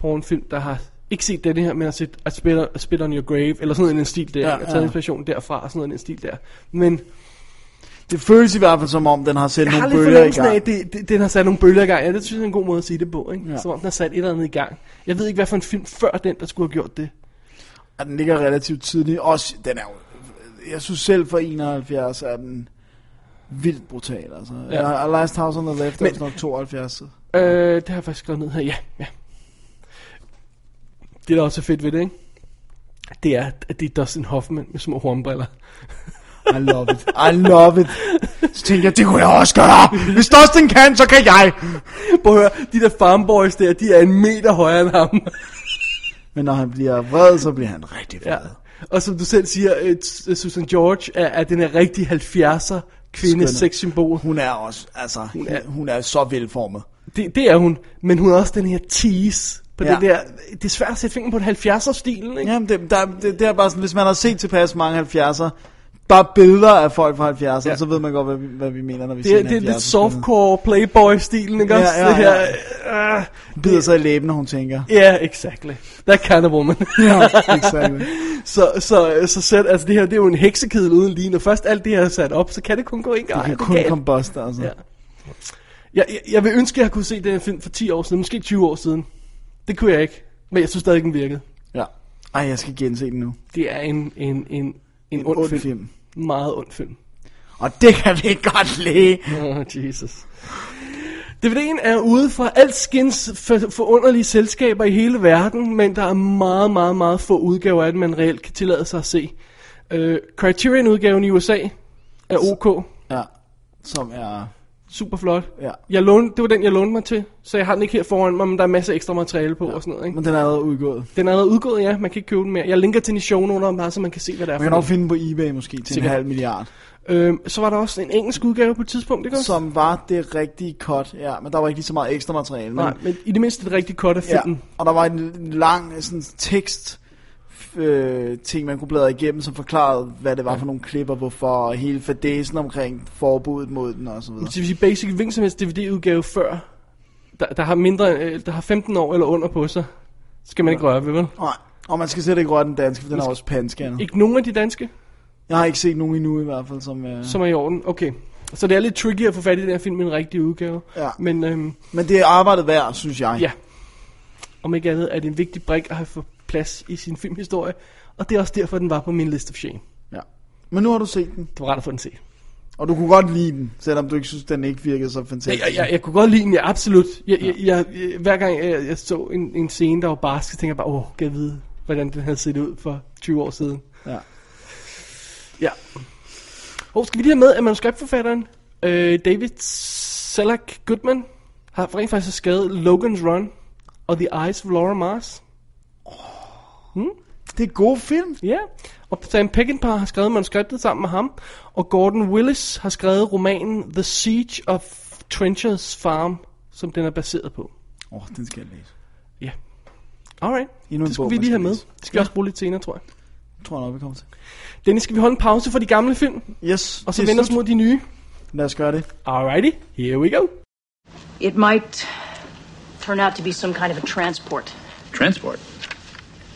pornfilm, der har ikke set den her, men har set at spit, on- spit on your grave, eller sådan noget i den stil der. Ja, Ja, ja. Jeg har taget ja. inspiration derfra, og sådan noget i den stil der. Men Det føles i hvert fald som om, den har sendt jeg har nogle lidt bølger i fornemmelsen af, gang. at det, det, den har sat nogle bølger i gang. Ja, det synes jeg er en god måde at sige det på. Ikke? Ja. Ja. Som om den har sat et eller andet i gang. Jeg ved ikke, hvad for en film før den, der skulle have gjort det. Og den ligger relativt tidligt. Også, den er jo, jeg synes selv for 71 er den vildt brutal. Altså. Ja. Ja. Last House on the Left er Men- vist nok 72. Øh, det har jeg faktisk skrevet ned her, ja, ja. Det, der også er fedt ved det, ikke? Det er, at det er Dustin Hoffman med små hornbriller. I love it. I love it. Så tænkte jeg, det kunne jeg også gøre. Hvis Dustin kan, så kan jeg. [LAUGHS] Prøv at høre, de der farmboys der, de er en meter højere end ham. Men når han bliver vred, så bliver han rigtig vred. Ja. [LAUGHS] Og som du selv siger, øh, s- Susan George er, er den her rigtig 70'er kvinde Skønne. sexsymbol. Hun er også, altså, hun er, hun er så velformet. Det, det er hun, men hun er også den her tease på Ja. ja. den der... Det er svært at sætte fingeren på den 70'er-stilen, ikke? Jamen, det, der, det, det er bare sådan, hvis man har set tilpas mange 70'er, bare billeder af folk fra 70'erne, ja. Ja. så ved man godt, hvad vi, hvad vi mener, når vi Det ser er, en det er lidt 70'er-kvinde. softcore playboy-stilen, ikke Ja, også? ja, det her, øh, Hun bider sig i læben, når hun tænker. yeah, exactly. That kind of woman. [LAUGHS] Ja, exactly. [LAUGHS] så, så, så sæt, altså det her, det er jo en heksekedel uden lige. Når først alt det her er sat op, så kan det kun gå en gang. Han Det kun kan- kom buster, altså. Ja. Jeg, jeg, jeg vil ønske, at jeg kunne se den her film for 10 år siden, måske 20 år siden. Det kunne jeg ikke, men jeg synes stadig, den virkede. ja. Ej, jeg skal gense den nu. Det er en, en, en, en, En en ond, ond film. film. Meget ond film. Og det kan vi godt lide. Oh, Jesus. DVD'en er ude fra alskins for- forunderlige selskaber i hele verden, men der er meget, meget, meget få udgaver af den, man reelt kan tillade sig at se. Uh, Criterion-udgaven i USA er OK. Ja, som er... Super flot. Ja. Jeg lånte, det var den, jeg lånte mig til, så jeg har den ikke her foran mig, men der er masser af ekstra materiale på ja. og sådan noget. Ikke? Men den er allerede udgået. Den er allerede udgået, ja. Man kan ikke købe den mere. Jeg linker til den i shownoteren bare, så man kan se, hvad det er Man kan for nok finde den på eBay måske til en Sikkert. halv milliard. noget. Øhm, så var der også en engelsk udgave på et tidspunkt, ikke også? Som var det rigtige cut, ja. Men der var ikke lige så meget ekstra materiale. Nej, men i det mindste et rigtig kort af ja. filmen. Og der var en en lang sådan, tekst øh, ting, man kunne bladre igennem, som forklarede, hvad det var for nogle klipper, hvorfor, og hele fadesen omkring forbuddet mod den og så videre. Det vil sige, basic hvilken som helst DVD-udgave før, der, der, har mindre, øh, der har 15 år eller under på sig, skal man ikke røre ved, vel? Nej, og man skal sætte ikke røre den danske, for den er også panskannet. Ikke nogen af de danske, Jeg har ikke set nogen endnu i hvert fald, som... Øh... som er i orden. Okay. Så det er lidt tricky at få fat i den her film med en rigtig udgave. Ja. Men øhm, Men det er arbejdet værd, synes jeg. ja, om ikke andet er det en vigtig brik at have fået plads i sin filmhistorie. Og det er også derfor, den var på min list of shame. ja. Men nu har du set den, Det var rart at få den set. og du kunne godt lide den, selvom du ikke synes, den ikke virkede så Jeg, fantastisk. jeg, jeg, jeg kunne godt lide den, ja, absolut. Jeg, jeg, jeg, jeg, hver gang jeg, jeg så en, en scene, der var barsk, så tænkte jeg bare, åh, kan jeg vide, hvordan den havde set ud for 20 år siden. Ja. Ja. Og skal vi lige have med, at manuskriptforfatteren, øh, David Selleck Goodman, har rent faktisk skrevet Logan's Run og The Eyes of Laura Mars. Det er gode film. Ja. Og Sam Peckinpah har skrevet manuskriptet sammen med ham. Og Gordon Willis har skrevet romanen The Siege of Trenchers Farm, som den er baseret på. Åh, oh, den skal jeg læse. Ja. Alright. Endnu en det skal bog, vi man lige skal have med. læse. Det skal vi også bruge lidt senere, tror jeg. Tror jeg nok, vi kommer til. Dennis, skal vi holde en pause for de gamle film, Yes, og så det er vende os slut. mod de nye? Lad os gøre det. Alrighty, here we go. It might turn out to be some kind of a transport. Transport.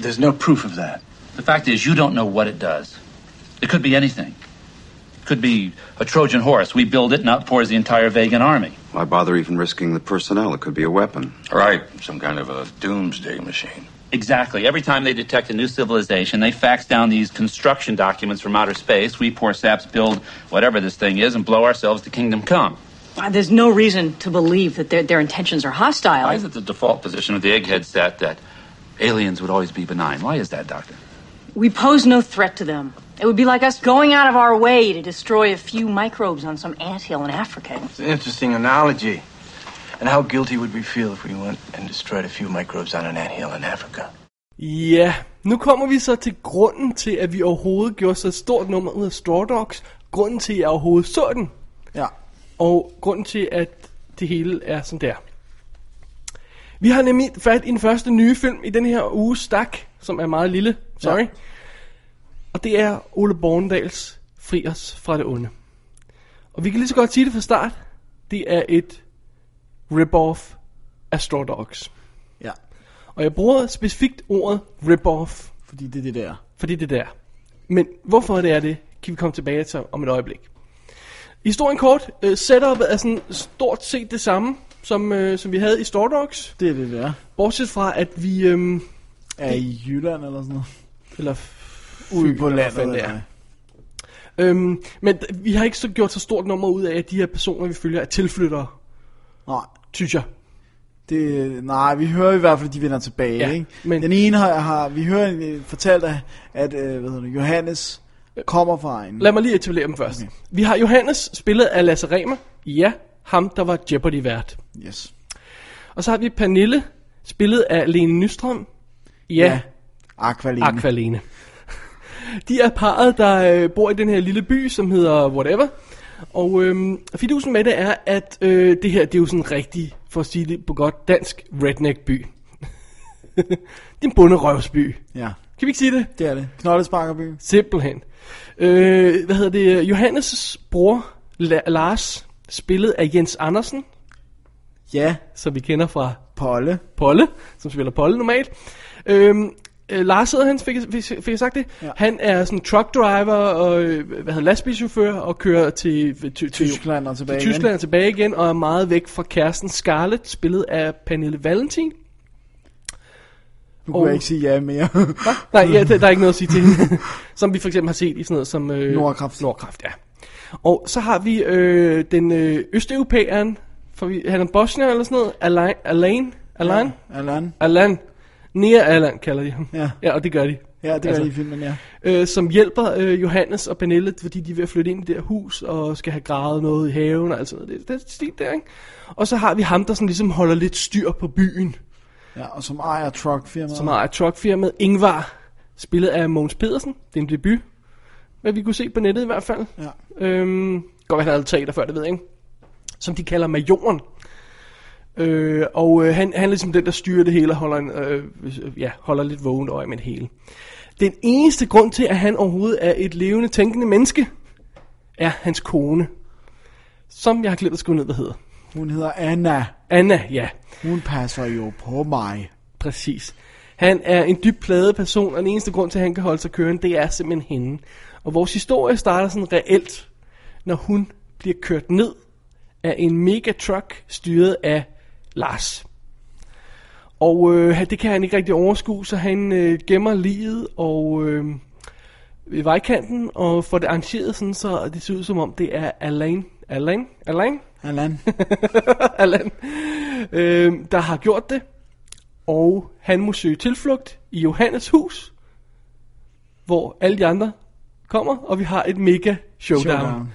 There's no proof of that. The fact is, you don't know what it does. It could be anything. It could be a Trojan horse. We build it and outpours the entire Vegan army. Why bother even risking the personnel? It could be a weapon. Right, some kind of a doomsday machine. Exactly. Every time they detect a new civilization, they fax down these construction documents from outer space. We poor saps build whatever this thing is and blow ourselves to kingdom come. Uh, There's no reason to believe that their, their intentions are hostile. Why is it the default position of the egghead set that aliens would always be benign? Why is that, Doctor? We pose no threat to them. It would be like us going out of our way to destroy a few microbes on some anthill in Africa. It's an interesting analogy. And how guilty would we feel if we went and destroyed a few microbes on an anthill in Africa? Ja, nu kommer vi så til grunden til, at vi overhovedet gjorde så stort nummer ud af Straw Dogs. Grunden til, at jeg overhovedet så den. Ja. Og grunden til, at det hele er, som det er. Vi har nemlig fat i den første nye film i den her uge, Stak, som er meget lille. Sorry. Ja. Ja. Og det er Ole Borndals Fri os fra det onde. Og vi kan lige så godt sige det fra start. Det er et rip-off af Straw Dogs. Ja. Og jeg bruger specifikt ordet rip-off, Fordi det er det der. fordi det der. Men hvorfor det er det, kan vi komme tilbage til om et øjeblik. Historien kort, øh, setupet er sådan stort set det samme, som, øh, som vi havde i Star Dogs. Det er det der. Bortset fra, at vi... Øh, Er i Jylland eller sådan noget? eller, Ude på hvad landet. fanden det er. eller øh, men d- vi har ikke så gjort så stort nummer ud af, at de her personer, vi følger, er tilflyttere, Nej. synes jeg. Det, nej, vi hører i hvert fald, at de vender tilbage. Ja, Ja, ikke? Men... men- Den ene har, har vi hører øh, fortalt, at, at øh, hvad hedder det, Johannes kommer fra egen. Lad mig lige etablere dem først. Okay. Vi har Johannes, spillet af Lasse Remer. Ja, ham der var Jeopardy-vært. Yes. Og så har vi Pernille, spillet af Lene Nystrøm. Ja, ja. Aqualine. Aqua. Aqualene. De er parret, der øh, bor i den her lille by, som hedder whatever. Og øh, fidusen med det er, at øh, det her det er jo sådan rigtig, for at sige det på godt dansk, redneck by. [LAUGHS] det er en bunderøvsby. Ja, Kan vi ikke sige det? det er det. Knoldesparkerby. Simpelthen. Øh, hvad hedder det? Johannes' bror, La- Lars, spillet af Jens Andersen, Ja, som vi kender fra Polle. Polle, som spiller Polle normalt. Øhm, øh, Lars hedder han, fik, jeg- fik, fik jeg sagt det? Ja. Ja. Han er sådan truck driver og øh, hvad hedder, han, lastbilchauffør og kører til, til, til Tyskland og tilbage til Tyskland igen. og tilbage igen og er meget væk fra kæresten Scarlett, spillet af Pernille Valentin. Nu kunne Og- jeg ikke sige [LAUGHS] ja mere. Nej, ja, der, der er ikke noget at sige til [LAUGHS] hende. som vi for eksempel har set i sådan noget som... Øh, Nordkraft. Nordkraft, ja. Og så har vi øh, den øh, østeuropæeren, for vi, han er bosnier eller sådan noget, Alain, Alain, Alain, Alan. Alan. Nia Alan kalder de ham. Ja. ja og det gør de. Ja, det gør altså. Altså- de i filmen, ja. Øh, som hjælper øh, Johannes og Pernille, fordi de er ved at flytte ind i det her hus, og skal have gravet noget i haven og alt sådan noget. Det, det er stil der, ikke? Og så har vi ham, der sådan ligesom holder lidt styr på byen, Ja, og som ejer truckfirmaet. som har truckfirmaet Ingvar, spillet af Mogens Pedersen. Det er en debut, hvad vi kunne se på nettet i hvert fald. Ja. Øhm, godt, han havde teater før, det ved jeg ikke. Som de kalder majoren. Øh, og øh, han, han er ligesom den, der styrer det hele og holder, en, øh, hvis- øh, ja, holder lidt vågent øje med det hele. Den eneste grund til, at han overhovedet er et levende, tænkende menneske, er hans kone. Som jeg har glemt at skrive ned, hvad hedder. Hun hedder Anna. Anna, ja, Hun passer jo på mig. præcis. Han er en dybt pladet person, og den eneste grund til, at han kan holde sig kørende, det er simpelthen hende. Og vores historie starter sådan reelt, når hun bliver kørt ned af en megatruck styret af Lars. Og øh, det kan han ikke rigtig overskue, så han øh, gemmer livet og øh, ved vejkanten og får det arrangeret sådan, så det ser ud som om det er Alain. Alain? Alain? Alan. Allan, øh, der har gjort det. Og han må søge tilflugt i Johannes hus, hvor alle de andre kommer, og vi har et mega showdown. showdown. Showdown.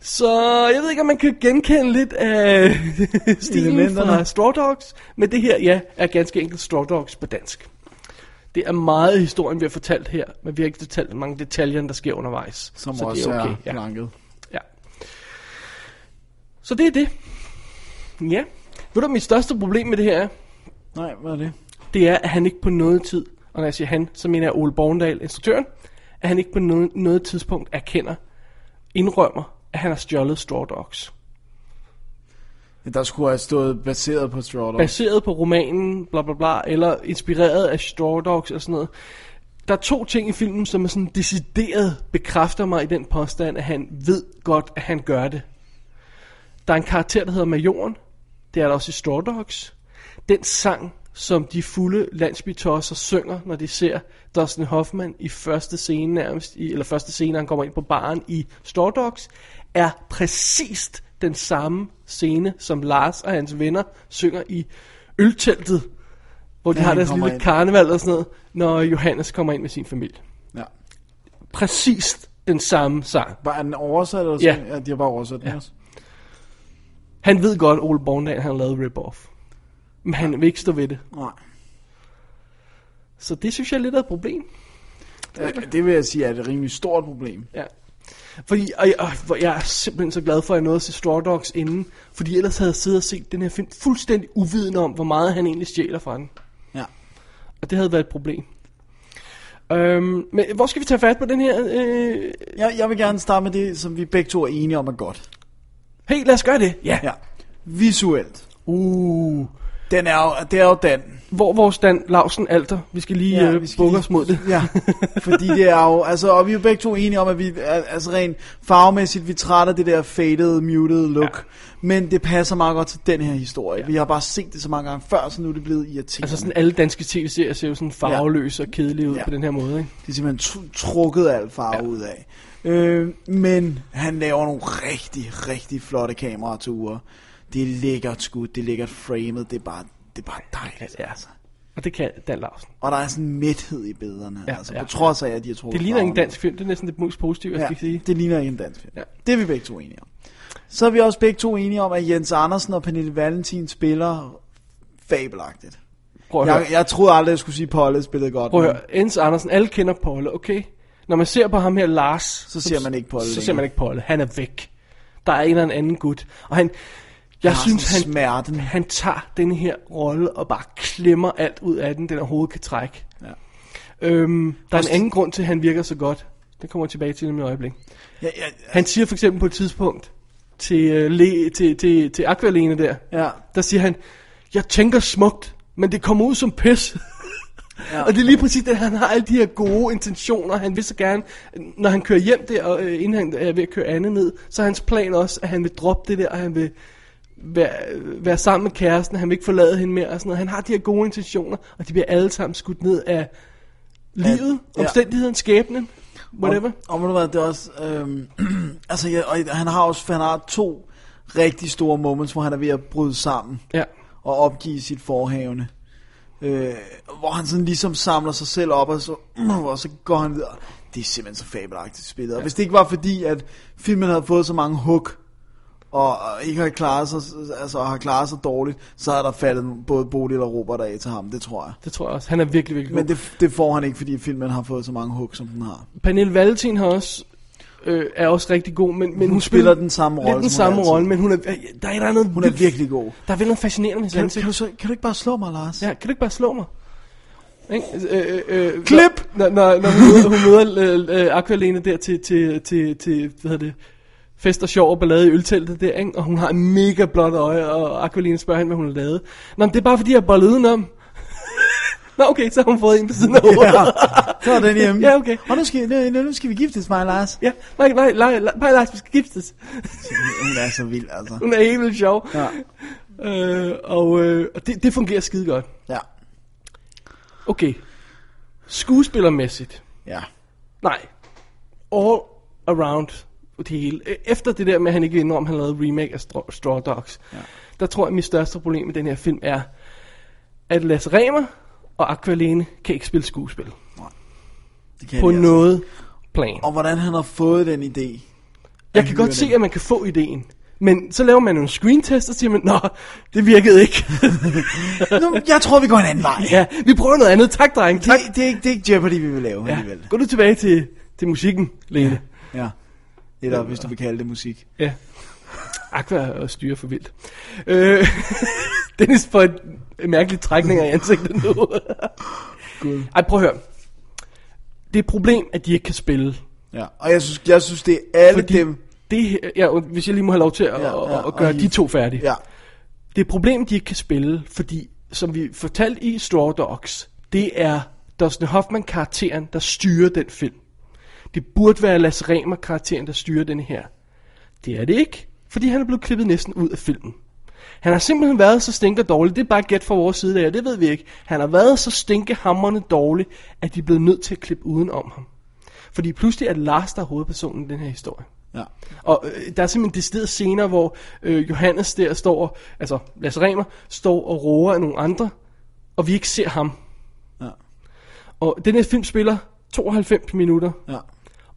Så jeg ved ikke, om man kan genkende lidt af [LAUGHS] stilen Elementerne. fra Straw Dogs, men det her, ja, er ganske enkelt Straw Dogs på dansk. Det er meget af historien, vi har fortalt her, men vi har ikke fortalt mange detaljer, der sker undervejs. Som så også det er okay. er ja. blanket. Ja. Så det er det. Ja. Ved du, hvad mit største problem med det her er? Nej, hvad er det? Det er, at han ikke på noget tid, og når jeg siger han, så mener jeg Ole Borgendal, instruktøren, at han ikke på noget, noget tidspunkt erkender, indrømmer, at han har stjålet Straw Dogs. Ja, Der skulle have stået baseret på Straw Dogs. Baseret på romanen, bla bla bla, eller inspireret af Straw Dogs og sådan noget. Der er to ting i filmen, som er sådan decideret bekræfter mig i den påstand, at han ved godt, at han gør det. Der er en karakter, der hedder Majoren. Det er der også i Straw Dogs. Den sang, som de fulde landsbytosser synger, når de ser Dustin Hoffman i første scene nærmest, i, eller første scene, han kommer ind på baren i Straw Dogs, er præcist den samme scene, som Lars og hans venner synger i ølteltet, hvor de Ja, har han deres kommer lille ind. karneval og sådan noget, når Johannes kommer ind med sin familie. Ja. Præcist den samme sang. Var den oversat? Eller Ja. sådan? ja, de har bare oversat den Ja. også. Han ved godt, Ole Borndal, han har lavet rip-off. Men han vil ikke stå ved det. Nej. Så det synes jeg er lidt af et problem. Ja, Det vil jeg sige er et rimelig stort problem. Ja. Fordi, og jeg, og hvor jeg er simpelthen så glad for, at jeg nåede at se Straw Dogs inden. Fordi ellers havde jeg siddet og set den her film fuldstændig uvidende om, hvor meget han egentlig stjæler fra den. Ja. Og det havde været et problem. Øhm, men hvor skal vi tage fat på den her? Øh... Jeg, jeg vil gerne starte med det, som vi begge to er enige om er godt. Hey, lad os gøre det. Ja. Ja. Visuelt. Uh. Den er jo, det er jo Dan. Hvor vores Dan Lausen alter? Vi skal lige ja, øh, vi skal bukke lige- os mod det. Ja, fordi det er jo, altså, og vi er jo begge to enige om, at vi, al- altså rent farvemæssigt, vi trætter det der faded, muted look. Ja. Men det passer meget godt til den her historie. Ja. Vi har bare set det så mange gange før, så nu er det blevet [LAUGHS] irriterende. Altså sådan alle danske tv-serier ser jo sådan farveløse og kedelige ud Ja. ja. på den her måde, ikke? Det er simpelthen tr- trukket al farve ja. ud af. Øh, men han laver nogle rigtig, rigtig flotte kameraturer. Det er lækkert skud, det er lækkert framet, det er bare, det er bare dejligt. Ja. Altså. Og det kan Dan Larsen. Og der er sådan en mæthed i billederne, ja, Ja, altså, ja. på trods af, at de har troet Det ligner ikke en dansk film, det er næsten det mest positive, jeg ja, skal sige. det ligner ikke en dansk film. Ja. Ja. Det er vi begge to enige om. Så er vi også begge to enige om, at Jens Andersen og Pernille Valentin spiller fabelagtigt. Prøv at høre. Jeg, Mm. jeg troede aldrig, jeg skulle sige, at Polly spillede godt. Prøv at men- høre, Jens Andersen, alle kender Polle, okay? Når man ser på ham her, Lars... Så ser man ikke Polle Så længere. ser man ikke Polle. Han er væk. Der er en eller anden gut. Og han... Jeg har synes, sådan han, smerten. han tager den her rolle og bare klemmer alt ud af den, den overhovedet kan trække. Ja. Øhm, der er Også- en anden grund til, at han virker så godt. Det kommer jeg tilbage til om et øjeblik. Ja, ja, Han siger for eksempel på et tidspunkt til, øh, le, til, til, til Aqualene der, Ja. der siger han, jeg tænker smukt, men det kommer ud som pis. Ja. Ja. [LAUGHS] og det er lige præcis det, han har alle de her gode intentioner. Han vil så gerne, når han kører hjem der, og øh, inden han er ved at køre andet ned, så er hans plan også, at han vil droppe det der, og han vil være, være sammen med kæresten, han vil ikke forlade hende mere og sådan noget. Han har de her gode intentioner, og de bliver alle sammen skudt ned af livet, ja. ja. omstændigheden, skæbnen, whatever. Og, og ved du hvad, det er også... Øhm, [CLEARS THROAT] altså, ja, og han har også han har to rigtig store moments, hvor han er ved at bryde sammen Ja. og opgive sit forhavne. Øh, hvor han sådan ligesom samler sig selv op, og så, [CLEARS THROAT] og så går han videre. Det er simpelthen så fabelagtigt spillet. Og hvis det ikke var fordi, at filmen havde fået så mange hook, og og ikke har klaret sig, altså, og har klaret sig dårligt, så havde der faldet både Bodil og Robert af til ham, det tror jeg. Det tror jeg også. Han er virkelig, virkelig god. Men Men det... det, det får han ikke, fordi filmen har fået så mange hook, som den har. Pernille Valentin har også, øh, er også rigtig god, men, men hun, spiller den samme rolle, Lidt den som hun samme altid. rolle, men hun er, øh, der er, et eller andet Hun er vildt- virkelig god. Der er vel noget fascinerende med hendes Kan, ansigt. kan, du, så, kan du ikke bare slå mig, Lars? Ja, kan du ikke bare slå mig? Ikke? Øh, øh, øh, Klip! Når, når, når hun møder, hun møder øh, øh, Aqualene der til, til, til, til, hvad hedder det, fest og sjov og ballade i ølteltet der, ikke? og hun har en mega blåt øje, og Aqualene spørger hende, hvad hun har lavet. Nå, men det er bare fordi, jeg har bollet udenom. [LAUGHS] Nå, okay, så har hun fået en på siden af hovedet. [LAUGHS] Ja, så er den hjemme. Ja, okay. Og nu skal, nu, nu skal vi giftes, mig og Lars. Ja, nej, nej, nej, nej, nej, Lars, vi skal giftes. Hun er så vild, altså. Hun er helt vildt sjov. Ja. Øh, og øh, og det, det fungerer skide godt. Ja. Okay. Skuespillermæssigt. Ja. Nej. All around det hele. Øh, Efter det der med, at han ikke indrømmer, at han lavede remake af Straw, Straw Dogs, ja. der tror jeg, at mit største problem med den her film er, at Lasse Remer og Aqualene kan ikke spille skuespil. Det kan På jeg noget plan. Og hvordan han har fået den idé. Jeg kan godt se, at man kan få ideen. Men så laver man nogle screen test, og siger man, Nå, det virkede ikke. [LAUGHS] Nu, jeg tror, vi går en anden vej. ja, vi prøver noget andet. Tak, dreng. Tak. Det, det, er ikke, det er ikke Jeopardy, vi vil lave Ja. alligevel. Gå nu tilbage til, til musikken, Lene. Ja. Eller hvis du vil kalde det musik. Ja. Aqua og styre for vildt. Øh, [LAUGHS] Dennis får et mærkeligt trækninger i ansigtet nu. God. Ej, prøv at høre. Det er et problem, at de ikke kan spille. Ja. Og jeg synes, jeg synes det er alle Fordi dem. det, her- ja, und- hvis jeg lige må have lov til at, Ja, ja, ja, ja, at og gøre I- de to færdige. Ja. Det er et problem, de ikke kan spille, fordi, som vi fortalte i Straw Dogs, det er Dustin Hoffman-karakteren, der styrer den film. Det burde være Lasse Remer-karakteren, der styrer den her. Det er det ikke, fordi han er blevet klippet næsten ud af filmen. Han har simpelthen været så stinker dårlig, det er bare et gæt fra vores side af, det ved vi ikke. Han har været så stinkehammerende dårlig, at de er blevet nødt til at klippe uden om ham. Fordi pludselig er det Lars, der er hovedpersonen i den her historie. Ja. Og øh, der er simpelthen decideret scener, hvor øh, Johannes der står, altså Lasse Remer, står og roer af nogle andre, og vi ikke ser ham. Ja. Og den her film spiller 92 minutter, Ja.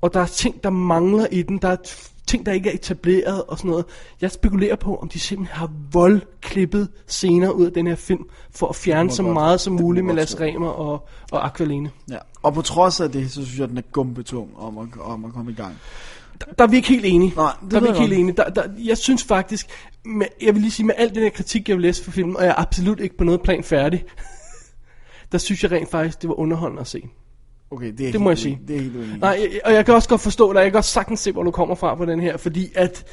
og der er ting, der mangler i den, der er t- ting, der ikke er etableret og sådan noget. Jeg spekulerer på, om de simpelthen har voldklippet scener ud af den her film, for at fjerne så godt- meget som det må muligt jeg med godt Lasse tro. Remer og, og Aqualene. ja. Og på trods af det, så synes jeg, den er gumbetung om at, om at komme i gang. Der er vi ikke helt enige. Nej, det der er ved vi jeg ikke helt godt. enige. Der, der, jeg synes faktisk, med, jeg vil lige sige, med al den her kritik, jeg vil læse for filmen, og jeg er absolut ikke på noget plan færdig, [LAUGHS] der synes jeg rent faktisk, det var underholdende at se. Okay, det, er Det må jeg helt sige. uenig- Det er helt uenig. i. Nej, jeg- og jeg kan også godt forstå dig, jeg kan også sagtens se, hvor du kommer fra på den her, fordi at,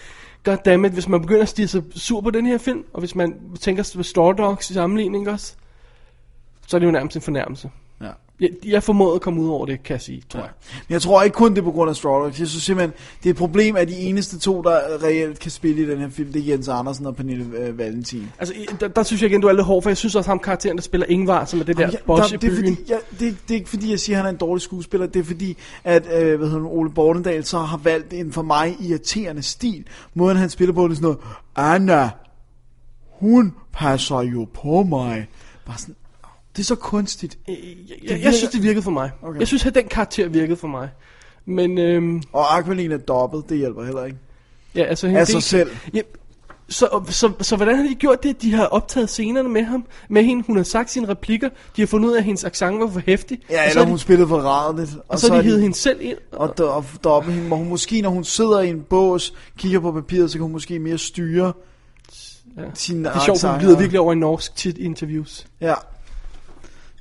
goddammit, hvis man begynder at stige sig sur på den her film, og hvis man tænker sig ved Star Dogs i sammenligning også, så er det jo nærmest en fornærmelse. Ja. Jeg, jeg formåede at komme ud over det, kan jeg sige, tror jeg. Men jeg tror ikke kun det er på grund af Strollox. Jeg synes simpelthen, det er et problem, at de eneste to, der reelt kan spille i den her film, det er Jens Andersen og Pernille øh, Valentin. Altså, i- der, der synes jeg igen, du er lidt hård, for jeg synes også, ham karakteren, der spiller Ingvar, som er det der Jamen, jeg- boss der- i det, er byen. fordi, jeg, det, er- det er ikke fordi, jeg siger, at han er en dårlig skuespiller. Det er fordi, at øh, hvad hedder han, Ole Bornedal så har valgt en for mig irriterende stil. Måden han spiller på, det er sådan noget, Anna, hun passer jo på mig. Bare sådan, Det er så kunstigt. Øh, Jeg, jeg, virker- jeg synes, det virkede for mig. Okay. Okay. Jeg synes, at den karakter virkede for mig. Men øhm, Og Aqualene er dobbelt, det hjælper heller ikke. ja, altså... Af det- sig selv. Ja, så, så, så, så hvordan har de gjort det? De har optaget scenerne med ham, med hende. Hun har sagt sine replikker. De har fundet ud af, at hendes accent var for hæftig. Ja, og så eller har hun de, spillede for rarligt. Og, og så har de hivet hende selv ind. Og, do- og dobbelt hende, hvor hun måske, når hun sidder i en bås, kigger på papiret, så kan hun måske mere styre Ja. sin Det er sjovt, hun accent. glider virkelig over i norsk tit i interviews. Ja.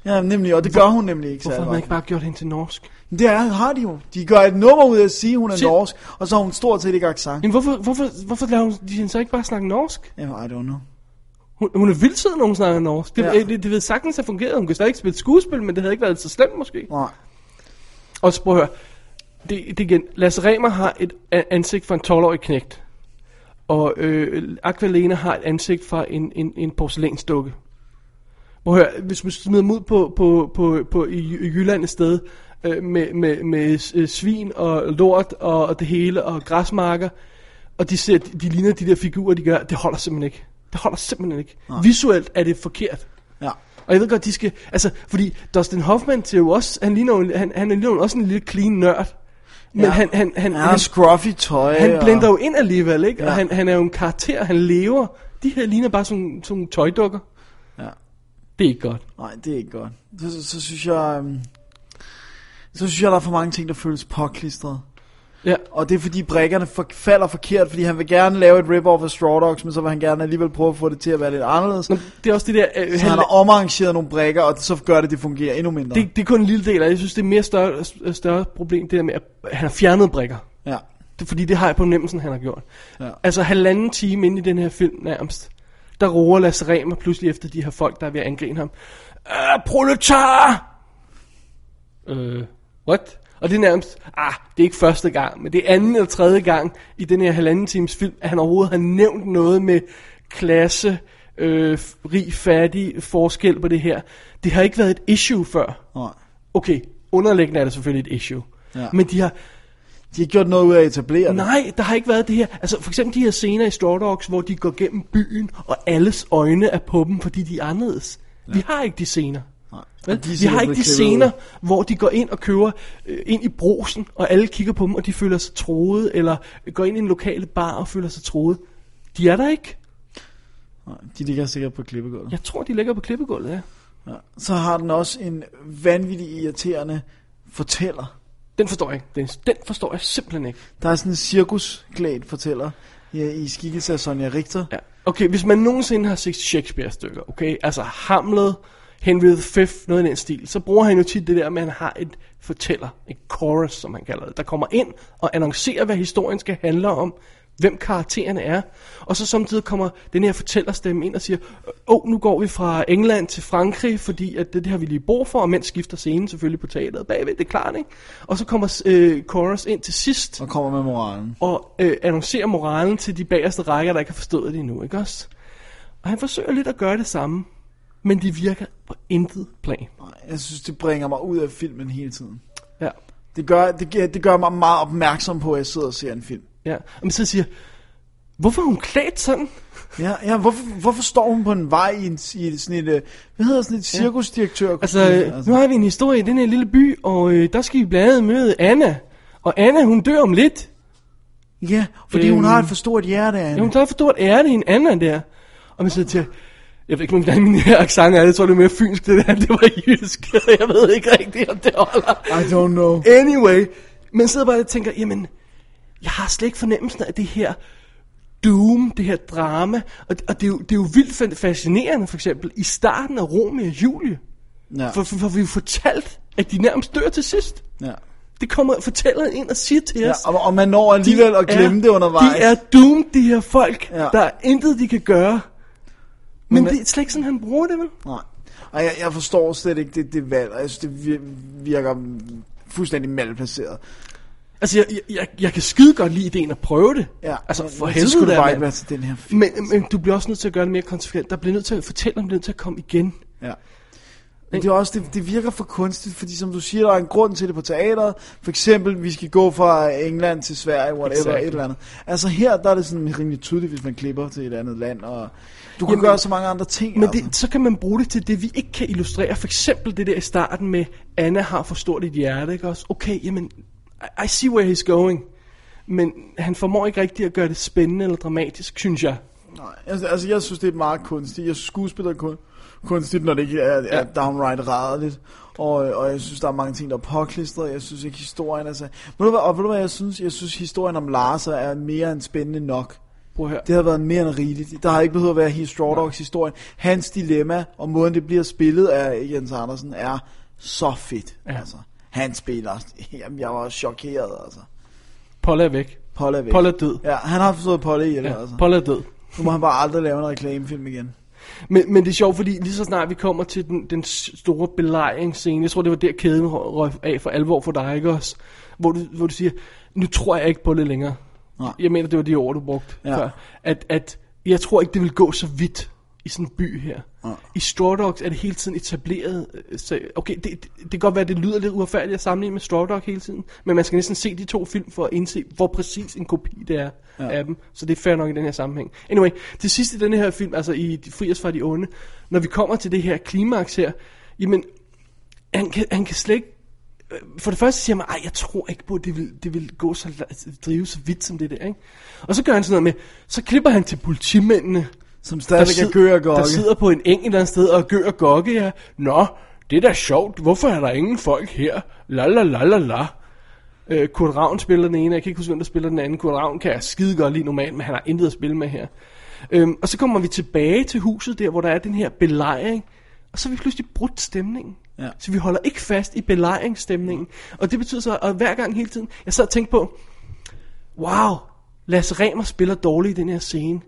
Ja, nemlig, og det gør hun nemlig ikke Hvorfor særlig har man ikke meget. bare gjort hende til norsk? Det er, har de jo. De gør et nummer ud af at sige, at hun er Sig- norsk, og så har hun stort set ikke accent. Men hvorfor, hvorfor, hvorfor lader hun de hende så ikke bare snakke norsk? Jamen, I don't know. Hun, hun er vildt når hun snakker norsk. Det, Ja. ja. det, det ved sagtens have fungeret. Hun kan stadig ikke spille skuespil, men det havde ikke været så slemt måske. Nej. Og så prøv at høre. Det, det igen. Lasse Remer har et a- ansigt fra en 12-årig knægt. Og øh, Aqualena har et ansigt fra en, en, en porcelænsdukke. Prøv at høre. Hvis man smider dem ud på, på, på, på i, Jy- i Jylland et sted, øh, med, med, med s- øh, svin og lort og, og det hele, og græsmarker, og de, ser, de, de ligner de der figurer, de gør, det holder simpelthen ikke. Det holder simpelthen ikke. Nej. Visuelt er det forkert. Ja. Og jeg ved godt, de skal... Altså, fordi Dustin Hoffman til jo også... Han ligner jo, han, han ligner jo også en lille clean nørd. Men Ja. ja. han, han, han, Han har han, scruffy tøj. han blender og... jo ind alligevel, ikke? Ja. Ja. Og han, han er jo en karakter, han lever. De her ligner bare sådan nogle tøjdukker. Ja. Det er ikke godt. Nej, det er ikke godt. Så, så, så synes jeg... øhm, Så synes jeg, der er for mange ting, der føles påklistret. Ja. Og det er fordi brækkerne for, falder forkert, fordi han vil gerne lave et rip-off af Straw Dogs, men så vil han gerne alligevel prøve at få det til at være lidt anderledes. Nå, det er også det der... Øh, Så han han, har omarrangeret nogle brækker, og så gør det, det fungerer endnu mindre. det, det er kun en lille del, og jeg synes, det er mere større, større problem, det der med, at han har fjernet brikker. Ja. Det, fordi det har jeg på nemmelsen, han har gjort. Ja. Ja. Altså halvanden time inde i den her film nærmest, der roer Lasse Remer pludselig efter de her folk, der er ved at angribe ham. Øh, proletar! Øh, what? Og det er nærmest, ah, det er ikke første gang, men det er anden eller tredje gang i den her halvanden times film, at han overhovedet har nævnt noget med klasse, øh, rig, fattig, forskel på det her. Det har ikke været et issue før. Nej. Okay, underliggende er det selvfølgelig et issue. Ja. Ja. Men de har, De har gjort noget ud af at etablere det. Nej, der har ikke været det her. Altså for eksempel de her scener i Straw Dogs, hvor de går gennem byen, og alles øjne er på dem, fordi de er anderledes. Ja. Vi har ikke de scener. Nej. Vel? Og de er Vi sikkert har ikke de blevet scener, klippet hvor de går ind og kører øh, ind i brosen, og alle kigger på dem, og de føler sig troet, eller går ind i en lokale bar og føler sig troet. De er der ikke. Nej, de ligger sikkert på klippegulvet. Ja. Jeg tror, de ligger på klippegulvet, ja. Ja. Så har den også en vanvittig irriterende fortæller. Den forstår jeg ikke, Dennis. Den forstår jeg simpelthen ikke. Der er sådan en cirkusklædt fortæller ja, i skikkelse af Sonja Richter. Ja. Okay, hvis man nogensinde har set Shakespeare-stykker, okay, altså Hamlet, Henry V, noget i den stil, så bruger han jo tit det der med, at han har et fortæller, et chorus, som han kalder det, der kommer ind og annoncerer, hvad historien skal handle om, hvem karaktererne er, og så samtidig kommer den her fortællerstemme ind og siger, åh, oh, nu går vi fra England til Frankrig, fordi at det, det har vi lige brug for, og mens skifter scenen selvfølgelig på teateret bagved, det er klart, ikke? Og så kommer øh, chorus ind til sidst, Og kommer med moralen. og øh, annoncerer moralen til de bagerste rækker, der ikke har forstået det endnu, ikke også? Og han forsøger lidt at gøre det samme, men de virker på intet plan. Nej, Jeg synes, det bringer mig ud af filmen hele tiden. Ja, Det gør, det, gør- det gør mig meget opmærksom på, at jeg sidder og ser en film. ja. Og men så siger, hvorfor er hun klædt sådan? Ja, ja hvorfor, hvorfor står hun på en vej i, en, i sådan et, øh, hvad hedder sådan et cirkusdirektør? Altså, øh, nu har vi en historie i den her lille by, og øh, der skal vi blandt andet møde Anna. Og Anna, hun dør om lidt. Ja, fordi hun Øhm, har et for stort hjerte, Anne. Ja, hun tager for stort ærte hende Anna der. Og man siger til, jeg ved ikke, hvordan min accent er, jeg tror, det er mere fynsk, det der, [LAUGHS] det var jysk. Jeg ved ikke rigtigt, om det holder. I don't know. Anyway, men sidder bare og tænker, jamen, jeg har slet ikke fornemmelsen af det her doom, det her drama, og, og det, er jo, det er jo vildt fa- fascinerende, for eksempel, i starten af Romeo og Julie, Ja, for, for, for vi er jo fortalt, at de nærmest dør til sidst. ja. Det kommer fortælleren ind og siger til ja os. og, og man når de alligevel at glemme er- det undervejs. De er doomed, de her folk. Ja. Ja. Der er intet, de kan gøre. Men, Men- men det er slet ikke sådan, han bruger det, vel? Nej. Og jeg, jeg forstår slet ikke det, det valg, og jeg synes, det vir- virker fuldstændig malplaceret. Altså, jeg, jeg, jeg, jeg kan skide godt lide ideen at prøve det. Ja, altså, for men helvede Så skulle det da, bare ikke mand. være til den her film. Men, men du bliver også nødt til at gøre det mere konsekvent. Der bliver nødt til at fortælle, om bliver nødt til at komme igen. Ja. Men det, er også, det, det virker for kunstigt, fordi som du siger, der er en grund til det på teateret. For eksempel, vi skal gå fra England til Sverige, whatever, Exakt. et eller andet. Altså her, der er det sådan rimelig tydeligt, hvis man klipper til et andet land, og du kan Jamen, gøre så mange andre ting. Men altså. det, så kan man bruge det til det, vi ikke kan illustrere. For eksempel det der i starten med, Anna har for stort et hjerte, ikke også? Okay, jamen, I, I see where he's going. Men han formår ikke rigtig at gøre det spændende eller dramatisk, synes jeg. Nej, altså, altså jeg synes, det er meget kunstigt. Jeg synes, skuespillet er kun, kunstigt, når det ikke er, er Ja. downright rædeligt. Og, øh, og jeg synes, der er mange ting, der er påklistret. Jeg synes ikke, historien er så... Ved du hvad, og ved du hvad jeg synes? Jeg synes, historien om Lars er mere end spændende nok. Prøv her. Det har været mere end rigeligt. Der har ikke behøvet at være hele Straw Dogs historie. Hans dilemma og måden, det bliver spillet af Jens Andersen, er så fedt. Ja. Altså, han spiller... Jamen, jeg var chokeret, altså. Paula er væk. Polle er væk. Paula er død. Ja, han har forstået Polle ihjel, ja. altså. Ja, Paula er død. Nu må han bare aldrig lave en reklamefilm igen. Men, men det er sjovt, fordi lige så snart vi kommer til den, den store belejringsscene, jeg tror, det var der kæden rø- røg af for alvor for dig, ikke også? Hvor du, hvor du siger, nu tror jeg ikke på det længere. Nej. Jeg mener, det var de ord, du brugte Ja. før. At, at jeg tror ikke, det vil gå så vidt i sådan en by her. Nej. I Straw Dogs er det hele tiden etableret. øh, Så, okay, det, det, det kan godt være, det lyder lidt uretfærdigt at sammenligne med Straw Dog hele tiden, men man skal næsten se de to film for at indse, hvor præcis en kopi det er ja. af dem. Så det er fair nok i den her sammenhæng. Anyway, til sidst i den her film, altså i De Fri os fra de onde, når vi kommer til det her klimaks her, jamen, han kan, han kan slet ikke øh, for det første siger man, ej, jeg tror ikke på, at det vil, det vil gå så, la- altså, drive så vidt som det der, ikke? Og så gør han sådan noget med, så klipper han til politimændene, Som stadigvæk er gør og der gokke. sidder på en eng et eller andet sted og gør og gokke, ja. Nå, det er da sjovt, hvorfor er der ingen folk her? La la la la la. Øh, Kurt Ravn spiller den ene, jeg kan ikke huske, hvem der spiller den anden. Kurt Ravn kan jeg skide godt lide normalt, men han har intet at spille med her. Øhm, og så kommer vi tilbage til huset der, hvor der er den her belejring, og så er vi pludselig brudt stemningen. Ja. Så vi holder ikke fast i belejringsstemningen. Og det betyder så, at hver gang hele tiden, jeg sad og tænkte på, wow, Lasse Remer spiller dårligt i den her scene.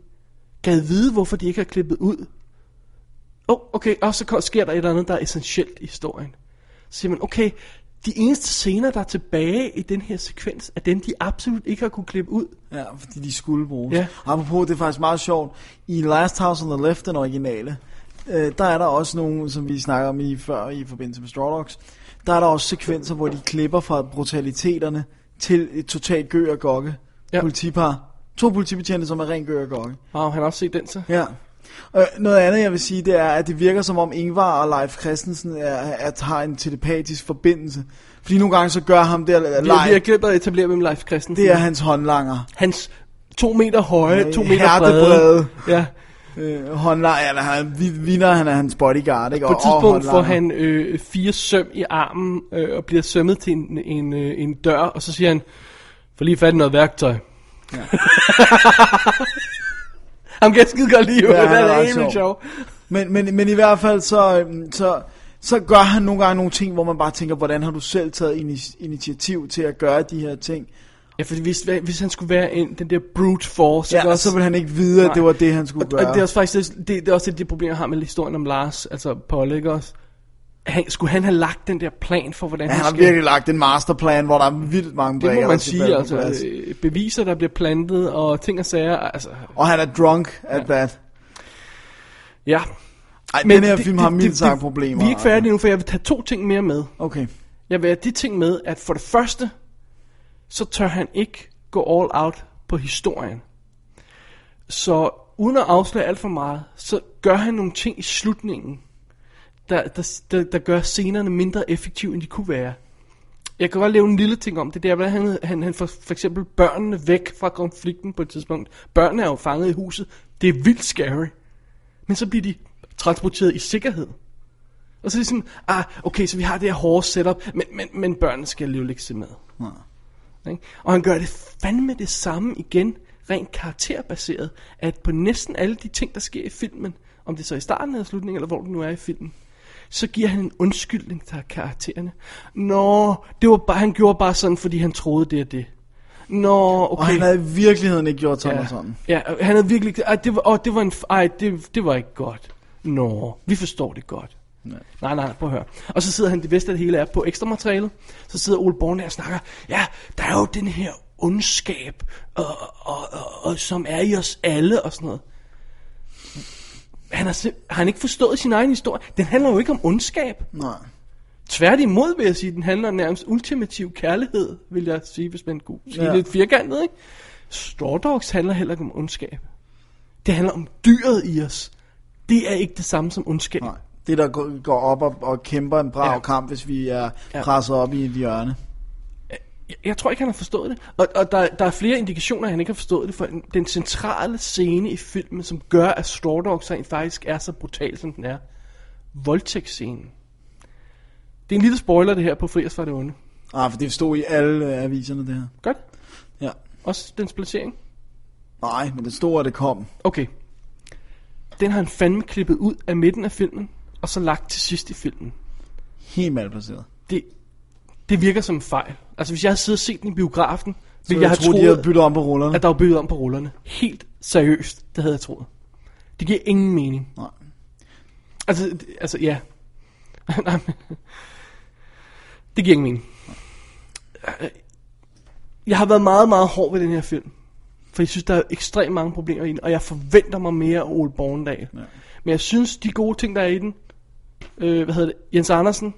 Gad vide, hvorfor de ikke har klippet ud. Åh, oh, okay, og så kom- sker der et eller andet, der er essentielt i historien. Så siger man, okay, de eneste scener, der er tilbage i den her sekvens, er dem, de absolut ikke har kunne klippe ud. Ja, fordi de skulle bruges. Ja. Ja. Apropos, det er faktisk meget sjovt. I Last House on the Left, den originale, øh, der er der også nogle, som vi snakker om i før i forbindelse med Straw Dogs, der er der også sekvenser, hvor de klipper fra brutaliteterne til et totalt gø og gokke Ja. ja. politipar. To politibetjente, som er ren gø og gokke. Wow, han har også set den så. Ja. Øh, noget andet, jeg vil sige, det er, at det virker som om Ingvar og Leif Christensen er, at har en telepatisk forbindelse. Fordi nogle gange så gør ham der Vi, vi har Leif, glemt at etablere med Leif Christensen. det er hans håndlanger. Hans to meter høje, Øh, to meter brede. hærdebrede. Ja, øh, håndlejer, eller han vi- vinder, han er hans bodyguard, ikke? på et tidspunkt og får håndlejer. han øh, fire søm i armen øh, og bliver sømmet til en, en, øh, en dør, og så siger han, for lige fat i noget værktøj. Ja. [LAUGHS] Ham kan jeg skide godt lide, ja, han han er er ret helt sjov. sjov. Men, men, men i hvert fald, så, øhm, så, så gør han nogle gange nogle ting, hvor man bare tænker, hvordan har du selv taget ini- initiativ til at gøre de her ting? Ja, fordi hvis, hvis han skulle være en, den der brute force, Ja, ikke og også? så vil han ikke vide, at det var det, han skulle altså- og, gøre. Og det er også faktisk det, det, det, er også det, det problem, jeg har med historien om Lars, altså Paul, ikke også? Han, skulle han have lagt den der plan for, hvordan ja, han har skal... virkelig lagt en masterplan, hvor der er vildt mange Det brikker, må der man skal sige, falde på altså plads. øh, beviser, der bliver plantet, og ting og sager, altså, Og han er drunk at that. ja. Ej, men den her film har mildt sagt problemer. Vi er ikke færdige nu, for jeg vil tage to ting mere med. Okay. Jeg vil have de ting med, at for det første, så tør han ikke gå all out på historien. Så uden at afsløre alt for meget, så gør han nogle ting i slutningen, der, der, der, der gør scenerne mindre effektive, end de kunne være. Jeg kan godt lave en lille ting om det. Det er, hvordan han, han, han får for eksempel børnene væk fra konflikten på et tidspunkt. Børnene er jo fanget i huset. Det er vildt scary. Men så bliver de transporteret i sikkerhed. Og så er det sådan, ah, okay, så vi har det her hårde setup, men, men, men børnene skal jo ikke se med. Ikke? Og han gør det fandme det samme igen, rent karakterbaseret, at på næsten alle de ting, der sker i filmen, om det så er i starten eller slutningen, eller hvor det nu er i filmen, så giver han en undskyldning til karaktererne. Nå, det var bare, han gjorde bare sådan, fordi han troede det og det. Nå, okay. Og han havde i virkeligheden ikke gjort sådan og sådan. Ja, og han havde virkelig... Ej, det var, åh, det var en... f- Ej, det, det var ikke godt. Nå, vi forstår det godt. Nej. nej, nej, prøv at høre. Og så sidder han, det bedste af det hele er på ekstra materialet. Så sidder Ole Born der og snakker, ja, der er jo den her ondskab, og, og, og, og, som er i os alle, og sådan noget. han har, sim- har han ikke forstået sin egen historie? Den handler jo ikke om ondskab. Nej. Tværtimod vil jeg sige, den handler om nærmest ultimativ kærlighed, vil jeg sige, hvis man kunne sige Ja. ja. lidt firkantet, ikke? Straw Dogs handler heller ikke om ondskab. Det handler om dyret i os. Det er ikke det samme som ondskab. Nej. Det, der går- går op og, og kæmper en brav Ja. kamp, hvis vi er Ja. presset op i et hjørne. Jeg, jeg tror ikke, han har forstået det. Og, og der, der er flere indikationer, at han ikke har forstået det, for den- den centrale scene i filmen, som gør, at Straw Dogs rent faktisk er så brutal, som den er, voldtægtsscenen. Det er en lille spoiler, det her på Friers fra det onde. Ah, for det stod i alle øh, aviserne, det her. Godt? Ja. Også dens placering? Nej, men det stod, at det kom. Okay. Den har han fandme klippet ud af midten af filmen, og så lagt til sidst i filmen. Helt malplaceret. Det, det virker som en fejl. Altså, hvis jeg havde siddet og set den i biografen, Så ville jeg, have troede, de havde troet, byttet om på rullerne. at der var byttet om på rullerne. Helt seriøst, det havde jeg troet. Det giver ingen mening. Nej. Altså, det- altså ja. Nej, men- det giver ingen mening. Jeg har været meget, meget hård ved den her film. For jeg synes, der er ekstremt mange problemer i den, og jeg forventer mig mere af Ole Bornedal. Ja. Men jeg synes, de gode ting, der er i den, øh, hvad hedder det, Jens Andersen,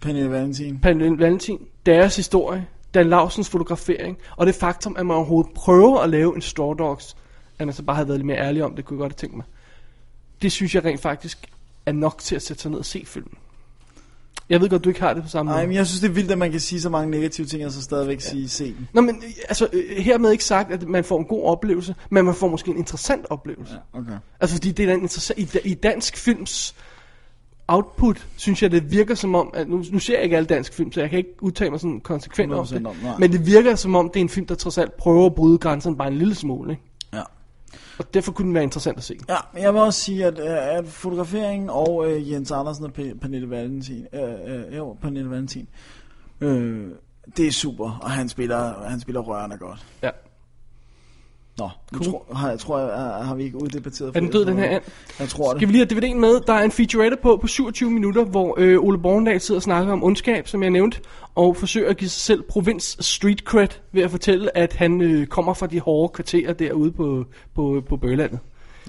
Pernille Valentin. Pernille Valentin, deres historie, Dan Lausens fotografering, og det faktum, at man overhovedet prøver at lave en Straw Dogs, at man så bare havde været lidt mere ærlig om, det kunne jeg godt have tænkt mig. Det synes jeg rent faktisk er nok til at sætte sig ned og se filmen. Jeg ved godt, du ikke har det på samme Nej, måde. men jeg synes, det er vildt, at man kan sige så mange negative ting, og så stadigvæk ja. sige se den. Nå, men øh, altså, øh, hermed ikke sagt, at man får en god oplevelse, men man får måske en interessant oplevelse. Ja. Okay. Altså, fordi det er en interessant... I, da- I dansk films output, synes jeg, det virker som om... At nu, nu ser jeg ikke alle dansk film, så jeg kan ikke udtale mig sådan konsekvent om 100% det. om, nej. men det virker som om, det er en film, der trods alt prøver at bryde grænserne bare en lille smule. Ikke? Ja. Og derfor kunne den være interessant at se. Ja, men jeg vil også sige, at, øh, at fotograferingen og øh, Jens Andersen og P- Pernille Valentin, øh, øh, jo, Pernille Valentin, øh, det er super, og han spiller, han spiller rørende godt. Ja. Nå, cool. tror, har, jeg tror, jeg, har, har vi ikke uddebatteret Er den død, den her? and? Jeg tror det. Skal vi lige have DVD'en med? Der er en featurette på på 27 minutter, hvor øh, Ole Borgendal sidder og snakker om ondskab, som jeg nævnte, og forsøger at give sig selv provins street cred ved at fortælle, at han øh, kommer fra de hårde kvarterer derude på, på, på Bøgelandet,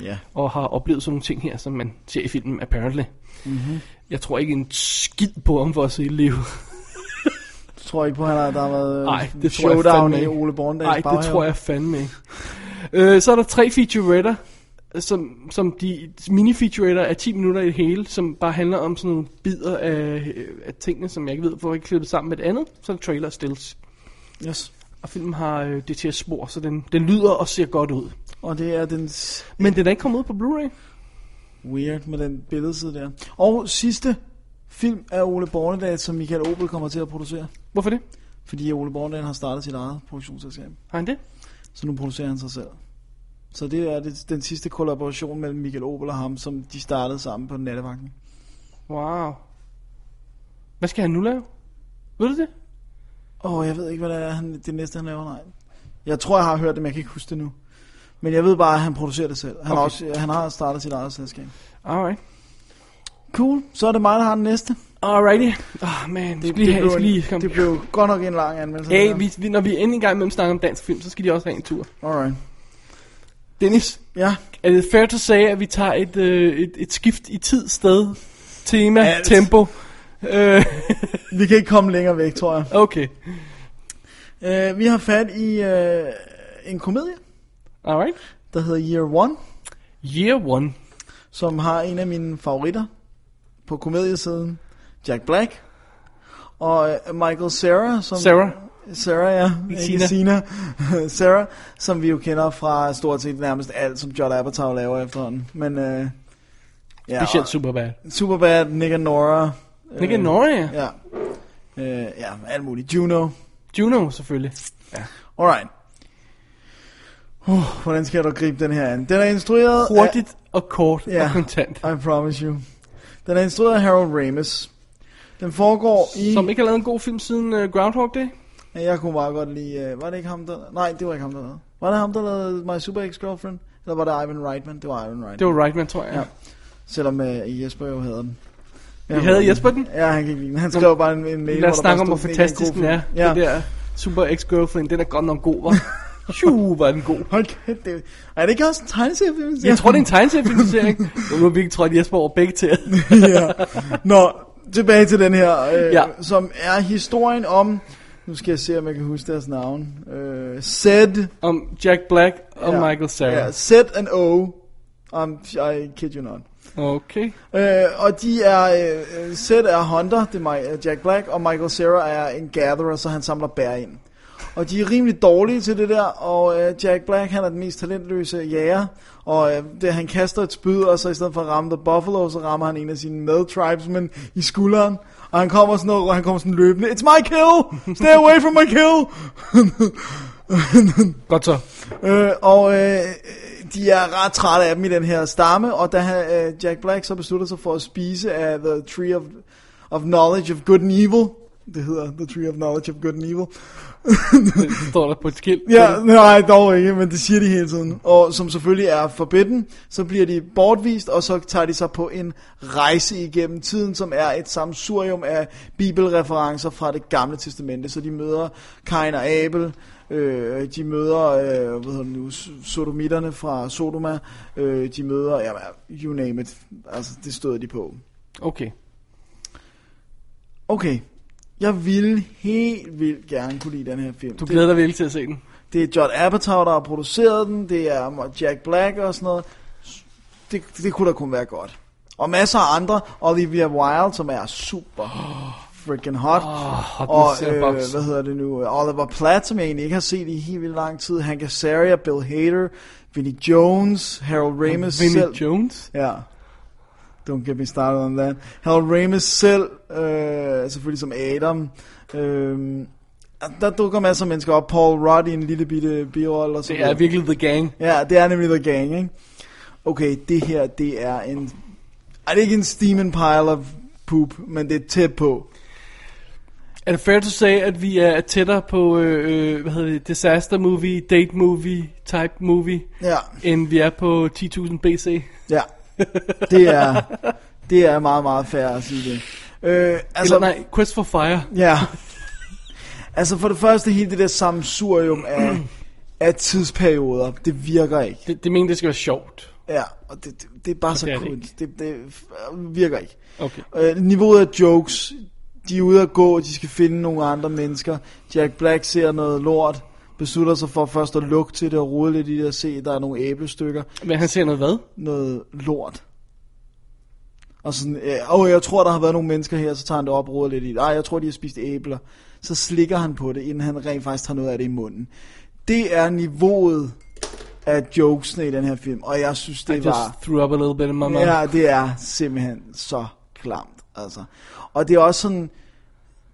Ja. og har oplevet sådan nogle ting her, som man ser i filmen, apparently. Mm-hmm. Mhm. Jeg tror ikke en skid på ham for at se live. Jeg tror ikke på, at han har- der har været Nej, øh, det tror jeg showdown fandme i ikke. Ole Borndals Nej, det tror jeg fandme ikke. øh, så er der tre featuretter, som, som de mini-featuretter er 10 minutter i det hele, som bare handler om sådan nogle bidder af, af tingene, som jeg ikke ved, hvor jeg klippet sammen med et andet. Så er der trailer og stills. Yes. Og filmen har øh, DTS-spor, så den, den lyder og ser godt ud. Og det er den Men den er ikke kommet ud på Blu-ray. Weird med den billedside der. Og sidste film af Ole Bornedal, som Michael Opel kommer til at producere. Hvorfor det? Fordi Ole Bornedal har startet sit eget produktionsselskab. Har han det? Så nu producerer han sig selv. Så det er det, den sidste kollaboration mellem Michael Opel og ham, som de startede sammen på nattevagten. Wow. Hvad skal han nu lave? Ved du det? Åh, oh, jeg ved ikke, hvad det er, han, det næste, han laver. Nej. Jeg tror, jeg har hørt det, men jeg kan ikke huske det nu. Men jeg ved bare, at han producerer det selv. Han, okay. Okay. også, han har startet sit eget selskab. Alright. Cool, så er det mig, der har den næste. Alrighty. Åh, oh, man. Det, lige, have- jeg blev, skal en- lige komme. det blev godt nok en lang anmeldelse. det Hey, her. vi, vi, når vi endelig engang imellem snakker om dansk film, så skal de også have en tur. Alright. Dennis, Ja, er det fair to say, at vi tager et, øh, et, et skift i tid, sted, tema, Alt. Alt. tempo? Øh, [LAUGHS] vi kan ikke komme længere væk, tror jeg. okay, Uh, vi har fat i uh, en komedie, alright. der hedder Year One, Year one. som har en af mine favoritter på komediesiden, Jack Black, og uh, Michael Sarah, som... Sarah. Sarah, ja. Ikke Sina. Sina. [LAUGHS] Sarah, som vi jo kender fra stort set nærmest alt, som Judd Apatow laver efterhånden. Men, uh, ja, Det er super bad. og Superbad, Nick and Nora. øh, Nick and Nora, ja. Ja. Øh, ja, alt muligt. Juno. Juno, selvfølgelig. Alright. Uh, hvordan skal jeg dog gribe den her an? Den er instrueret Hurtigt og kort Ja. og kontant. af... I promise you. Den er instrueret af Harold Ramis. Den foregår i... Som ikke har lavet en god film siden uh, Groundhog Day. Ja, Jeg kunne meget godt lide... øh, var det ikke ham, der... Nej, det var ikke ham, der lavede. Var det ham, der lavede My Super Ex-Girlfriend? Eller var det Ivan Reitman? Det var Ivan Reitman. Det var Reitman, tror jeg. Ja. Ja. Selvom øh, Jesper jo havde den. Vi havde Jesper den. Ja, han kan ikke lide den. Han skrev bare en, en mail, Lad os hvor der bare snakke om, stod, hvor "Mega god fantastisk den film." [LAUGHS] er. Ja. Det der Super Ex-Girlfriend, den er godt nok god, var. Tju, var den god. Hold kæft, det er det ikke også en tegneserie? Jeg tror, det er en [LAUGHS] tegneseriefilmisering. Nu må vi ikke trådte Jesper over begge til. ja. Nå, tilbage til den her, øh, ja. Ja. som er historien om, nu skal jeg se, om jeg kan huske deres navn, øh, Zed, Om Jack Black og ja. Michael ja, Cera. Zed and O, I'm, I kid you not. Okay. Øh, og de er, øh, øh, Zed er hunter, det er Mi- Jack Black, og Michael Cera er en gatherer, så han samler bær ind. Og de er rimelig dårlige til det der, og øh, Jack Black, han er den mest talentløse jæger, og øh, det, han kaster et spyd, og så i stedet for at ramme The Buffalo, så rammer han en af sine med-tribesmen i skulderen, og han kommer sådan, noget, han kommer sådan løbende, It's my kill! Stay away from my [LAUGHS] kill! Godt så. Øh, og øh, de er ret trætte af dem i den her stamme, og da han, øh, Jack Black så beslutter sig for at spise af The Tree of, of Knowledge of Good and Evil, det hedder The Tree of Knowledge of Good and Evil. [LAUGHS] Det står der på et skilt. ja, nej, dog ikke, men det siger de hele tiden. Og som selvfølgelig er forbidden, så bliver de bortvist, og så tager de sig på en rejse igennem tiden, som er et samsurium af bibelreferencer fra det gamle testamente. Så de møder Kain og Abel, øh, de møder, øh, hvad hedder det nu, sodomitterne fra Sodoma, øh, de møder, ja, you name it, altså det stod de på. Okay. Okay, jeg ville helt vildt gerne kunne lide den her film. Du Det- glæder dig virkelig til at se den. det er John Apatow, der har produceret den, det er Jack Black og sådan noget. Det, det kunne da kun være godt. Og masser af andre. Olivia Wilde, som er super freaking hot. Ah, hot og in the øh, box. hvad hedder det nu? Oliver Platt, som jeg egentlig ikke har set i helt vildt lang tid. Hank Azaria, Bill Hader, Vinnie Jones, Harold Ramis Vinnie selv. Jones. Ja. Don't get me started on that. Harold Ramis selv, øh, selvfølgelig som Adam. Øh, der dukker masser af mennesker op. Paul Rudd i en lille bitte birolle og så Det er videre. virkelig The Gang. Ja, det er nemlig The Gang, ikke? Okay, det her, det er en... Ej, det er ikke en steaming pile of poop, men det er tæt på. Er det fair to say, at vi er tættere på, øh, øh, hvad hedder det, disaster movie, date movie, type movie, Ja, end vi er på 10.000 BC? ja. Det er, det er meget, meget fair at sige det. Øh, Altså, Eller nej, Quest for Fire. Ja. Altså for det første, hele det der samsurium af, af tidsperioder, det virker ikke. Det, det mener, det skal være sjovt. Ja, og det, det, det er bare så det er det kunst. Det, det virker ikke. Okay. Øh, niveauet af jokes, de er ude at gå, de skal finde nogle andre mennesker. Jack Black ser noget lort, beslutter sig for først at lugte til det og rode lidt i det og se, at der er nogle æblestykker. Men han ser noget hvad? Noget lort. Og sådan, øh, åh, jeg tror, der har været nogle mennesker her, så tager han det op og roder lidt i det. Ej, jeg tror, de har spist æbler. Så slikker han på det, inden han rent faktisk tager noget af det i munden. Det er niveauet af jokesene i den her film, og jeg synes, I det var... just threw up a little bit in my mouth. Ja, det er simpelthen så klamt, altså. Og det er også sådan,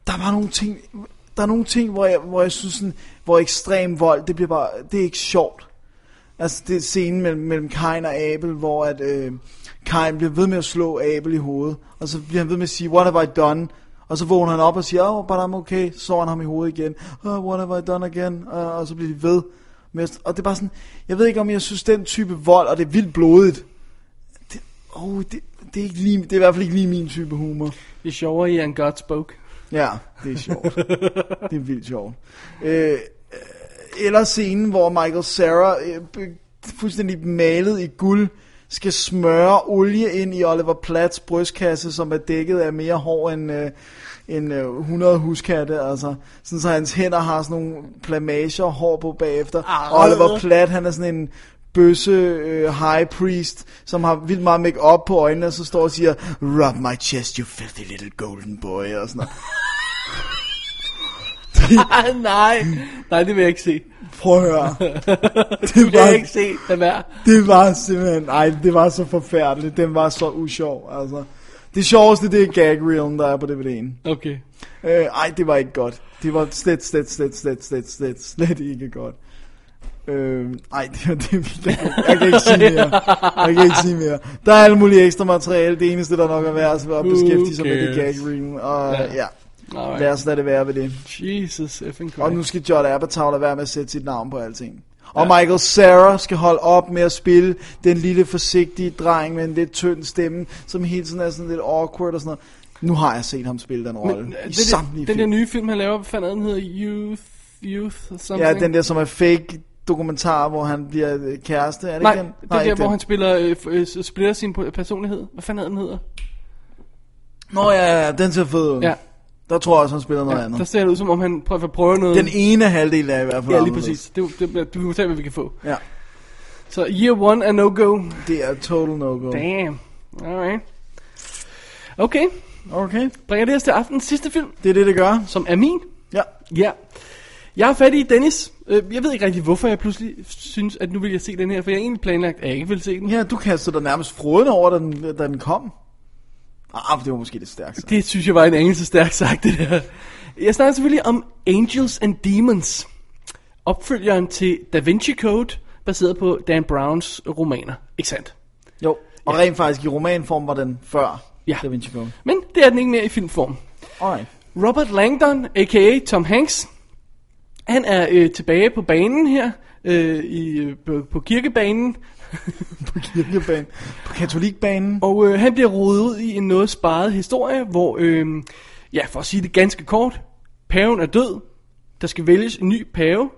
der var nogle ting, der er nogle ting, hvor jeg, hvor jeg synes sådan, hvor ekstrem vold, det bliver bare, det er ikke sjovt. Altså det er scenen mellem, mellem Kain og Abel, hvor at øh, Kain bliver ved med at slå Abel i hovedet, og så bliver han ved med at sige, what have I done? Og så vågner han op og siger, oh, but I'm okay, så han ham i hovedet igen, oh, what have I done again? Uh, og så bliver de ved. med at- Og det er bare sådan, jeg ved ikke om jeg synes den type vold, og det er vildt blodigt, Oh, det, det, er ikke lige, det er i hvert fald ikke lige min type humor. Det er sjovere i en God Spoke. Ja, det er sjovt. det er vildt sjovt. Øh, øh, eller scenen, hvor Michael Cera, øh, b- fuldstændig malet i guld, skal smøre olie ind i Oliver Platts brystkasse, som er dækket af mere hår end, øh, end øh, 100 huskatte. Altså. Sådan så hans hænder har sådan nogle plamager og hår på bagefter. Arh. Oliver Platt, han er sådan en bøsse øh, high priest, som har vildt meget make op på øjnene, og så står og siger, Rub my chest, you filthy little golden boy, og sådan noget. Ah, nej. [LAUGHS] Nej, det vil jeg ikke se. Prøv at [LAUGHS] høre. Det Det vil jeg var, ikke se. [LAUGHS] Lad være. det var simpelthen, ej, det var så forfærdeligt. Den var så usjov, altså. Det sjoveste, det er gag reelen, der er på DVD'en. Okay. Øh, ej, det var ikke godt. Det var slet, slet, slet, slet, slet, slet, slet ikke godt. Øh, ej, det var det, jeg, kan- jeg kan ikke sige mere. Jeg kan ikke sige mere. Der er alle mulige ekstra materiale. Det eneste, der nok er værd, er at beskæftige sig med det cares? gag reel. Og Ja. ja, Alright. lad os lade det være ved det. Jesus effing Og Christ. nu skal John Apatow lade være med at sætte sit navn på alting. Og ja. Michael Sarah skal holde op med at spille den lille forsigtige dreng med en lidt tynd stemme, som hele tiden er sådan lidt awkward og sådan noget. Nu har jeg set ham spille den rolle Men, øh, i den, samtlige der, den der film. nye film, han laver, hvad fanden er den hedder? Youth, Youth, something? Ja, den der som er fake dokumentar, hvor han bliver øh, kæreste. Er det Nej, ikke den? det er der, ikke hvor den. han spiller, øh, f- øh, splitter sin po- personlighed. Hvad fanden er den hedder? Nå ja, ja, ja, den ser fed ud. Ja. Der tror jeg også, han spiller noget Ja, andet. der ser det ud, som om han prøver, prøver noget. Den ene halvdel er i hvert fald ja, lige anderledes. præcis. Det, det, det, vi må se, hvad vi kan få. Ja, Så year one er no-go. det er total no-go. Damn. Alright. Okay, Okay, bringer det os til aftenens sidste film, det er det, det gør. som er min. Ja, Ja. Jeg har fat i Dennis. Øh, Jeg ved ikke rigtig, hvorfor jeg pludselig synes, at nu vil jeg se den her, for jeg har egentlig planlagt, at jeg ikke vil se den. ja du kastede dig nærmest froden over, da den, da den kom. Ah, det var måske lidt stærkt. sagt. Det synes jeg var en anelse stærkt sagt, det der. Jeg snakker selvfølgelig om Angels and Demons. Opfølgeren til Da Vinci Code, baseret på Dan Browns romaner. Ikke sandt? Jo, og rent faktisk i romanform var den før Ja. Da Vinci Code. Men det er den ikke mere i filmform. Alright. Robert Langdon, a.k.a. Tom Hanks, han er øh, tilbage på banen her, øh, i, øh, på, på kirkebanen, [LAUGHS] På kirkebanen. På katolikbanen. og øh, han bliver rodet ud i en noget sparet historie, hvor, øh, ja, for at sige det ganske kort, paven er død, der skal vælges en ny pave.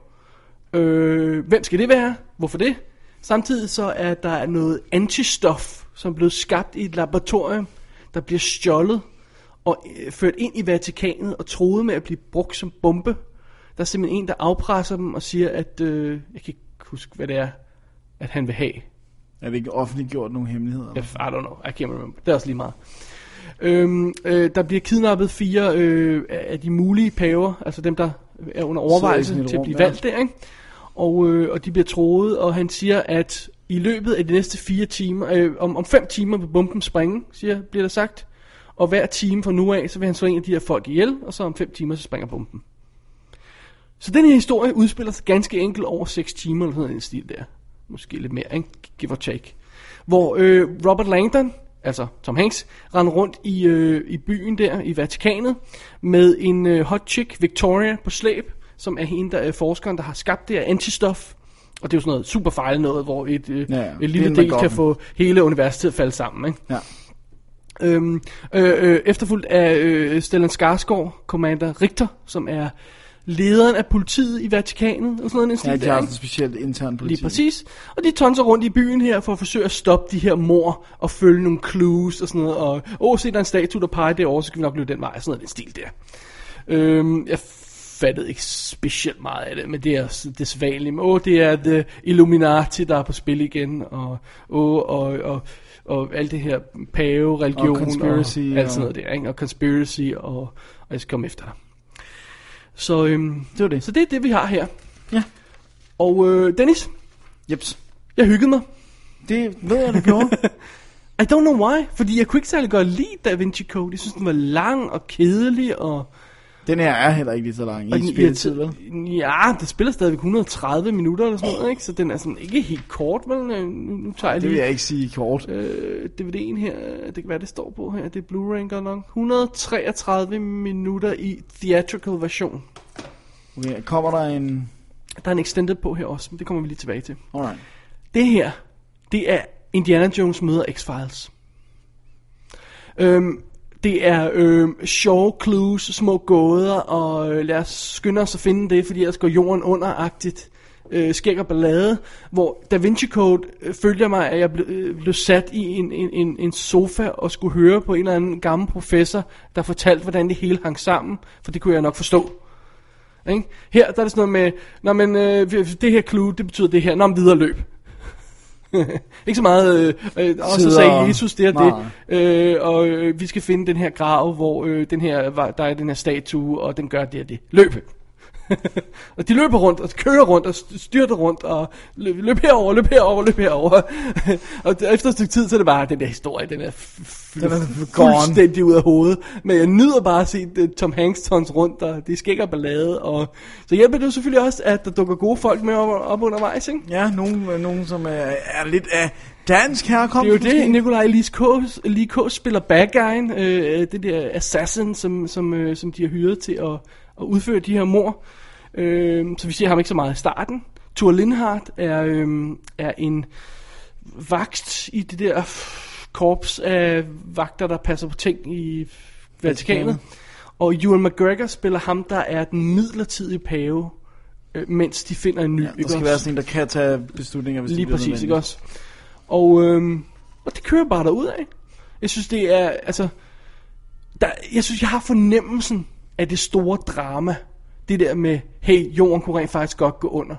Øh, hvem skal det være? Hvorfor det? Samtidig så er der noget antistof, som er blevet skabt i et laboratorium, der bliver stjålet og øh, ført ind i Vatikanet og troet med at blive brugt som bombe. Der er simpelthen en, der afpresser dem og siger, at øh, jeg kan ikke huske, hvad det er, at han vil have. Oh. Er det ikke offentliggjort nogle hemmeligheder? If, I don't know, I can't remember. Det er også lige meget. Øhm, øh, der bliver kidnappet fire øh, af de mulige paver, altså dem, der er under Sidder i overvejelse sådan et til at rum, blive ja. valgt der, ikke? Og, øh, og de bliver troet, og han siger, at i løbet af de næste fire timer, øh, om, om fem timer vil bomben springe, siger, bliver der sagt. Og hver time fra nu af, så vil han slå en af de her folk ihjel, og så om fem timer, så springer bomben. Så den her historie udspiller sig ganske enkelt over 6 timer, eller sådan en stil der. Måske lidt mere, ikke? Give or take. Hvor øh, Robert Langdon, altså Tom Hanks, render rundt i, øh, i byen der, i Vatikanet, med en øh, hot chick, Victoria, på slæb, som er hende, der er forskeren, der har skabt det her antistof. Og det er jo sådan noget super fejl noget, hvor et, øh, Ja, ja, ja. ja. et Det er en lille del kan MacGuffin. få hele universet til at falde sammen, ikke? Ja. Øhm, øh, øh, efterfulgt af øh, Stellan Skarsgård, kommander Richter, som er lederen af politiet i Vatikanet, og sådan noget. i den Ja, stil de der, har ikke? også en altså specielt intern politi. Lige præcis. Og de tonser rundt i byen her for at forsøge at stoppe de her mor og følge nogle clues og sådan noget. Og, åh, oh, se der er en statue, der peger derovre, så kan vi nok løbe den vej. Sådan noget, den stil der. Øhm, jeg fattede ikke specielt meget af det, men det er også det sædvanlige. Men åh, det er The Illuminati, der er på spil igen, og åh, og, og, og alt det her pave, religion Og conspiracy, og, og- alt sådan noget der, ikke? og conspiracy, og, og jeg skal komme efter dig. Så, øhm, Det var det. så det er det, vi har her. Ja. Og øh, Dennis, Jeps. jeg hyggede mig. Det ved jeg, det [LAUGHS] gjorde. I don't know why, fordi jeg kunne ikke særlig godt lide Da Vinci Code. Jeg synes, den var lang og kedelig, og... den her er heller ikke lige så lang og i spilletid, vel? Ja, det spiller stadigvæk 130 minutter eller sådan noget, ikke? Så den er sådan ikke helt kort, vel? Øh, Nu, nu tager jeg Det vil lige jeg ikke sige kort. øh, DVD'en her. Det kan være, det står på her. Det er Blu-ray godt nok. 133 minutter i theatrical version. Okay, kommer der en... Der er en extended på her også, men det kommer vi lige tilbage til. Alright. Det her, det er Indiana Jones møder X-Files. Øhm, det er øhm, sjove clues, små gåder, og øh, lad os skynde os at finde det, fordi ellers går jorden under-agtigt. Øh, skæg og ballade, hvor Da Vinci Code øh, følger mig, at jeg blev, øh, blev sat i en, en, en, en sofa og skulle høre på en eller anden gammel professor, der fortalte, hvordan det hele hang sammen, for det kunne jeg nok forstå. Ikke? Her der er det sådan noget med, Nå, men, øh, vi- det her clue, det betyder det her, når videre løb. [LAUGHS] ikke så meget, øh, øh, og så Sidder- sagde Jesus det og det, Nej. øh, og øh, vi skal finde den her grav, hvor øh, den her, var- der er den her statue, og den gør det og det. Løb! [LAUGHS] og de løber rundt, og kører rundt, og styrter rundt, og løb, løb herover, løb herover, løb herover. [LAUGHS] og det- efter et stykke tid, så er det bare, den der historie, den er, f- f- Den er gone. fuldstændig ud af hovedet. Men jeg nyder bare at se uh, Tom Hanks tons rundt, og det skæg og ballade. Og... Så hjælper det jo selvfølgelig også, at der dukker gode folk med op, op undervejs, ikke? Ja, nogen, nogen som er, er lidt af dansk herkomst. Det er jo det, måske. Nikolaj Lee K, Lee K spiller bad guyen, øh, det der assassin, som, som, øh, som de har hyret til at, at udføre de her mor. Øh, så vi ser ham ikke så meget i starten. Thor Lindhardt er, øh, er en vagt i det der f- korps af vagter, der passer på ting i Vatikanet. Og Ewan McGregor spiller ham, der er den midlertidige pave øh, mens de finder en ny. Ja, ikke der skal også? være sådan en, der kan tage beslutninger, hvis Lige det bliver præcis, nødvendigt. ikke også? Og, øhm, og det kører bare derud af. Jeg synes, det er, altså... Der, jeg synes, jeg har fornemmelsen af det store drama. Det der med, hey, jorden kunne rent faktisk godt gå under.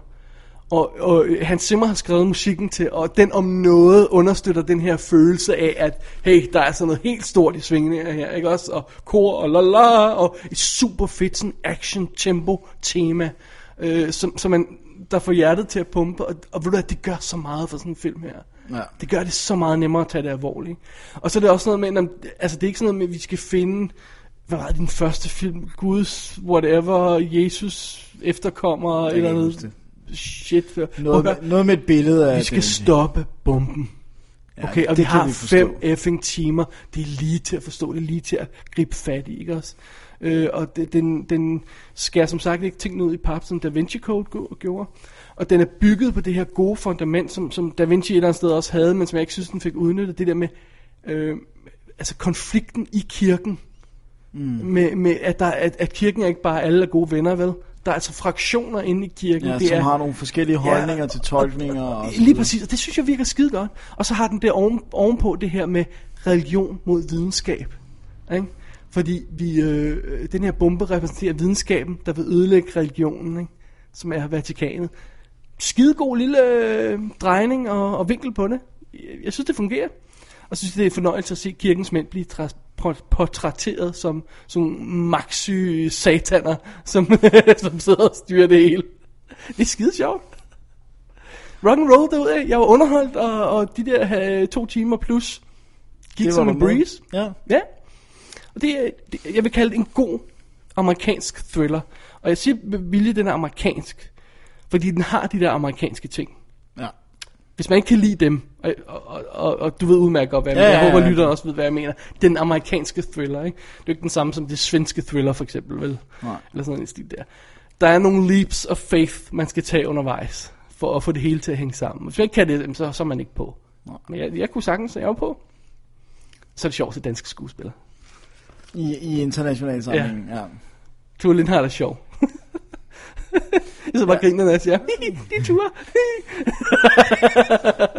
Og, og øh, Hans Zimmer har skrevet musikken til, og den om noget understøtter den her følelse af, at hey, der er sådan noget helt stort i svingninger her, ikke også? Og kor og la la, og et super fedt sådan action tempo tema, øh, som, som man, der får hjertet til at pumpe, og, og ved du at det gør så meget for sådan en film her. Ja. Det gør det så meget nemmere at tage det alvorligt. ikke? Og så er det også noget med, at, altså det er ikke sådan noget med, at vi skal finde, hvad var det, den første film, Guds, whatever, Jesus efterkommer, kan eller ikke noget huske det. shit. Prøv at Noget, høre, med, noget med et billede af vi skal det. stoppe bomben. Ja, Okay, og det vi kan har vi forstå. fem effing timer. Det er lige til at forstå, det er lige til at gribe fat i, ikke også? Øh, og det, den, den skærer som sagt ikke tingene ud i pap, som Da Vinci Code go- gjorde. Og den er bygget på det her gode fundament, som, som Da Vinci et eller andet sted også havde, men som jeg ikke synes, den fik udnyttet. Det der med øh, altså konflikten i kirken. Mm. Med, med at, der, at, at kirken er ikke bare alle er gode venner, vel? Der er altså fraktioner inde i kirken. Ja, det som er, har nogle forskellige holdninger Ja, til tolkninger. Og, så Lige videre. præcis, og det synes jeg virker skide godt. Og så har den der oven, ovenpå det her med religion mod videnskab. Ikke? Fordi vi, øh, øh, den her bombe repræsenterer videnskaben, der vil ødelægge religionen, ikke? som er Vatikanet. Skidegod lille øh, drejning og, og vinkel på det. Jeg- Jeg synes, det fungerer. Og synes, det er en fornøjelse at se kirkens mænd blive tras- por- portrætteret som, som maxy sataner, som, [LAUGHS] som sidder og styrer det hele. Det er skide sjovt rock and roll derude. Jeg var underholdt, og, og de der øh, to timer plus gik Det som var en der med. breeze. Ja. Ja. Og det, er- det, jeg vil kalde det en god amerikansk thriller. Og jeg siger med vilje, den er amerikansk. Fordi den har de der amerikanske ting. ja. Hvis man ikke kan lide dem, og, og, og, og, og du ved udmærket godt, hvad jeg Ja, ja, mener. ja, Jeg håber, ja. lytteren også ved, hvad jeg mener. Den amerikanske thriller, ikke? Det er jo ikke den samme som det svenske thriller, for eksempel, vel? Nej. Eller sådan en stil der. Der er nogle leaps of faith, man skal tage undervejs, for at få det hele til at hænge sammen. Hvis man ikke kan det, jamen, så, så er man ikke på. Nej. Men jeg, jeg kunne sagtens, jeg var på. Så er det sjovt til danske skuespillere. I, I international sammenhæng. Ja. ja. Ture Lindhardt er sjov. [LAUGHS] jeg så bare ja. griner, når jeg siger, [LAUGHS] det er Ture.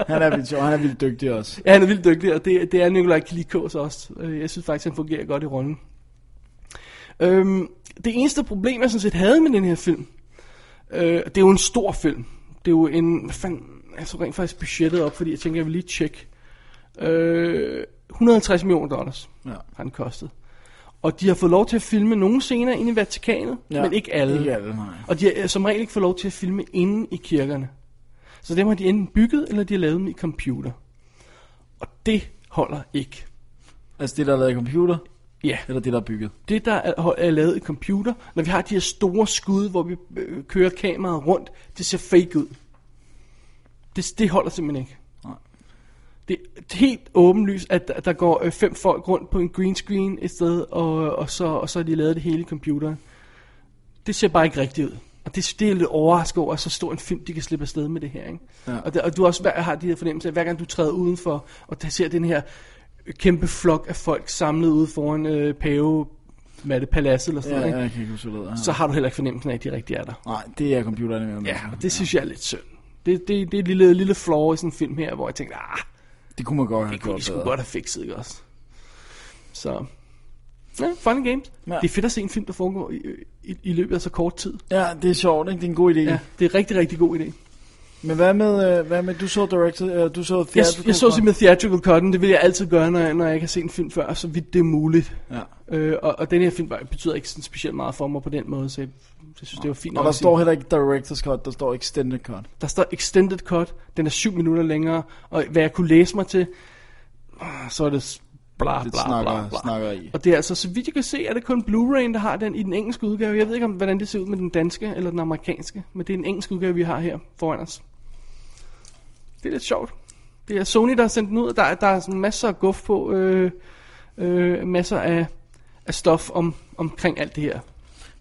Han er vildt sjov, han er vildt dygtig også. Ja, han er vildt dygtig, og det, det er Nikolaj Kilikås også. Øh, Jeg synes faktisk, han fungerer godt i rollen. Øhm, det eneste problem, jeg sådan set havde med den her film, øh, det er jo en stor film. Det er jo en... Hvad fanden, jeg så rent faktisk budgettet op, fordi jeg tænker, jeg vil lige tjekke. Øh, 150 millioner dollars Ja. har den kostet. Og de har fået lov til at filme nogle scener inde i Vatikanet, ja. Ja. men ikke alle. Ikke alle, nej. Og de har som regel ikke fået lov til at filme inde i kirkerne. Så dem har de enten bygget, eller de har lavet dem i computer. Og det holder ikke. Altså det, der er lavet i computer, Ja, eller det, der er bygget. det der er, er lavet i computer, når vi har de her store skud, hvor vi øh, kører kameraet rundt, det ser fake ud. Det, det holder simpelthen ikke. Nej. Det er helt åbenlyst, at der- der går øh, fem folk rundt på en green screen et sted, og, og, så, og så har de lavet det hele i computeren. Det ser bare ikke rigtigt ud. Og det, det er lidt overrasket over, at så stor en film, de kan slippe afsted med det her. Ikke? Ja. Og, der, og du også hver- har de her fornemmelser, at hver gang du træder udenfor, og der ser den her kæmpe flok af folk samlet ude foran øh, Pave, hvad er det, paladset eller sådan Ja, noget, ja, ikke? jeg kan ikke huske, hvad det hedder. så har du heller ikke fornemmelsen af, at de rigtig er der. Nej, det er computerne med. Ja, og Ah, det synes jeg er lidt synd. Det, det, det er et lille, lille flaw i sådan en film her, hvor jeg tænkte, ah, det kunne man godt have det kunne gjort de sgu bedre. godt have fikset, ikke også? Så, ja, fun and games. Ja. Ja. Det er fedt at se en film, der foregår i, i, i løbet af så kort tid. Ja, det er sjovt, ikke? Det er en god idé. Ja, Ja. det er en rigtig, rigtig god idé. Men hvad med, øh, hvad med, du så directed, øh, du så Jeg, theatrical jeg så cut? simpelthen Theatrical Cut'en, det vil jeg altid gøre, når jeg, når jeg ikke har set en film før, så vidt det er muligt. Ja. Øh, og, og den her film var- betyder ikke sådan specielt meget for mig på den måde, så jeg, jeg synes, det var fint nok Og der at sige. står heller ikke director's cut, der står extended cut. Der står extended cut, den er syv minutter længere, og hvad jeg kunne læse mig til, ah, så er det s- bla bla Det bla, snakker, bla, bla. snakker i. Og det er altså, så vidt jeg kan se, er det kun Blu-ray'en, der har den i den engelske udgave. Jeg ved ikke, om, hvordan det ser ud med den danske eller den amerikanske, men det er en engelsk udgave, vi har her foran os. Det er lidt sjovt. Det er Sony, der har sendt den ud, og der, er- der er sådan masser af guf på, øh, øh, masser af, af stof om, omkring alt det her.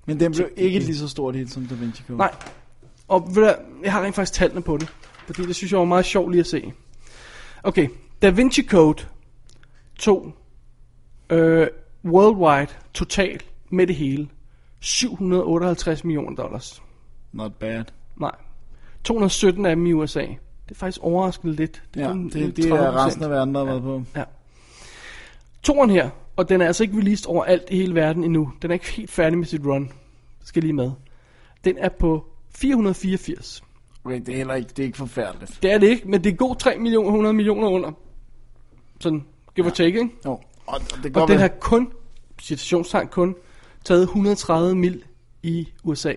Men den blev ikke lige så stort hit som Da Vinci Code. Nej. Og ved du, hvad, jeg har rent faktisk tallene på det. Fordi det synes jeg var meget sjovt lige at se. Okay. Da Vinci Code 2. Øh, worldwide. Total. Med det hele. 758 millioner dollars. Not bad. Nej. 217 af dem i USA. Det er faktisk overraskende lidt. Ja, kun, øh, det, det er 30%. resten af verden, der har været på. Ja. Toren her, og den er altså ikke released overalt i hele verden endnu. Den er ikke helt færdig med sit run. Skal lige med. Den er på 484. Okay, det er heller ikke, det er ikke forfærdeligt. Det er det ikke, men det er god 3 millioner, 100 millioner under. Sådan, give ja. or take, ikke? Jo, og, og det Og går den har kun, citationstegn kun, taget 130 mil i USA.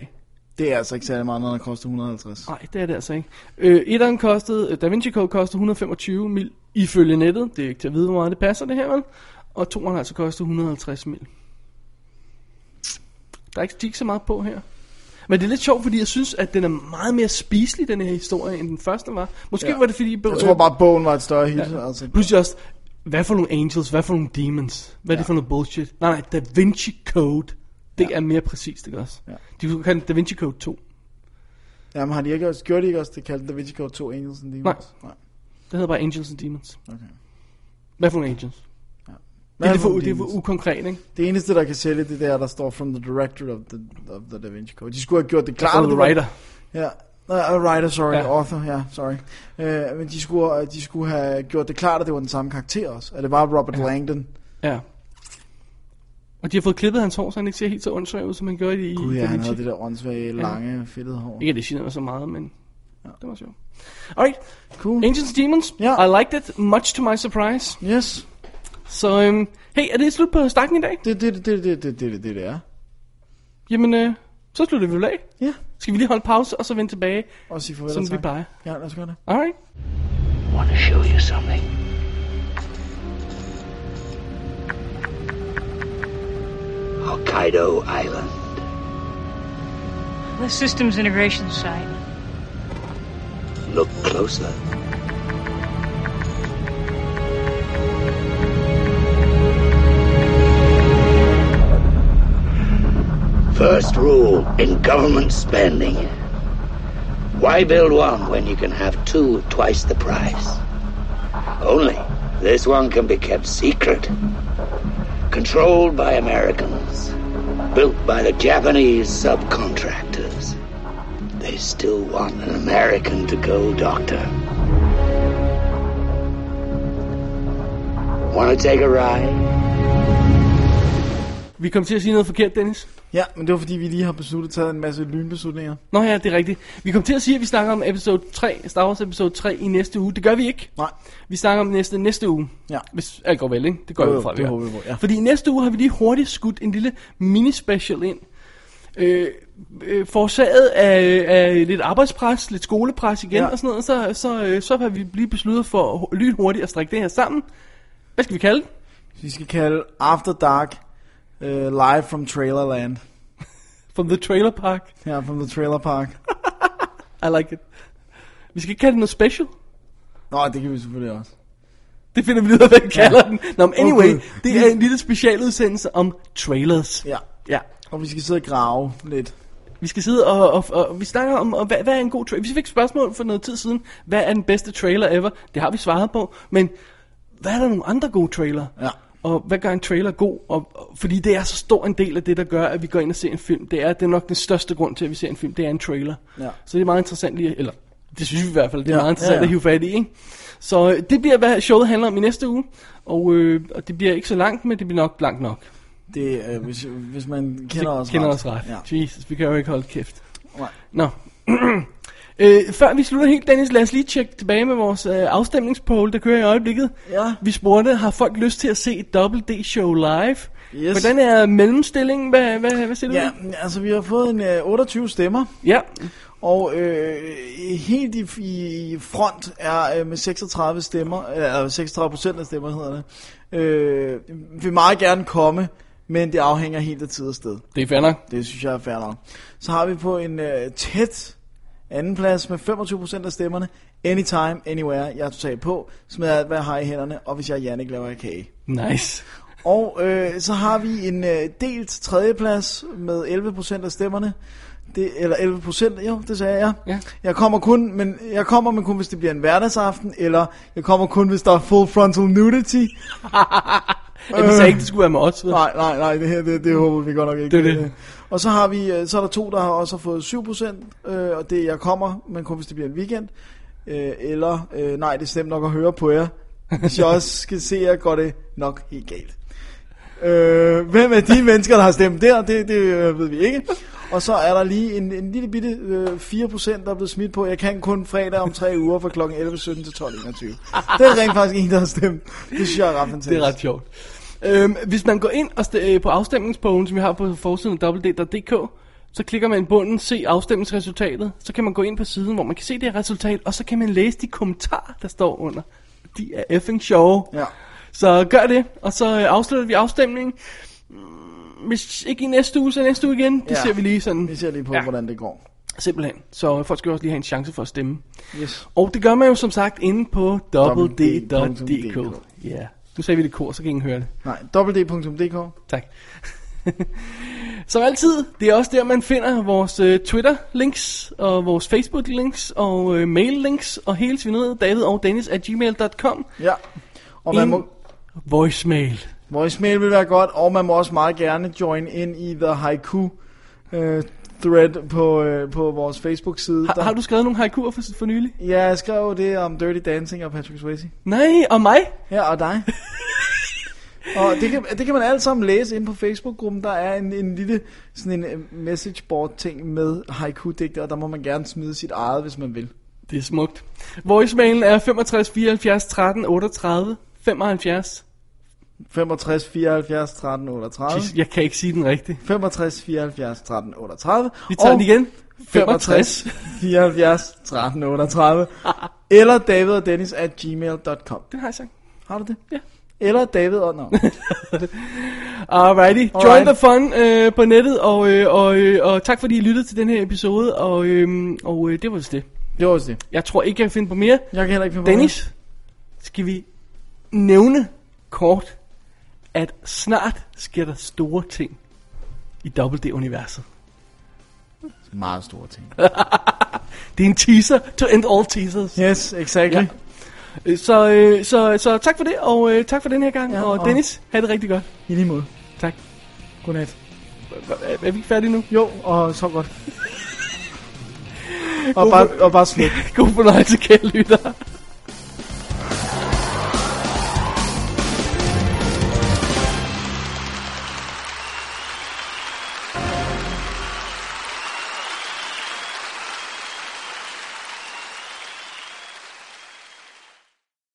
Det er altså ikke særlig meget, når den koster 150. Nej, det er det altså ikke. Øh, etteren kostede, øh, Da Vinci Code kostede 125 mil ifølge nettet. Det er ikke til at vide, hvor meget det passer det her, vel? Og toeren har altså kostet 150 mil. Der er ikke, de er ikke så meget på her. Men det er lidt sjovt, fordi jeg synes, at den er meget mere spiselig, den her historie, end den første var. Måske Ja. ja. var det fordi... Jeg tror bare, bogen var et større hit. Ja. Altså. Pludselig også, hvad for nogle angels, hvad for nogle demons, hvad er det for noget bullshit? Nej, nej, Da Vinci Code, det ja. er mere præcist, ikke også? Ja. Ja. De kunne kalde den Da Vinci Code 2. Jamen, har de ikke også, gjorde de ikke også, det kaldte Da Vinci Code 2 Angels and Demons? Nej. Nej. Det hedder bare Angels and Demons. Okay. Hvad for nogle angels? Hvad det, er for, nogle det er for demons? ukonkret, ikke? Det eneste, der kan sælge, det der, der står from the director of the, of the Da Vinci Code. De skulle have gjort det klart. Or at the det var- writer. Ja. Uh, writer, sorry. Ja. Ja. Author, ja, sorry. Uh, men de skulle, de skulle have gjort det klart, at det var den samme karakter også. At det var Robert ja. Langdon. Ja. Og de har fået klippet hans hår, så han ikke ser helt så åndssvag ud, som han gjorde i Gud, ja, Da han Vinci. havde det der åndssvage, lange, fedtede hår. Ikke, at det generede mig så meget, men ja. det var sjovt. Alright, Cool. Angels and Demons. Ja. I liked it, much to my surprise. Yes. Så øhm, hey, er det slut på stakken i dag? Det det, det, det, det, det, det, det, det er. Jamen, øh, så slutter vi vel af. Ja. Skal vi lige holde pause, og så vende tilbage, Og sige farvel som og tak. vi plejer. Ja, lad os gøre det. Alright? want to show you something. Hokkaido Island. The systems integration site. Look closer. First rule in government spending. Why build one when you can have two at twice the price? Only this one can be kept secret. Controlled by Americans. Built by the Japanese subcontractors. They still want an American to go, Doctor. Want to take a ride? Vi kom til at sige noget forkert, Dennis. Ja, men det var fordi, vi lige har besluttet, taget en masse lynbeslutninger. Nå ja, det er rigtigt. Vi kom til at sige, at vi snakker om episode 3, Star Wars episode 3 i næste uge. Det gør vi ikke. Nej. Vi snakker om næste, næste uge. Ja. Hvis alt går vel, ikke? Det går Jo, jo, jo, jo fra, det håber vi på, ja. Fordi næste uge har vi lige hurtigt skudt en lille mini-special ind. Øh, øh, forårsaget af, af lidt arbejdspres, lidt skolepres igen Ja. ja. og sådan noget, så, så, øh, så har vi lige besluttet for hu- lynhurtigt at strikke det her sammen. Hvad skal vi kalde det? Vi skal kalde After Dark uh, Live from Trailerland. From the Trailer Park. Her from the trailer park. I like it. Vi skal ikke kalde det noget special. Nå, det kan vi selvfølgelig også. Det finder vi ud af, hvad vi kalder den. Nå, men anyway, Okay. det er en lille specialudsendelse om trailers. Ja. ja. Og vi skal sidde og grave lidt. Vi skal sidde og, og, og vi snakker om, og hvad, hvad er en god trailer? Vi fik et spørgsmål for noget tid siden, hvad er den bedste trailer ever? Det har vi svaret på, men hvad er der nogle andre gode trailer? Ja. Og hvad gør en trailer god? Og, og, fordi det er så stor en del af det, der gør, at vi går ind og ser en film. Det er, det er nok den største grund til, at vi ser en film, det er en trailer. Ja. Så det er meget interessant lige, eller det synes vi i hvert fald, det er Ja, ja, meget interessant ja, ja, ja. ja. at hive fat i, ikke? Så øh, det bliver, hvad showet handler om i næste uge, og, øh, og det bliver ikke så langt, men det bliver nok langt nok. Det, øh, hvis, hvis man kender Det os kender ret. os ret. Ja. Ja. Jesus, vi kan jo ikke holde kæft. Nej. Nå. [CLEARS THROAT] øh, før vi slutter helt, Dennis, lad os lige tjekke tilbage med vores øh, afstemningspoll, der kører i øjeblikket. Ja. Vi spurgte, har folk lyst til at se et Double D-show live? Yes. Hvordan er mellemstillingen? Hvad, hvad, hvad siger du? Ja, altså vi har fået en øh, 28 stemmer, ja. og øh, helt i, i front er øh, med 36 stemmer, øh, eller 36 procent af stemmer hedder det, øh, vil meget gerne komme, men det afhænger helt af tid og sted. Det er fair nok. Det synes jeg er fair nok. Så har vi på en øh, tæt anden plads med 25% af stemmerne, Anytime, Anywhere, jeg er totalt på, smider alt, hvad jeg har i hænderne, og hvis jeg er Jannik, laver jeg kage. Nice. Og øh, så har vi en øh, delt tredjeplads med 11% af stemmerne. Det, eller 11%, jo, det sagde jeg. Ja. Jeg kommer kun, men jeg kommer men kun, hvis det bliver en hverdagsaften, eller jeg kommer kun, hvis der er full frontal nudity. Jeg øh. sagde ikke, det skulle være med os. vel? Nej, nej, nej, det her, det, det håber vi godt nok ikke. Øh, Det er det. Og så har vi, øh, så er der to, der har også har fået 7%, øh, og det er, jeg kommer, men kun hvis det bliver en weekend. Øh, eller, øh, nej, det er slemt nok at høre på jer. Hvis jeg også skal se jer, går det nok helt galt. Øh, hvem er de mennesker, der har stemt der? Det, det øh, ved vi ikke. Og så er der lige en, en lille bitte øh, 4%, der er blevet smidt på. Jeg kan kun fredag om tre uger fra kl. 11.17 til 12.21. Det er rent faktisk en, der har stemt. Det synes jeg er ret fantastisk. Det er ret sjovt. Øhm, hvis man går ind og st- øh, på afstemningsbogen, som vi har på forsiden af www.dk, så klikker man i bunden, se afstemningsresultatet, så kan man gå ind på siden, hvor man kan se det her resultat, og så kan man læse de kommentarer, der står under. De er effing sjove. Ja. Så gør det, og så øh, afslutter vi afstemningen. Mm, Hvis ikke i næste uge, så næste uge igen. Det Ja. ja. ser vi lige sådan, Vi ser lige på, ja. Ja. hvordan det går. simpelthen. Så øh, folk skal jo også lige have en chance for at stemme. Yes. Og det gør man jo som sagt inde på www.dk. www.dk. Ja. Nu sagde vi det kor, så kan ingen høre det. Nej, www.dk. Tak. [LAUGHS] Som altid, det er også der, man finder vores øh, Twitter-links, og vores Facebook-links, og øh, mail-links, og hele svineriet, david og dennis at gmail.com. Ja. Og man In- må, Voicemail. voicemail vil være godt, og man må også meget gerne join ind i The Haiku øh, thread på, øh, på vores Facebook-side. Har, Der- har du skrevet nogle haikuer for, for nylig? Ja, jeg skrev det om Dirty Dancing og Patrick Swayze. Nej, og mig? Ja, og dig. og det kan, det kan man alt sammen læse ind på Facebook-gruppen. Der er en, en lille sådan en øh, message board ting med haiku-digter, og der må man gerne smide sit eget, hvis man vil. Det er smukt. Voicemailen er 65 74 13 38 75. 65 74 13 38. Jeez, Jeg kan ikke sige den rigtige. 65 74 13 38. Vi tager og den igen. 65 74 [LAUGHS] 13 38. Eller david og dennis at gmail.com. Den har jeg sagt. Har du det? Ja. Eller david [LAUGHS] og... No. Alrighty. Join Alright. the fun øh, på nettet, og, øh, og, øh, og tak fordi I lyttede til den her episode, og, øh, og øh, det var vist det. Det var også det. Jeg tror ikke, jeg kan finde på mere. Jeg kan heller ikke finde på Dennis, skal vi nævne kort, at snart sker der store ting i WD-universet. noget. Meget store [LAUGHS] ting. Det er en teaser to end all teasers. Yes, exactly. Ja. Øh, Så, øh, så, så tak for det, og øh, tak for den her gang. Ja, Ja, og og- Dennis, have det rigtig godt. I lige måde. Tak. Godnat. Er, er vi ikke færdige nu? [LAUGHS] Jo, og så godt. og, bare, og bare slut. God fornøjelse, kære lytter.